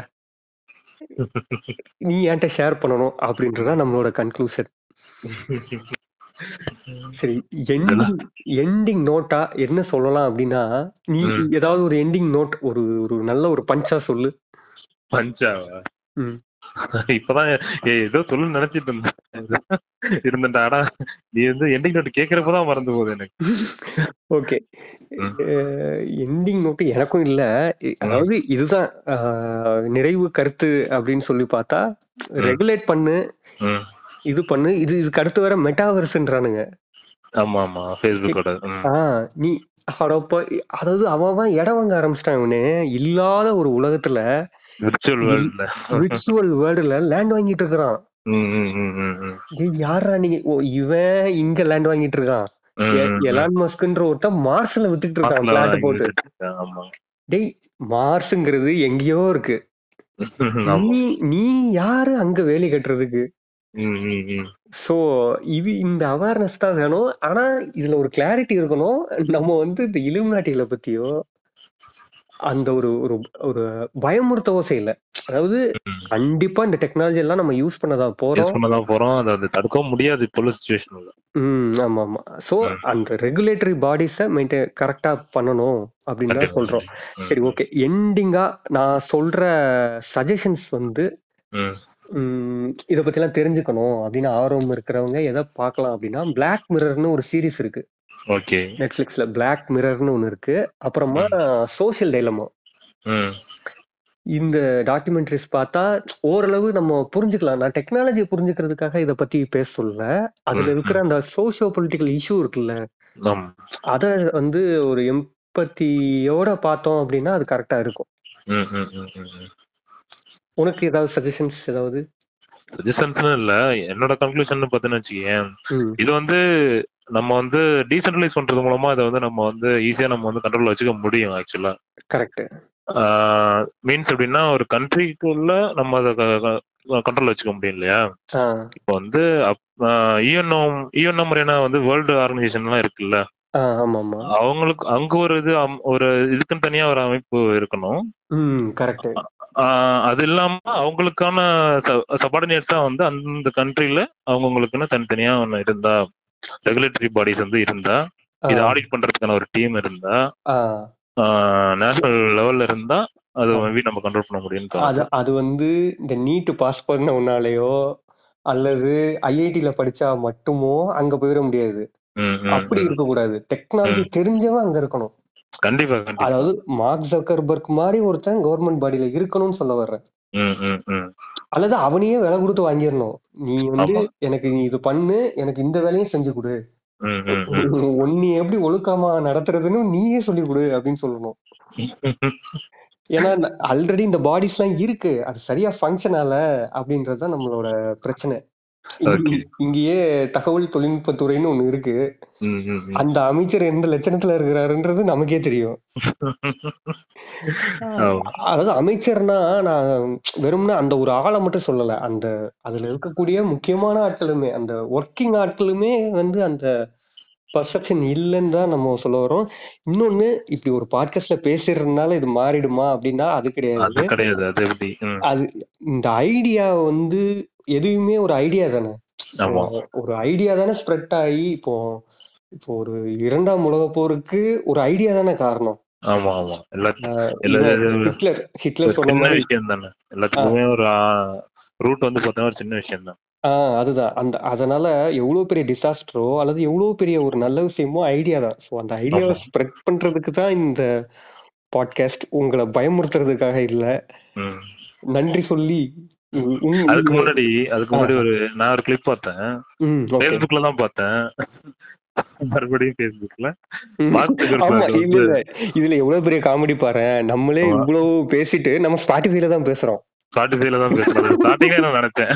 நீ என்கிட்ட ஷேர் பண்ணணும் அப்படின்றதா நம்மளோட கன்க்ளூஷன் சரி எண்டிங் எண்டிங் நோட்டா என்ன சொல்லலாம் அப்படின்னா நீ ம். ஏதாவது ஒரு எண்டிங் நோட் ஒரு ஒரு நல்ல ஒரு பஞ்சா சொல்லு பஞ்சாவா ம். இப்பதான் ஏய், ஏதோ சொல்லு நினைச்சிட்டு இருந்தேன் இருந்தேன்டா ஆனா நீ வந்து எண்டிங் நோட்டு கேக்குறப்பதான் மறந்து போகுது எனக்கு ஓகே ம். எண்டிங் நோட்டு எனக்கும் இல்ல இ- அதாவது இதுதான் அஹ், நிறைவு கருத்து அப்படின்னு சொல்லி பார்த்தா ரெகுலேட் பண்ணு ம். இது பண்ணு இது இதுக்கு அடுத்து வேற மெட்டாவர்ஸ்ன்றானுங்க ஆமா ஆமா பேஸ்புக்கோட ஆ நீ அடப்பா, அதாவது அவன் அவன் இடம் வாங்க ஆரம்பிச்சிட்டான் இவனு இல்லாத ஒரு உலகத்துல விர்ச்சுவல் வேர்ல்ட்ல விர்ச்சுவல் வேர்டுல லேண்ட் வாங்கிட்டு இருக்கிறான் ஏய் யாரா நீங்க ஓ இவன் இங்க லேண்ட் வாங்கிட்டு இருக்கான் எ- எலான் மஸ்க்ன்ற ஒருத்தன் மார்ஸ்ல வித்துட்டு இருக்கான் பிளாட் போட்டு ஆமா டேய் மார்ஸ்ங்கிறது எங்கேயோ இருக்கு ஆமா. நீ நீ யாரு அங்க வேலை கட்டுறதுக்கு ம், ம், ம். சோ இது இந்த அவேர்னஸ் தான் வேணும் ஆனா இதுல ஒரு கிளாரிட்டி இருக்கணும் நம்ம வந்து இந்த இலுமினாட்டிகளை பத்தியோ அந்த ஒரு ஒரு ஒரு பயமுறுத்தவோ செய்யல அதாவது கண்டிப்பா இந்த டெக்னாலஜி எல்லாம் நம்ம யூஸ் பண்ணதான் Use போறோம் பண்ணதான் போறோம் அதை வந்து தடுக்கவும் முடியாது இப்போ உள்ள சுச்சுவேஷன்ல ம் ஆமா ஆமா சோ ம். அந்த ரெகுலேட்டரி பாடிஸ மெயின்டைன் கரெக்டா பண்ணணும் அப்படின்னு தான் சொல்றோம் சரி ஓகே எண்டிங்கா நான் சொல்ற சஜஷன்ஸ் வந்து ம், இத பத்தி எல்லாம் தெரிஞ்சுக்கணும் அப்படின்னு ஆர்வம் இருக்கிறவங்க எதை பார்க்கலாம் அப்படின்னா பிளாக் மிரர்னு ஒரு சீரிஸ் இருக்கு ஓகே நெட்ஃபிளிக்ஸ்ல பிளாக் மிரர்னு ஒன்னு இருக்கு அப்புறமா சோஷியல் டைலமோ இந்த டாக்குமெண்ட்ரிஸ் பார்த்தா ஓரளவு நம்ம புரிஞ்சுக்கலாம் நான் டெக்னாலஜியை புரிஞ்சுக்கிறதுக்காக இதை பத்தி பேச சொல்ல அதுல ம், இருக்கிற அந்த சோஷியோ பொலிட்டிக்கல் இஷ்யூ இருக்குல்ல ஆமா அதை வந்து ஒரு எம்பத்தியோட பார்த்தோம் அப்படின்னா அது கரெக்டா இருக்கும் ம், ம், ம், ம், ம். உனக்கு ஏதாவது சஜஷன்ஸ் ஏதாவது suggestions னு இல்ல என்னோட கன்க்ளூஷன் பார்த்தேன்னு வச்சுக்கேன் ம், இது வந்து நம்ம வந்து டீசென்ட்ரலைஸ் பண்றது மூலமா இதை வந்து நம்ம வந்து ஈஸியா நம்ம வந்து கண்ட்ரோல் வச்சுக்க முடியும் ஆக்சுவலா கரெக்ட் மீன்ஸ் எப்படின்னா ஒரு கண்ட்ரிக்குள்ள நம்ம அதை கண்ட்ரோல் வச்சுக்க முடியும் இல்லையா ஆ இப்போ வந்து E யூஎன்ஓ யூஎன்ஓ முறைனா வந்து வேர்ல்டு ஆர்கனைசேஷன்லாம் இருக்குல்ல ஆ, ஆமா ஆமா அவங்களுக்கு அங்க ஒரு இது அம்- ஒரு இதுக்குன்னு தனியா ஒரு அமைப்பு இருக்கணும் ம் கரெக்ட் ஆஹ் அது இல்லாம அவங்களுக்கான சபார்டினேட்ஸா வந்து அந்தந்த கண்ட்ரில அவங்கவுங்களுக்குன்னு தனித்தனியா ஒன்று இருந்தா ரெகுலேட்டரி பாடிஸ் வந்து இருந்தா இதை ஆடிட் பண்றதுக்கான ஒரு டீம் இருந்தா நேஷனல் லெவல்ல இருந்தா அது மேபி நம்ம கண்ட்ரோல் பண்ண முடியும்னு அது தோணுது அது வந்து இந்த நீட் பாஸ் பண்ண உன்னாலேயோ அல்லது ஐஐடில படிச்சா மட்டுமோ அங்க போயிட முடியாது ம், ம், அப்படி ம். இருக்கக்கூடாது டெக்னாலஜி தெரிஞ்சவன் அங்க இருக்கணும் கண்டிப்பா கண்டிப்பா அதாவது மார்க் ஜக்கர்பர்க் மாதிரி ஒருத்தன் கவர்மெண்ட் பாடியில இருக்கணும்னு சொல்ல வர்றேன் ம், ம், ம். அல்லது அவனையே விலை கொடுத்து வாங்கிடணும் நீ வந்து ஆமா. எனக்கு நீ இது பண்ணு எனக்கு இந்த வேலையும் செஞ்சு கொடு ம், ம், ம். உன்னை எப்படி ஒழுக்கமா நடத்துறதுன்னு நீயே சொல்லி கொடு அப்படின்னு சொல்லணும் ஏன்னா ஆல்ரெடி இந்த பாடிஸ் எல்லாம் இருக்கு அது சரியா ஃபங்க்ஷன் ஆல அப்படின்றது தான் நம்மளோட பிரச்சனை Okay. இங்கேயே தகவல் தொழில்நுட்பத்துறைன்னு ஒண்ணு இருக்கு ம், ம், ம். அந்த அமைச்சர் எந்த லட்சணத்துல இருக்கிறாருன்றது நமக்கே தெரியும் ஆமா. அதாவது அமைச்சர்னா நான் வெறும்னா அந்த ஒரு ஆளை மட்டும் சொல்லல அந்த அதுல இருக்கக்கூடிய முக்கியமான ஆட்களுமே அந்த ஒர்க்கிங் ஆட்களுமே வந்து அந்த பர்செப்ஷன் இல்லைன்னு தான் நம்ம சொல்ல வரோம் இன்னொன்னு இப்படி ஒரு பாட்காஸ்ட்ல பேசுறதுனால இது மாறிடுமா அப்படின்னா அது கிடையாது அது கிடையாது அது எப்படி ம். அது இந்த ஐடியா வந்து எதுவுமே ஒரு ஐடியா தானே ஆமா ஒரு ஐடியா தானே ஸ்ப்ரெட் ஆகி இப்போ இப்போ ஒரு இரண்டாம் உலக போருக்கு ஒரு ஐடியா தானே காரணம் ஆமா ஆமா எல்லாத்து- அஹ் எல்லா இவன் இது- ஹிட்லர் ஒரு ஹிட்லர் சொன்ன சின்ன மாதிரி விஷயம் தானே எல்லாத்துக்குமே ஒரு ரூட் வந்து பார்த்தா ஒரு சின்ன விஷயம் தான் ஆஹ் அதுதான் அந்த அதனால எவ்வளவு பெரிய டிசாஸ்டரோ அல்லது எவ்வளவு பெரிய ஒரு நல்ல விஷயமோ ஐடியா தான் ஸோ அந்த ஐடியாவை ஆமா. ஸ்ப்ரெட் பண்றதுக்கு தான் இந்த பாட்காஸ்ட் உங்களை பயமுறுத்துறதுக்காக இல்ல ம். நன்றி சொல்லி உ- உ- அதுக்கு முன்னாடி அதுக்கு முன்னாடி ஒரு நான் ஒரு கிளிப் பார்த்தேன் ம், okay. பேஸ்புக்ல தான் பார்த்தேன் மறுபடியும் பேஸ்புக்ல ம். மார்க் ஆமா ஜுகர்பர்க் இல்ல வந்து இல்ல இதுல எவ்வளவு பெரிய காமெடி பாரு நம்மளே ஆமா. இவ்வளவு பேசிட்டு நம்ம ஸ்பாட்டிஃபைல தான் பேசுறோம் ஸ்பாட்டிஃபைல தான் பேசுறது ஸ்டார்டிங்ல நான் நினைச்சேன்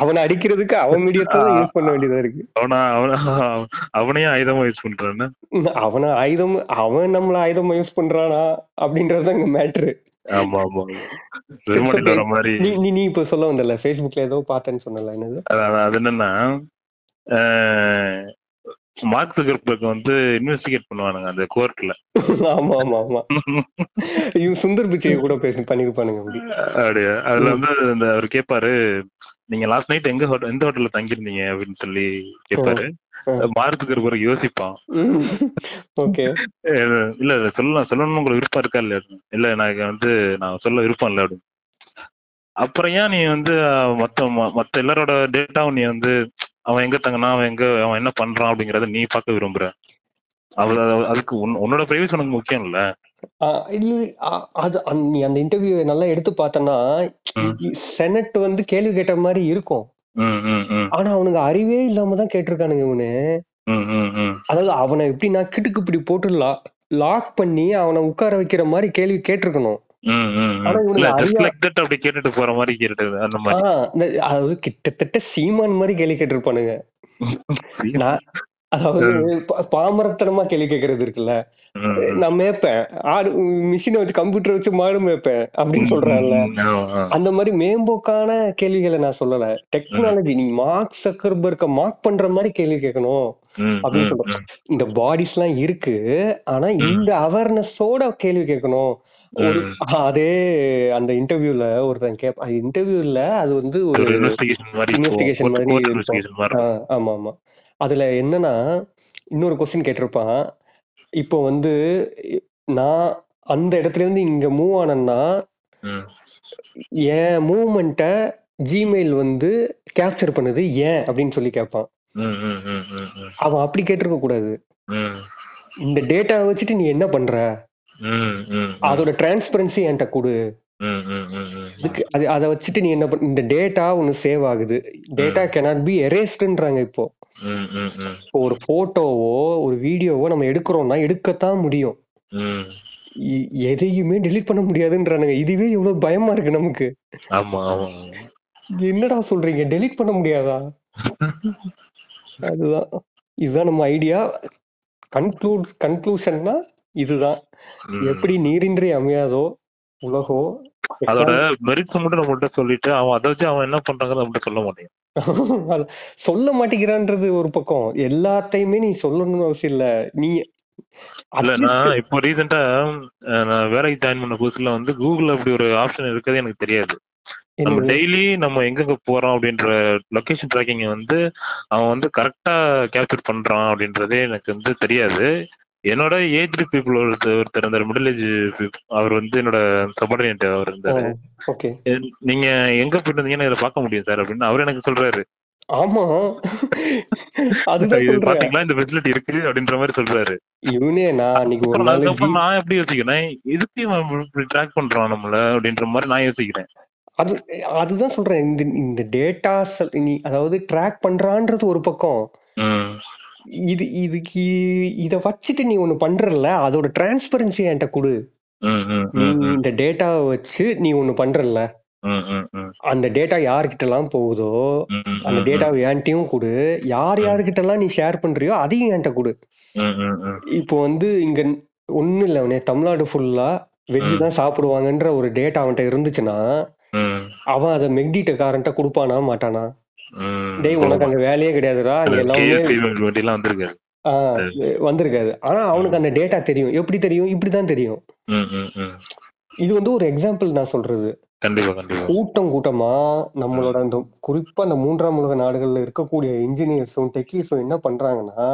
அவனை அடிக்கிறதுக்கு அவன் மீடியத்தை தான் யூஸ் பண்ண வேண்டியதா இருக்கு அவனா அவன- அவனையும் ஆயுதமா யூஸ் பண்றான்னு ம், அவனை ஆயுதம் அவன் நம்மள ஆயுதமா யூஸ் பண்றானா அப்படின்றதுதான் இங்க மேட்ரு ஆமா ஆமா திருமணில வர மாதிரி நீ நீ நீ இப்ப சொல்ல வந்தல Facebookல ஏதோ பார்த்தேன்னு சொன்னல என்னது அதான் அது என்னன்னா அஹ், மார்க் ஜுகர்பர்க் வந்து இன்வெஸ்டிகேட் பண்ணுவானுங்க அந்த கோர்ட்ல ஆமா ஆமா ஆமா இவன் சுந்தர் பிச்சையை கூட பேசி பண்ணிக்கு பண்ணுங்க அப்படி அப்படியா அதுல வந்து இந்த அவர் கேட்பாரு நீங்க லாஸ்ட் நைட் எங்க ஹோட்டல் எந்த ஹோட்டல்ல தங்கியிருந்தீங்க அப்படின்னு சொல்லி கேட்பாரு ஆ. மார்க் ஜுகர்பர்க் யோசிப்பான் ஓகே அஹ், இல்ல இல்ல சொல்லலாம் சொல்லணும் உங்களுக்கு விருப்பம் இருக்கா இல்லையா இல்ல எனக்கு வந்து நான் சொல்ல விருப்பம் இல்லை அப்படின்னு அப்புறம் ஏன் நீ வந்து அஹ், மத்த ம- மத்த எல்லாரோட டேட்டாவும் நீ வந்து அவன் எங்க தங்கினா அவன் எங்க அவன் என்ன பண்றான் அப்படிங்கறத நீ பார்க்க விரும்புற அவ- அவ- அதுக்கு உன்- உன்னோட பிரைவேஸ் உனக்கு முக்கியம் இல்ல இல்ல ஆ, அது அந்த- நீ அந்த இன்டர்வியூ நல்லா எடுத்து பார்த்தனா ம், செனட் வந்து கேள்வி கேட்ட மாதிரி இருக்கும் ம், ம், ம், ஆனா அவனுக்கு அறிவே இல்லாம தான் கேட்டிருக்கானுங்க இவனு ம், ம், ம். அதாவது அவனை எப்படி நான் கிட்டுக்கு இப்படி போட்டு லாக் பண்ணி அவனை உட்கார வைக்கிற மாதிரி கேள்வி கேட்டிருக்கணும் ம், ம், ஆனா ம். இல்ல இவனுக்கு ஜஸ்ட் அறியா லைக் தட் அப்படி கேட்டுட்டு போற மாதிரி கேட்டு அந்த மாதிரி ஆஹ் இந்த- அதாவது கிட்டத்தட்ட சீமான் மாதிரி கேள்வி கேட்டிருப்பானுங்க நான் அதாவது பா- பாமரத்தனமா கேள்வி கேட்கறது இருக்குல்ல ம், ம், நான் மேய்ப்பேன் ஆடு மிஷினை வச்சு கம்ப்யூட்டர் வச்சு மாடு மேய்ப்பேன் அப்படின்னு ம், ம், சொல்றான்ல ம். ஆ, ஆ. அந்த மாதிரி மேம்போக்கான கேள்விகளை நான் சொல்லல டெக்னாலஜி நீ மார்க் சக்கர்பர்க்க மார்க் பண்ற மாதிரி கேள்வி கேட்கணும் ம், அப்படின்னு ம், சொல்றேன் ம், இந்த பாடிஸ் எல்லாம் இருக்கு ஆனா இந்த அவேர்னஸோட கேள்வி கேட்கணும் ஒரு ம். அதே அந்த இன்டர்வியூல ஒருத்தன் கேப் இன்டர்வியூ இல்ல அது வந்து இது ஒரு ஒரு இன்வெஸ்டிகேஷன் மாதிரி இருக்கும் இன்வெஸ்டிகேஷன் கோர்ட் மாதிரி கோர்ட் இருக்கும் இன்வெஸ்டிகேஷன் மாதிரி ஆ, இருக்கும் ஆமா ஆமா அதுல என்னன்னா இன்னொரு கொஸ்டின் கேட்டிருப்பான் இப்போ வந்து இ- நான் அந்த இடத்துல இருந்து இங்க மூவ் ஆனேன்னா ம். என் மூவ்மெண்ட்டை ஜிமெயில் வந்து கேப்சர் பண்ணுது ஏன் அப்படின்னு சொல்லி கேட்பான் ம், ம், ம், ம், ம், அவன் அப்படி கேட்டிருக்க கூடாது ம், இந்த டேட்டாவை வச்சுட்டு நீ என்ன பண்ற ம், ம், அதோட டிரான்ஸ்பரன்சி என்கிட்ட கொடு ம், ம், ம், ம், இதுக்கு அது அதை வச்சுட்டு நீ என்ன பண்ண இந்த டேட்டா ஒன்று சேவ் ஆகுது டேட்டா cannot பி erased-ன்றாங்க இப்போ ம், ம், ம், இப்போ ஒரு போட்டோவோ ஒரு வீடியோவோ நம்ம எடுக்கிறோம்னா எடுக்கத்தான் முடியும் ம். இ- எதையுமே delete பண்ண முடியாதுன்றானுங்க இதுவே இவ்வளவு பயமா இருக்கு நமக்கு ஆமா ஆமா ஆமா. என்னடா சொல்றீங்க delete பண்ண முடியாதா அதுதான் இதுதான் நம்ம ஐடியா கன்க்ளூட் கன்க்ளூஷன்னா இதுதான் ம். எப்படி நீரின்றி அமையாதோ உலகோ அதோட மெரிட்ஸ் மட்டும் நம்மள்ட்ட சொல்லிட்டு அவன் அதை வச்சு அவன் என்ன பண்றாங்கன்னு நம்மள்ட்ட சொல்ல மாட்டேன் அது சொல்ல மாட்டேங்கிறான்றது ஒரு பக்கம் எல்லாத்தையுமே நீ சொல்லணும்னு அவசியம் இல்ல நீ இல்ல அட்லீஸ்ட் நான் இப்போ ரீசெண்டா நான் வேலைக்கு ஜாயின் பண்ண புதுசுல வந்து கூகுள் அப்படி ஒரு ஆப்ஷன் இருக்கிறது எனக்கு தெரியாது நம்ம என்னது டெய்லி நம்ம எங்கெங்க போறோம் அப்படின்ற லொகேஷன் ட்ராக்கிங் வந்து அவன் வந்து கரெக்டா கேப்சர் பண்றான் அப்படின்றதே எனக்கு வந்து தெரியாது என்னோட ஏஜ் பீப்புள் ஒருத்தர் ஒருத்தர் இருந்தார் மிடில் ஏஜ் அவர் வந்து என்னோட சபார்டினேட் அவர் இருந்தாரு ஓகே என்- நீங்க எங்க போயிருந்தீங்கன்னு இதை பார்க்க முடியும் சார் அப்படின்னு அவர் எனக்கு சொல்றாரு ஆமா அதுதான் இது சொல்றேன் பாத்தீங்களா இந்த ஃபெசிலிட்டி இருக்கு அப்படின்ற மாதிரி சொல்றாரு இவனே நான் அன்னைக்கு ஒரு அப்புறம் நாள் ஜி அதுக்கப்புறம் நான் எப்படி யோசிக்கிறேன் எதுக்கு இவன் இப்படி ட்ராக் பண்றான் நம்மள அப்படின்ற மாதிரி நான் யோசிக்கிறேன் அது அதுதான் சொல்றேன் இந்த இந்த டேட்டாஸ் நீ அதாவது ட்ராக் பண்றான்றது ஒரு பக்கம் ம், இது இதுக்கு இதை வச்சுட்டு நீ ஒன்னு பண்றல்ல அதோட டிரான்ஸ்பரன்சி என்கிட்ட கொடு ம், ம், நீ ம், ம், இந்த டேட்டாவை வச்சு நீ ஒன்னு பண்றல்ல ம், ம், ம், அந்த டேட்டா யார்கிட்டலாம் போகுதோ ம், ம், அந்த ம், டேட்டாவை என்கிட்டயும் கொடு யார் ம், யார்கிட்டலாம் நீ ஷேர் பண்றியோ அதையும் என்கிட்ட கொடு ம், ம், ம், இப்போ வந்து இங்க ஒன்றும் இல்லை அவனே தமிழ்நாடு ஃபுல்லா வெஜ்ஜு ம், தான் சாப்பிடுவாங்கன்ற ஒரு டேட்டா அவன்கிட்ட இருந்துச்சுன்னா ம், அவன் அதை மெக்டிட்டக்காரன்ட்ட கொடுப்பானா மாட்டானா ம், டேய் உனக்கு உண்மை. அங்க வேலையே கிடையாதுடா அங்க அது எல்லாமே KFC mentality எல்லாம் வந்திருக்காரு. ஆ, சரி. வந்திருக்காது ஆனா ம், அவனுக்கு அந்த டேட்டா தெரியும் எப்படி தெரியும் இப்படிதான் தெரியும் ம், ம், ம், இது வந்து ஒரு எக்ஸாம்பிள் நான் சொல்றது கண்டிப்பா கண்டிப்பா கூட்டம் கூட்டமா நம்மளோட அந்த குறிப்பா அந்த மூன்றாம் உலக நாடுகள்ல இருக்கக்கூடிய இன்ஜினியர்ஸும் டெக்னீஷியஸும் என்ன பண்றாங்கன்னா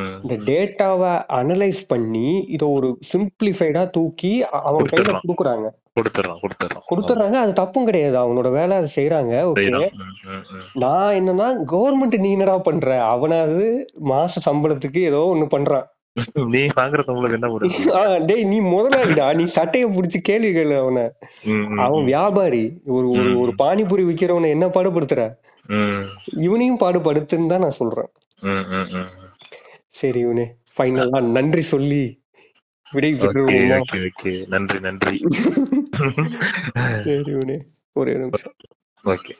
ம். இந்த டேட்டாவை அனலைஸ் பண்ணி இதை ஒரு சிம்பிளிஃபைடா தூக்கி அ- அவங்க கையில கொடுத்துடுறான். கொடுக்குறாங்க கொடுத்துடுறான் கொடுத்துடுறான் கொடுத்துறாங்க அது தப்பும் கிடையாது அவங்களோட வேலை அதை செய்யறாங்க ஓகே செய்யலாம். ம், ம், ம். நான் என்னன்னா கவர்மெண்ட் நீ என்னடா பண்ற அவனாவது மாச சம்பளத்துக்கு ஏதோ ஒண்ணு பண்றான் நீ வாங்குறது உங்களுக்கு என்ன ஒரு ஆஹ் டேய் நீ முதலாளிடா நீ சட்டைய புடிச்சு கேள்வி கேளு அவன அவன் வியாபாரி ஒரு ஒரு ஒரு பானிபூரி விக்கிறவனை என்ன பாடுபடுத்துற இவனையும் பாடுபடுத்துன்னு தான் நான் சொல்றேன் சரி இவனே ஃபைனலா நன்றி சொல்லி ஓகே விடைபெற்றுவோமா ஓகே ஓகே (laughs) நன்றி நன்றி சரி இவனே ஒரே நிமிஷம் ஓகே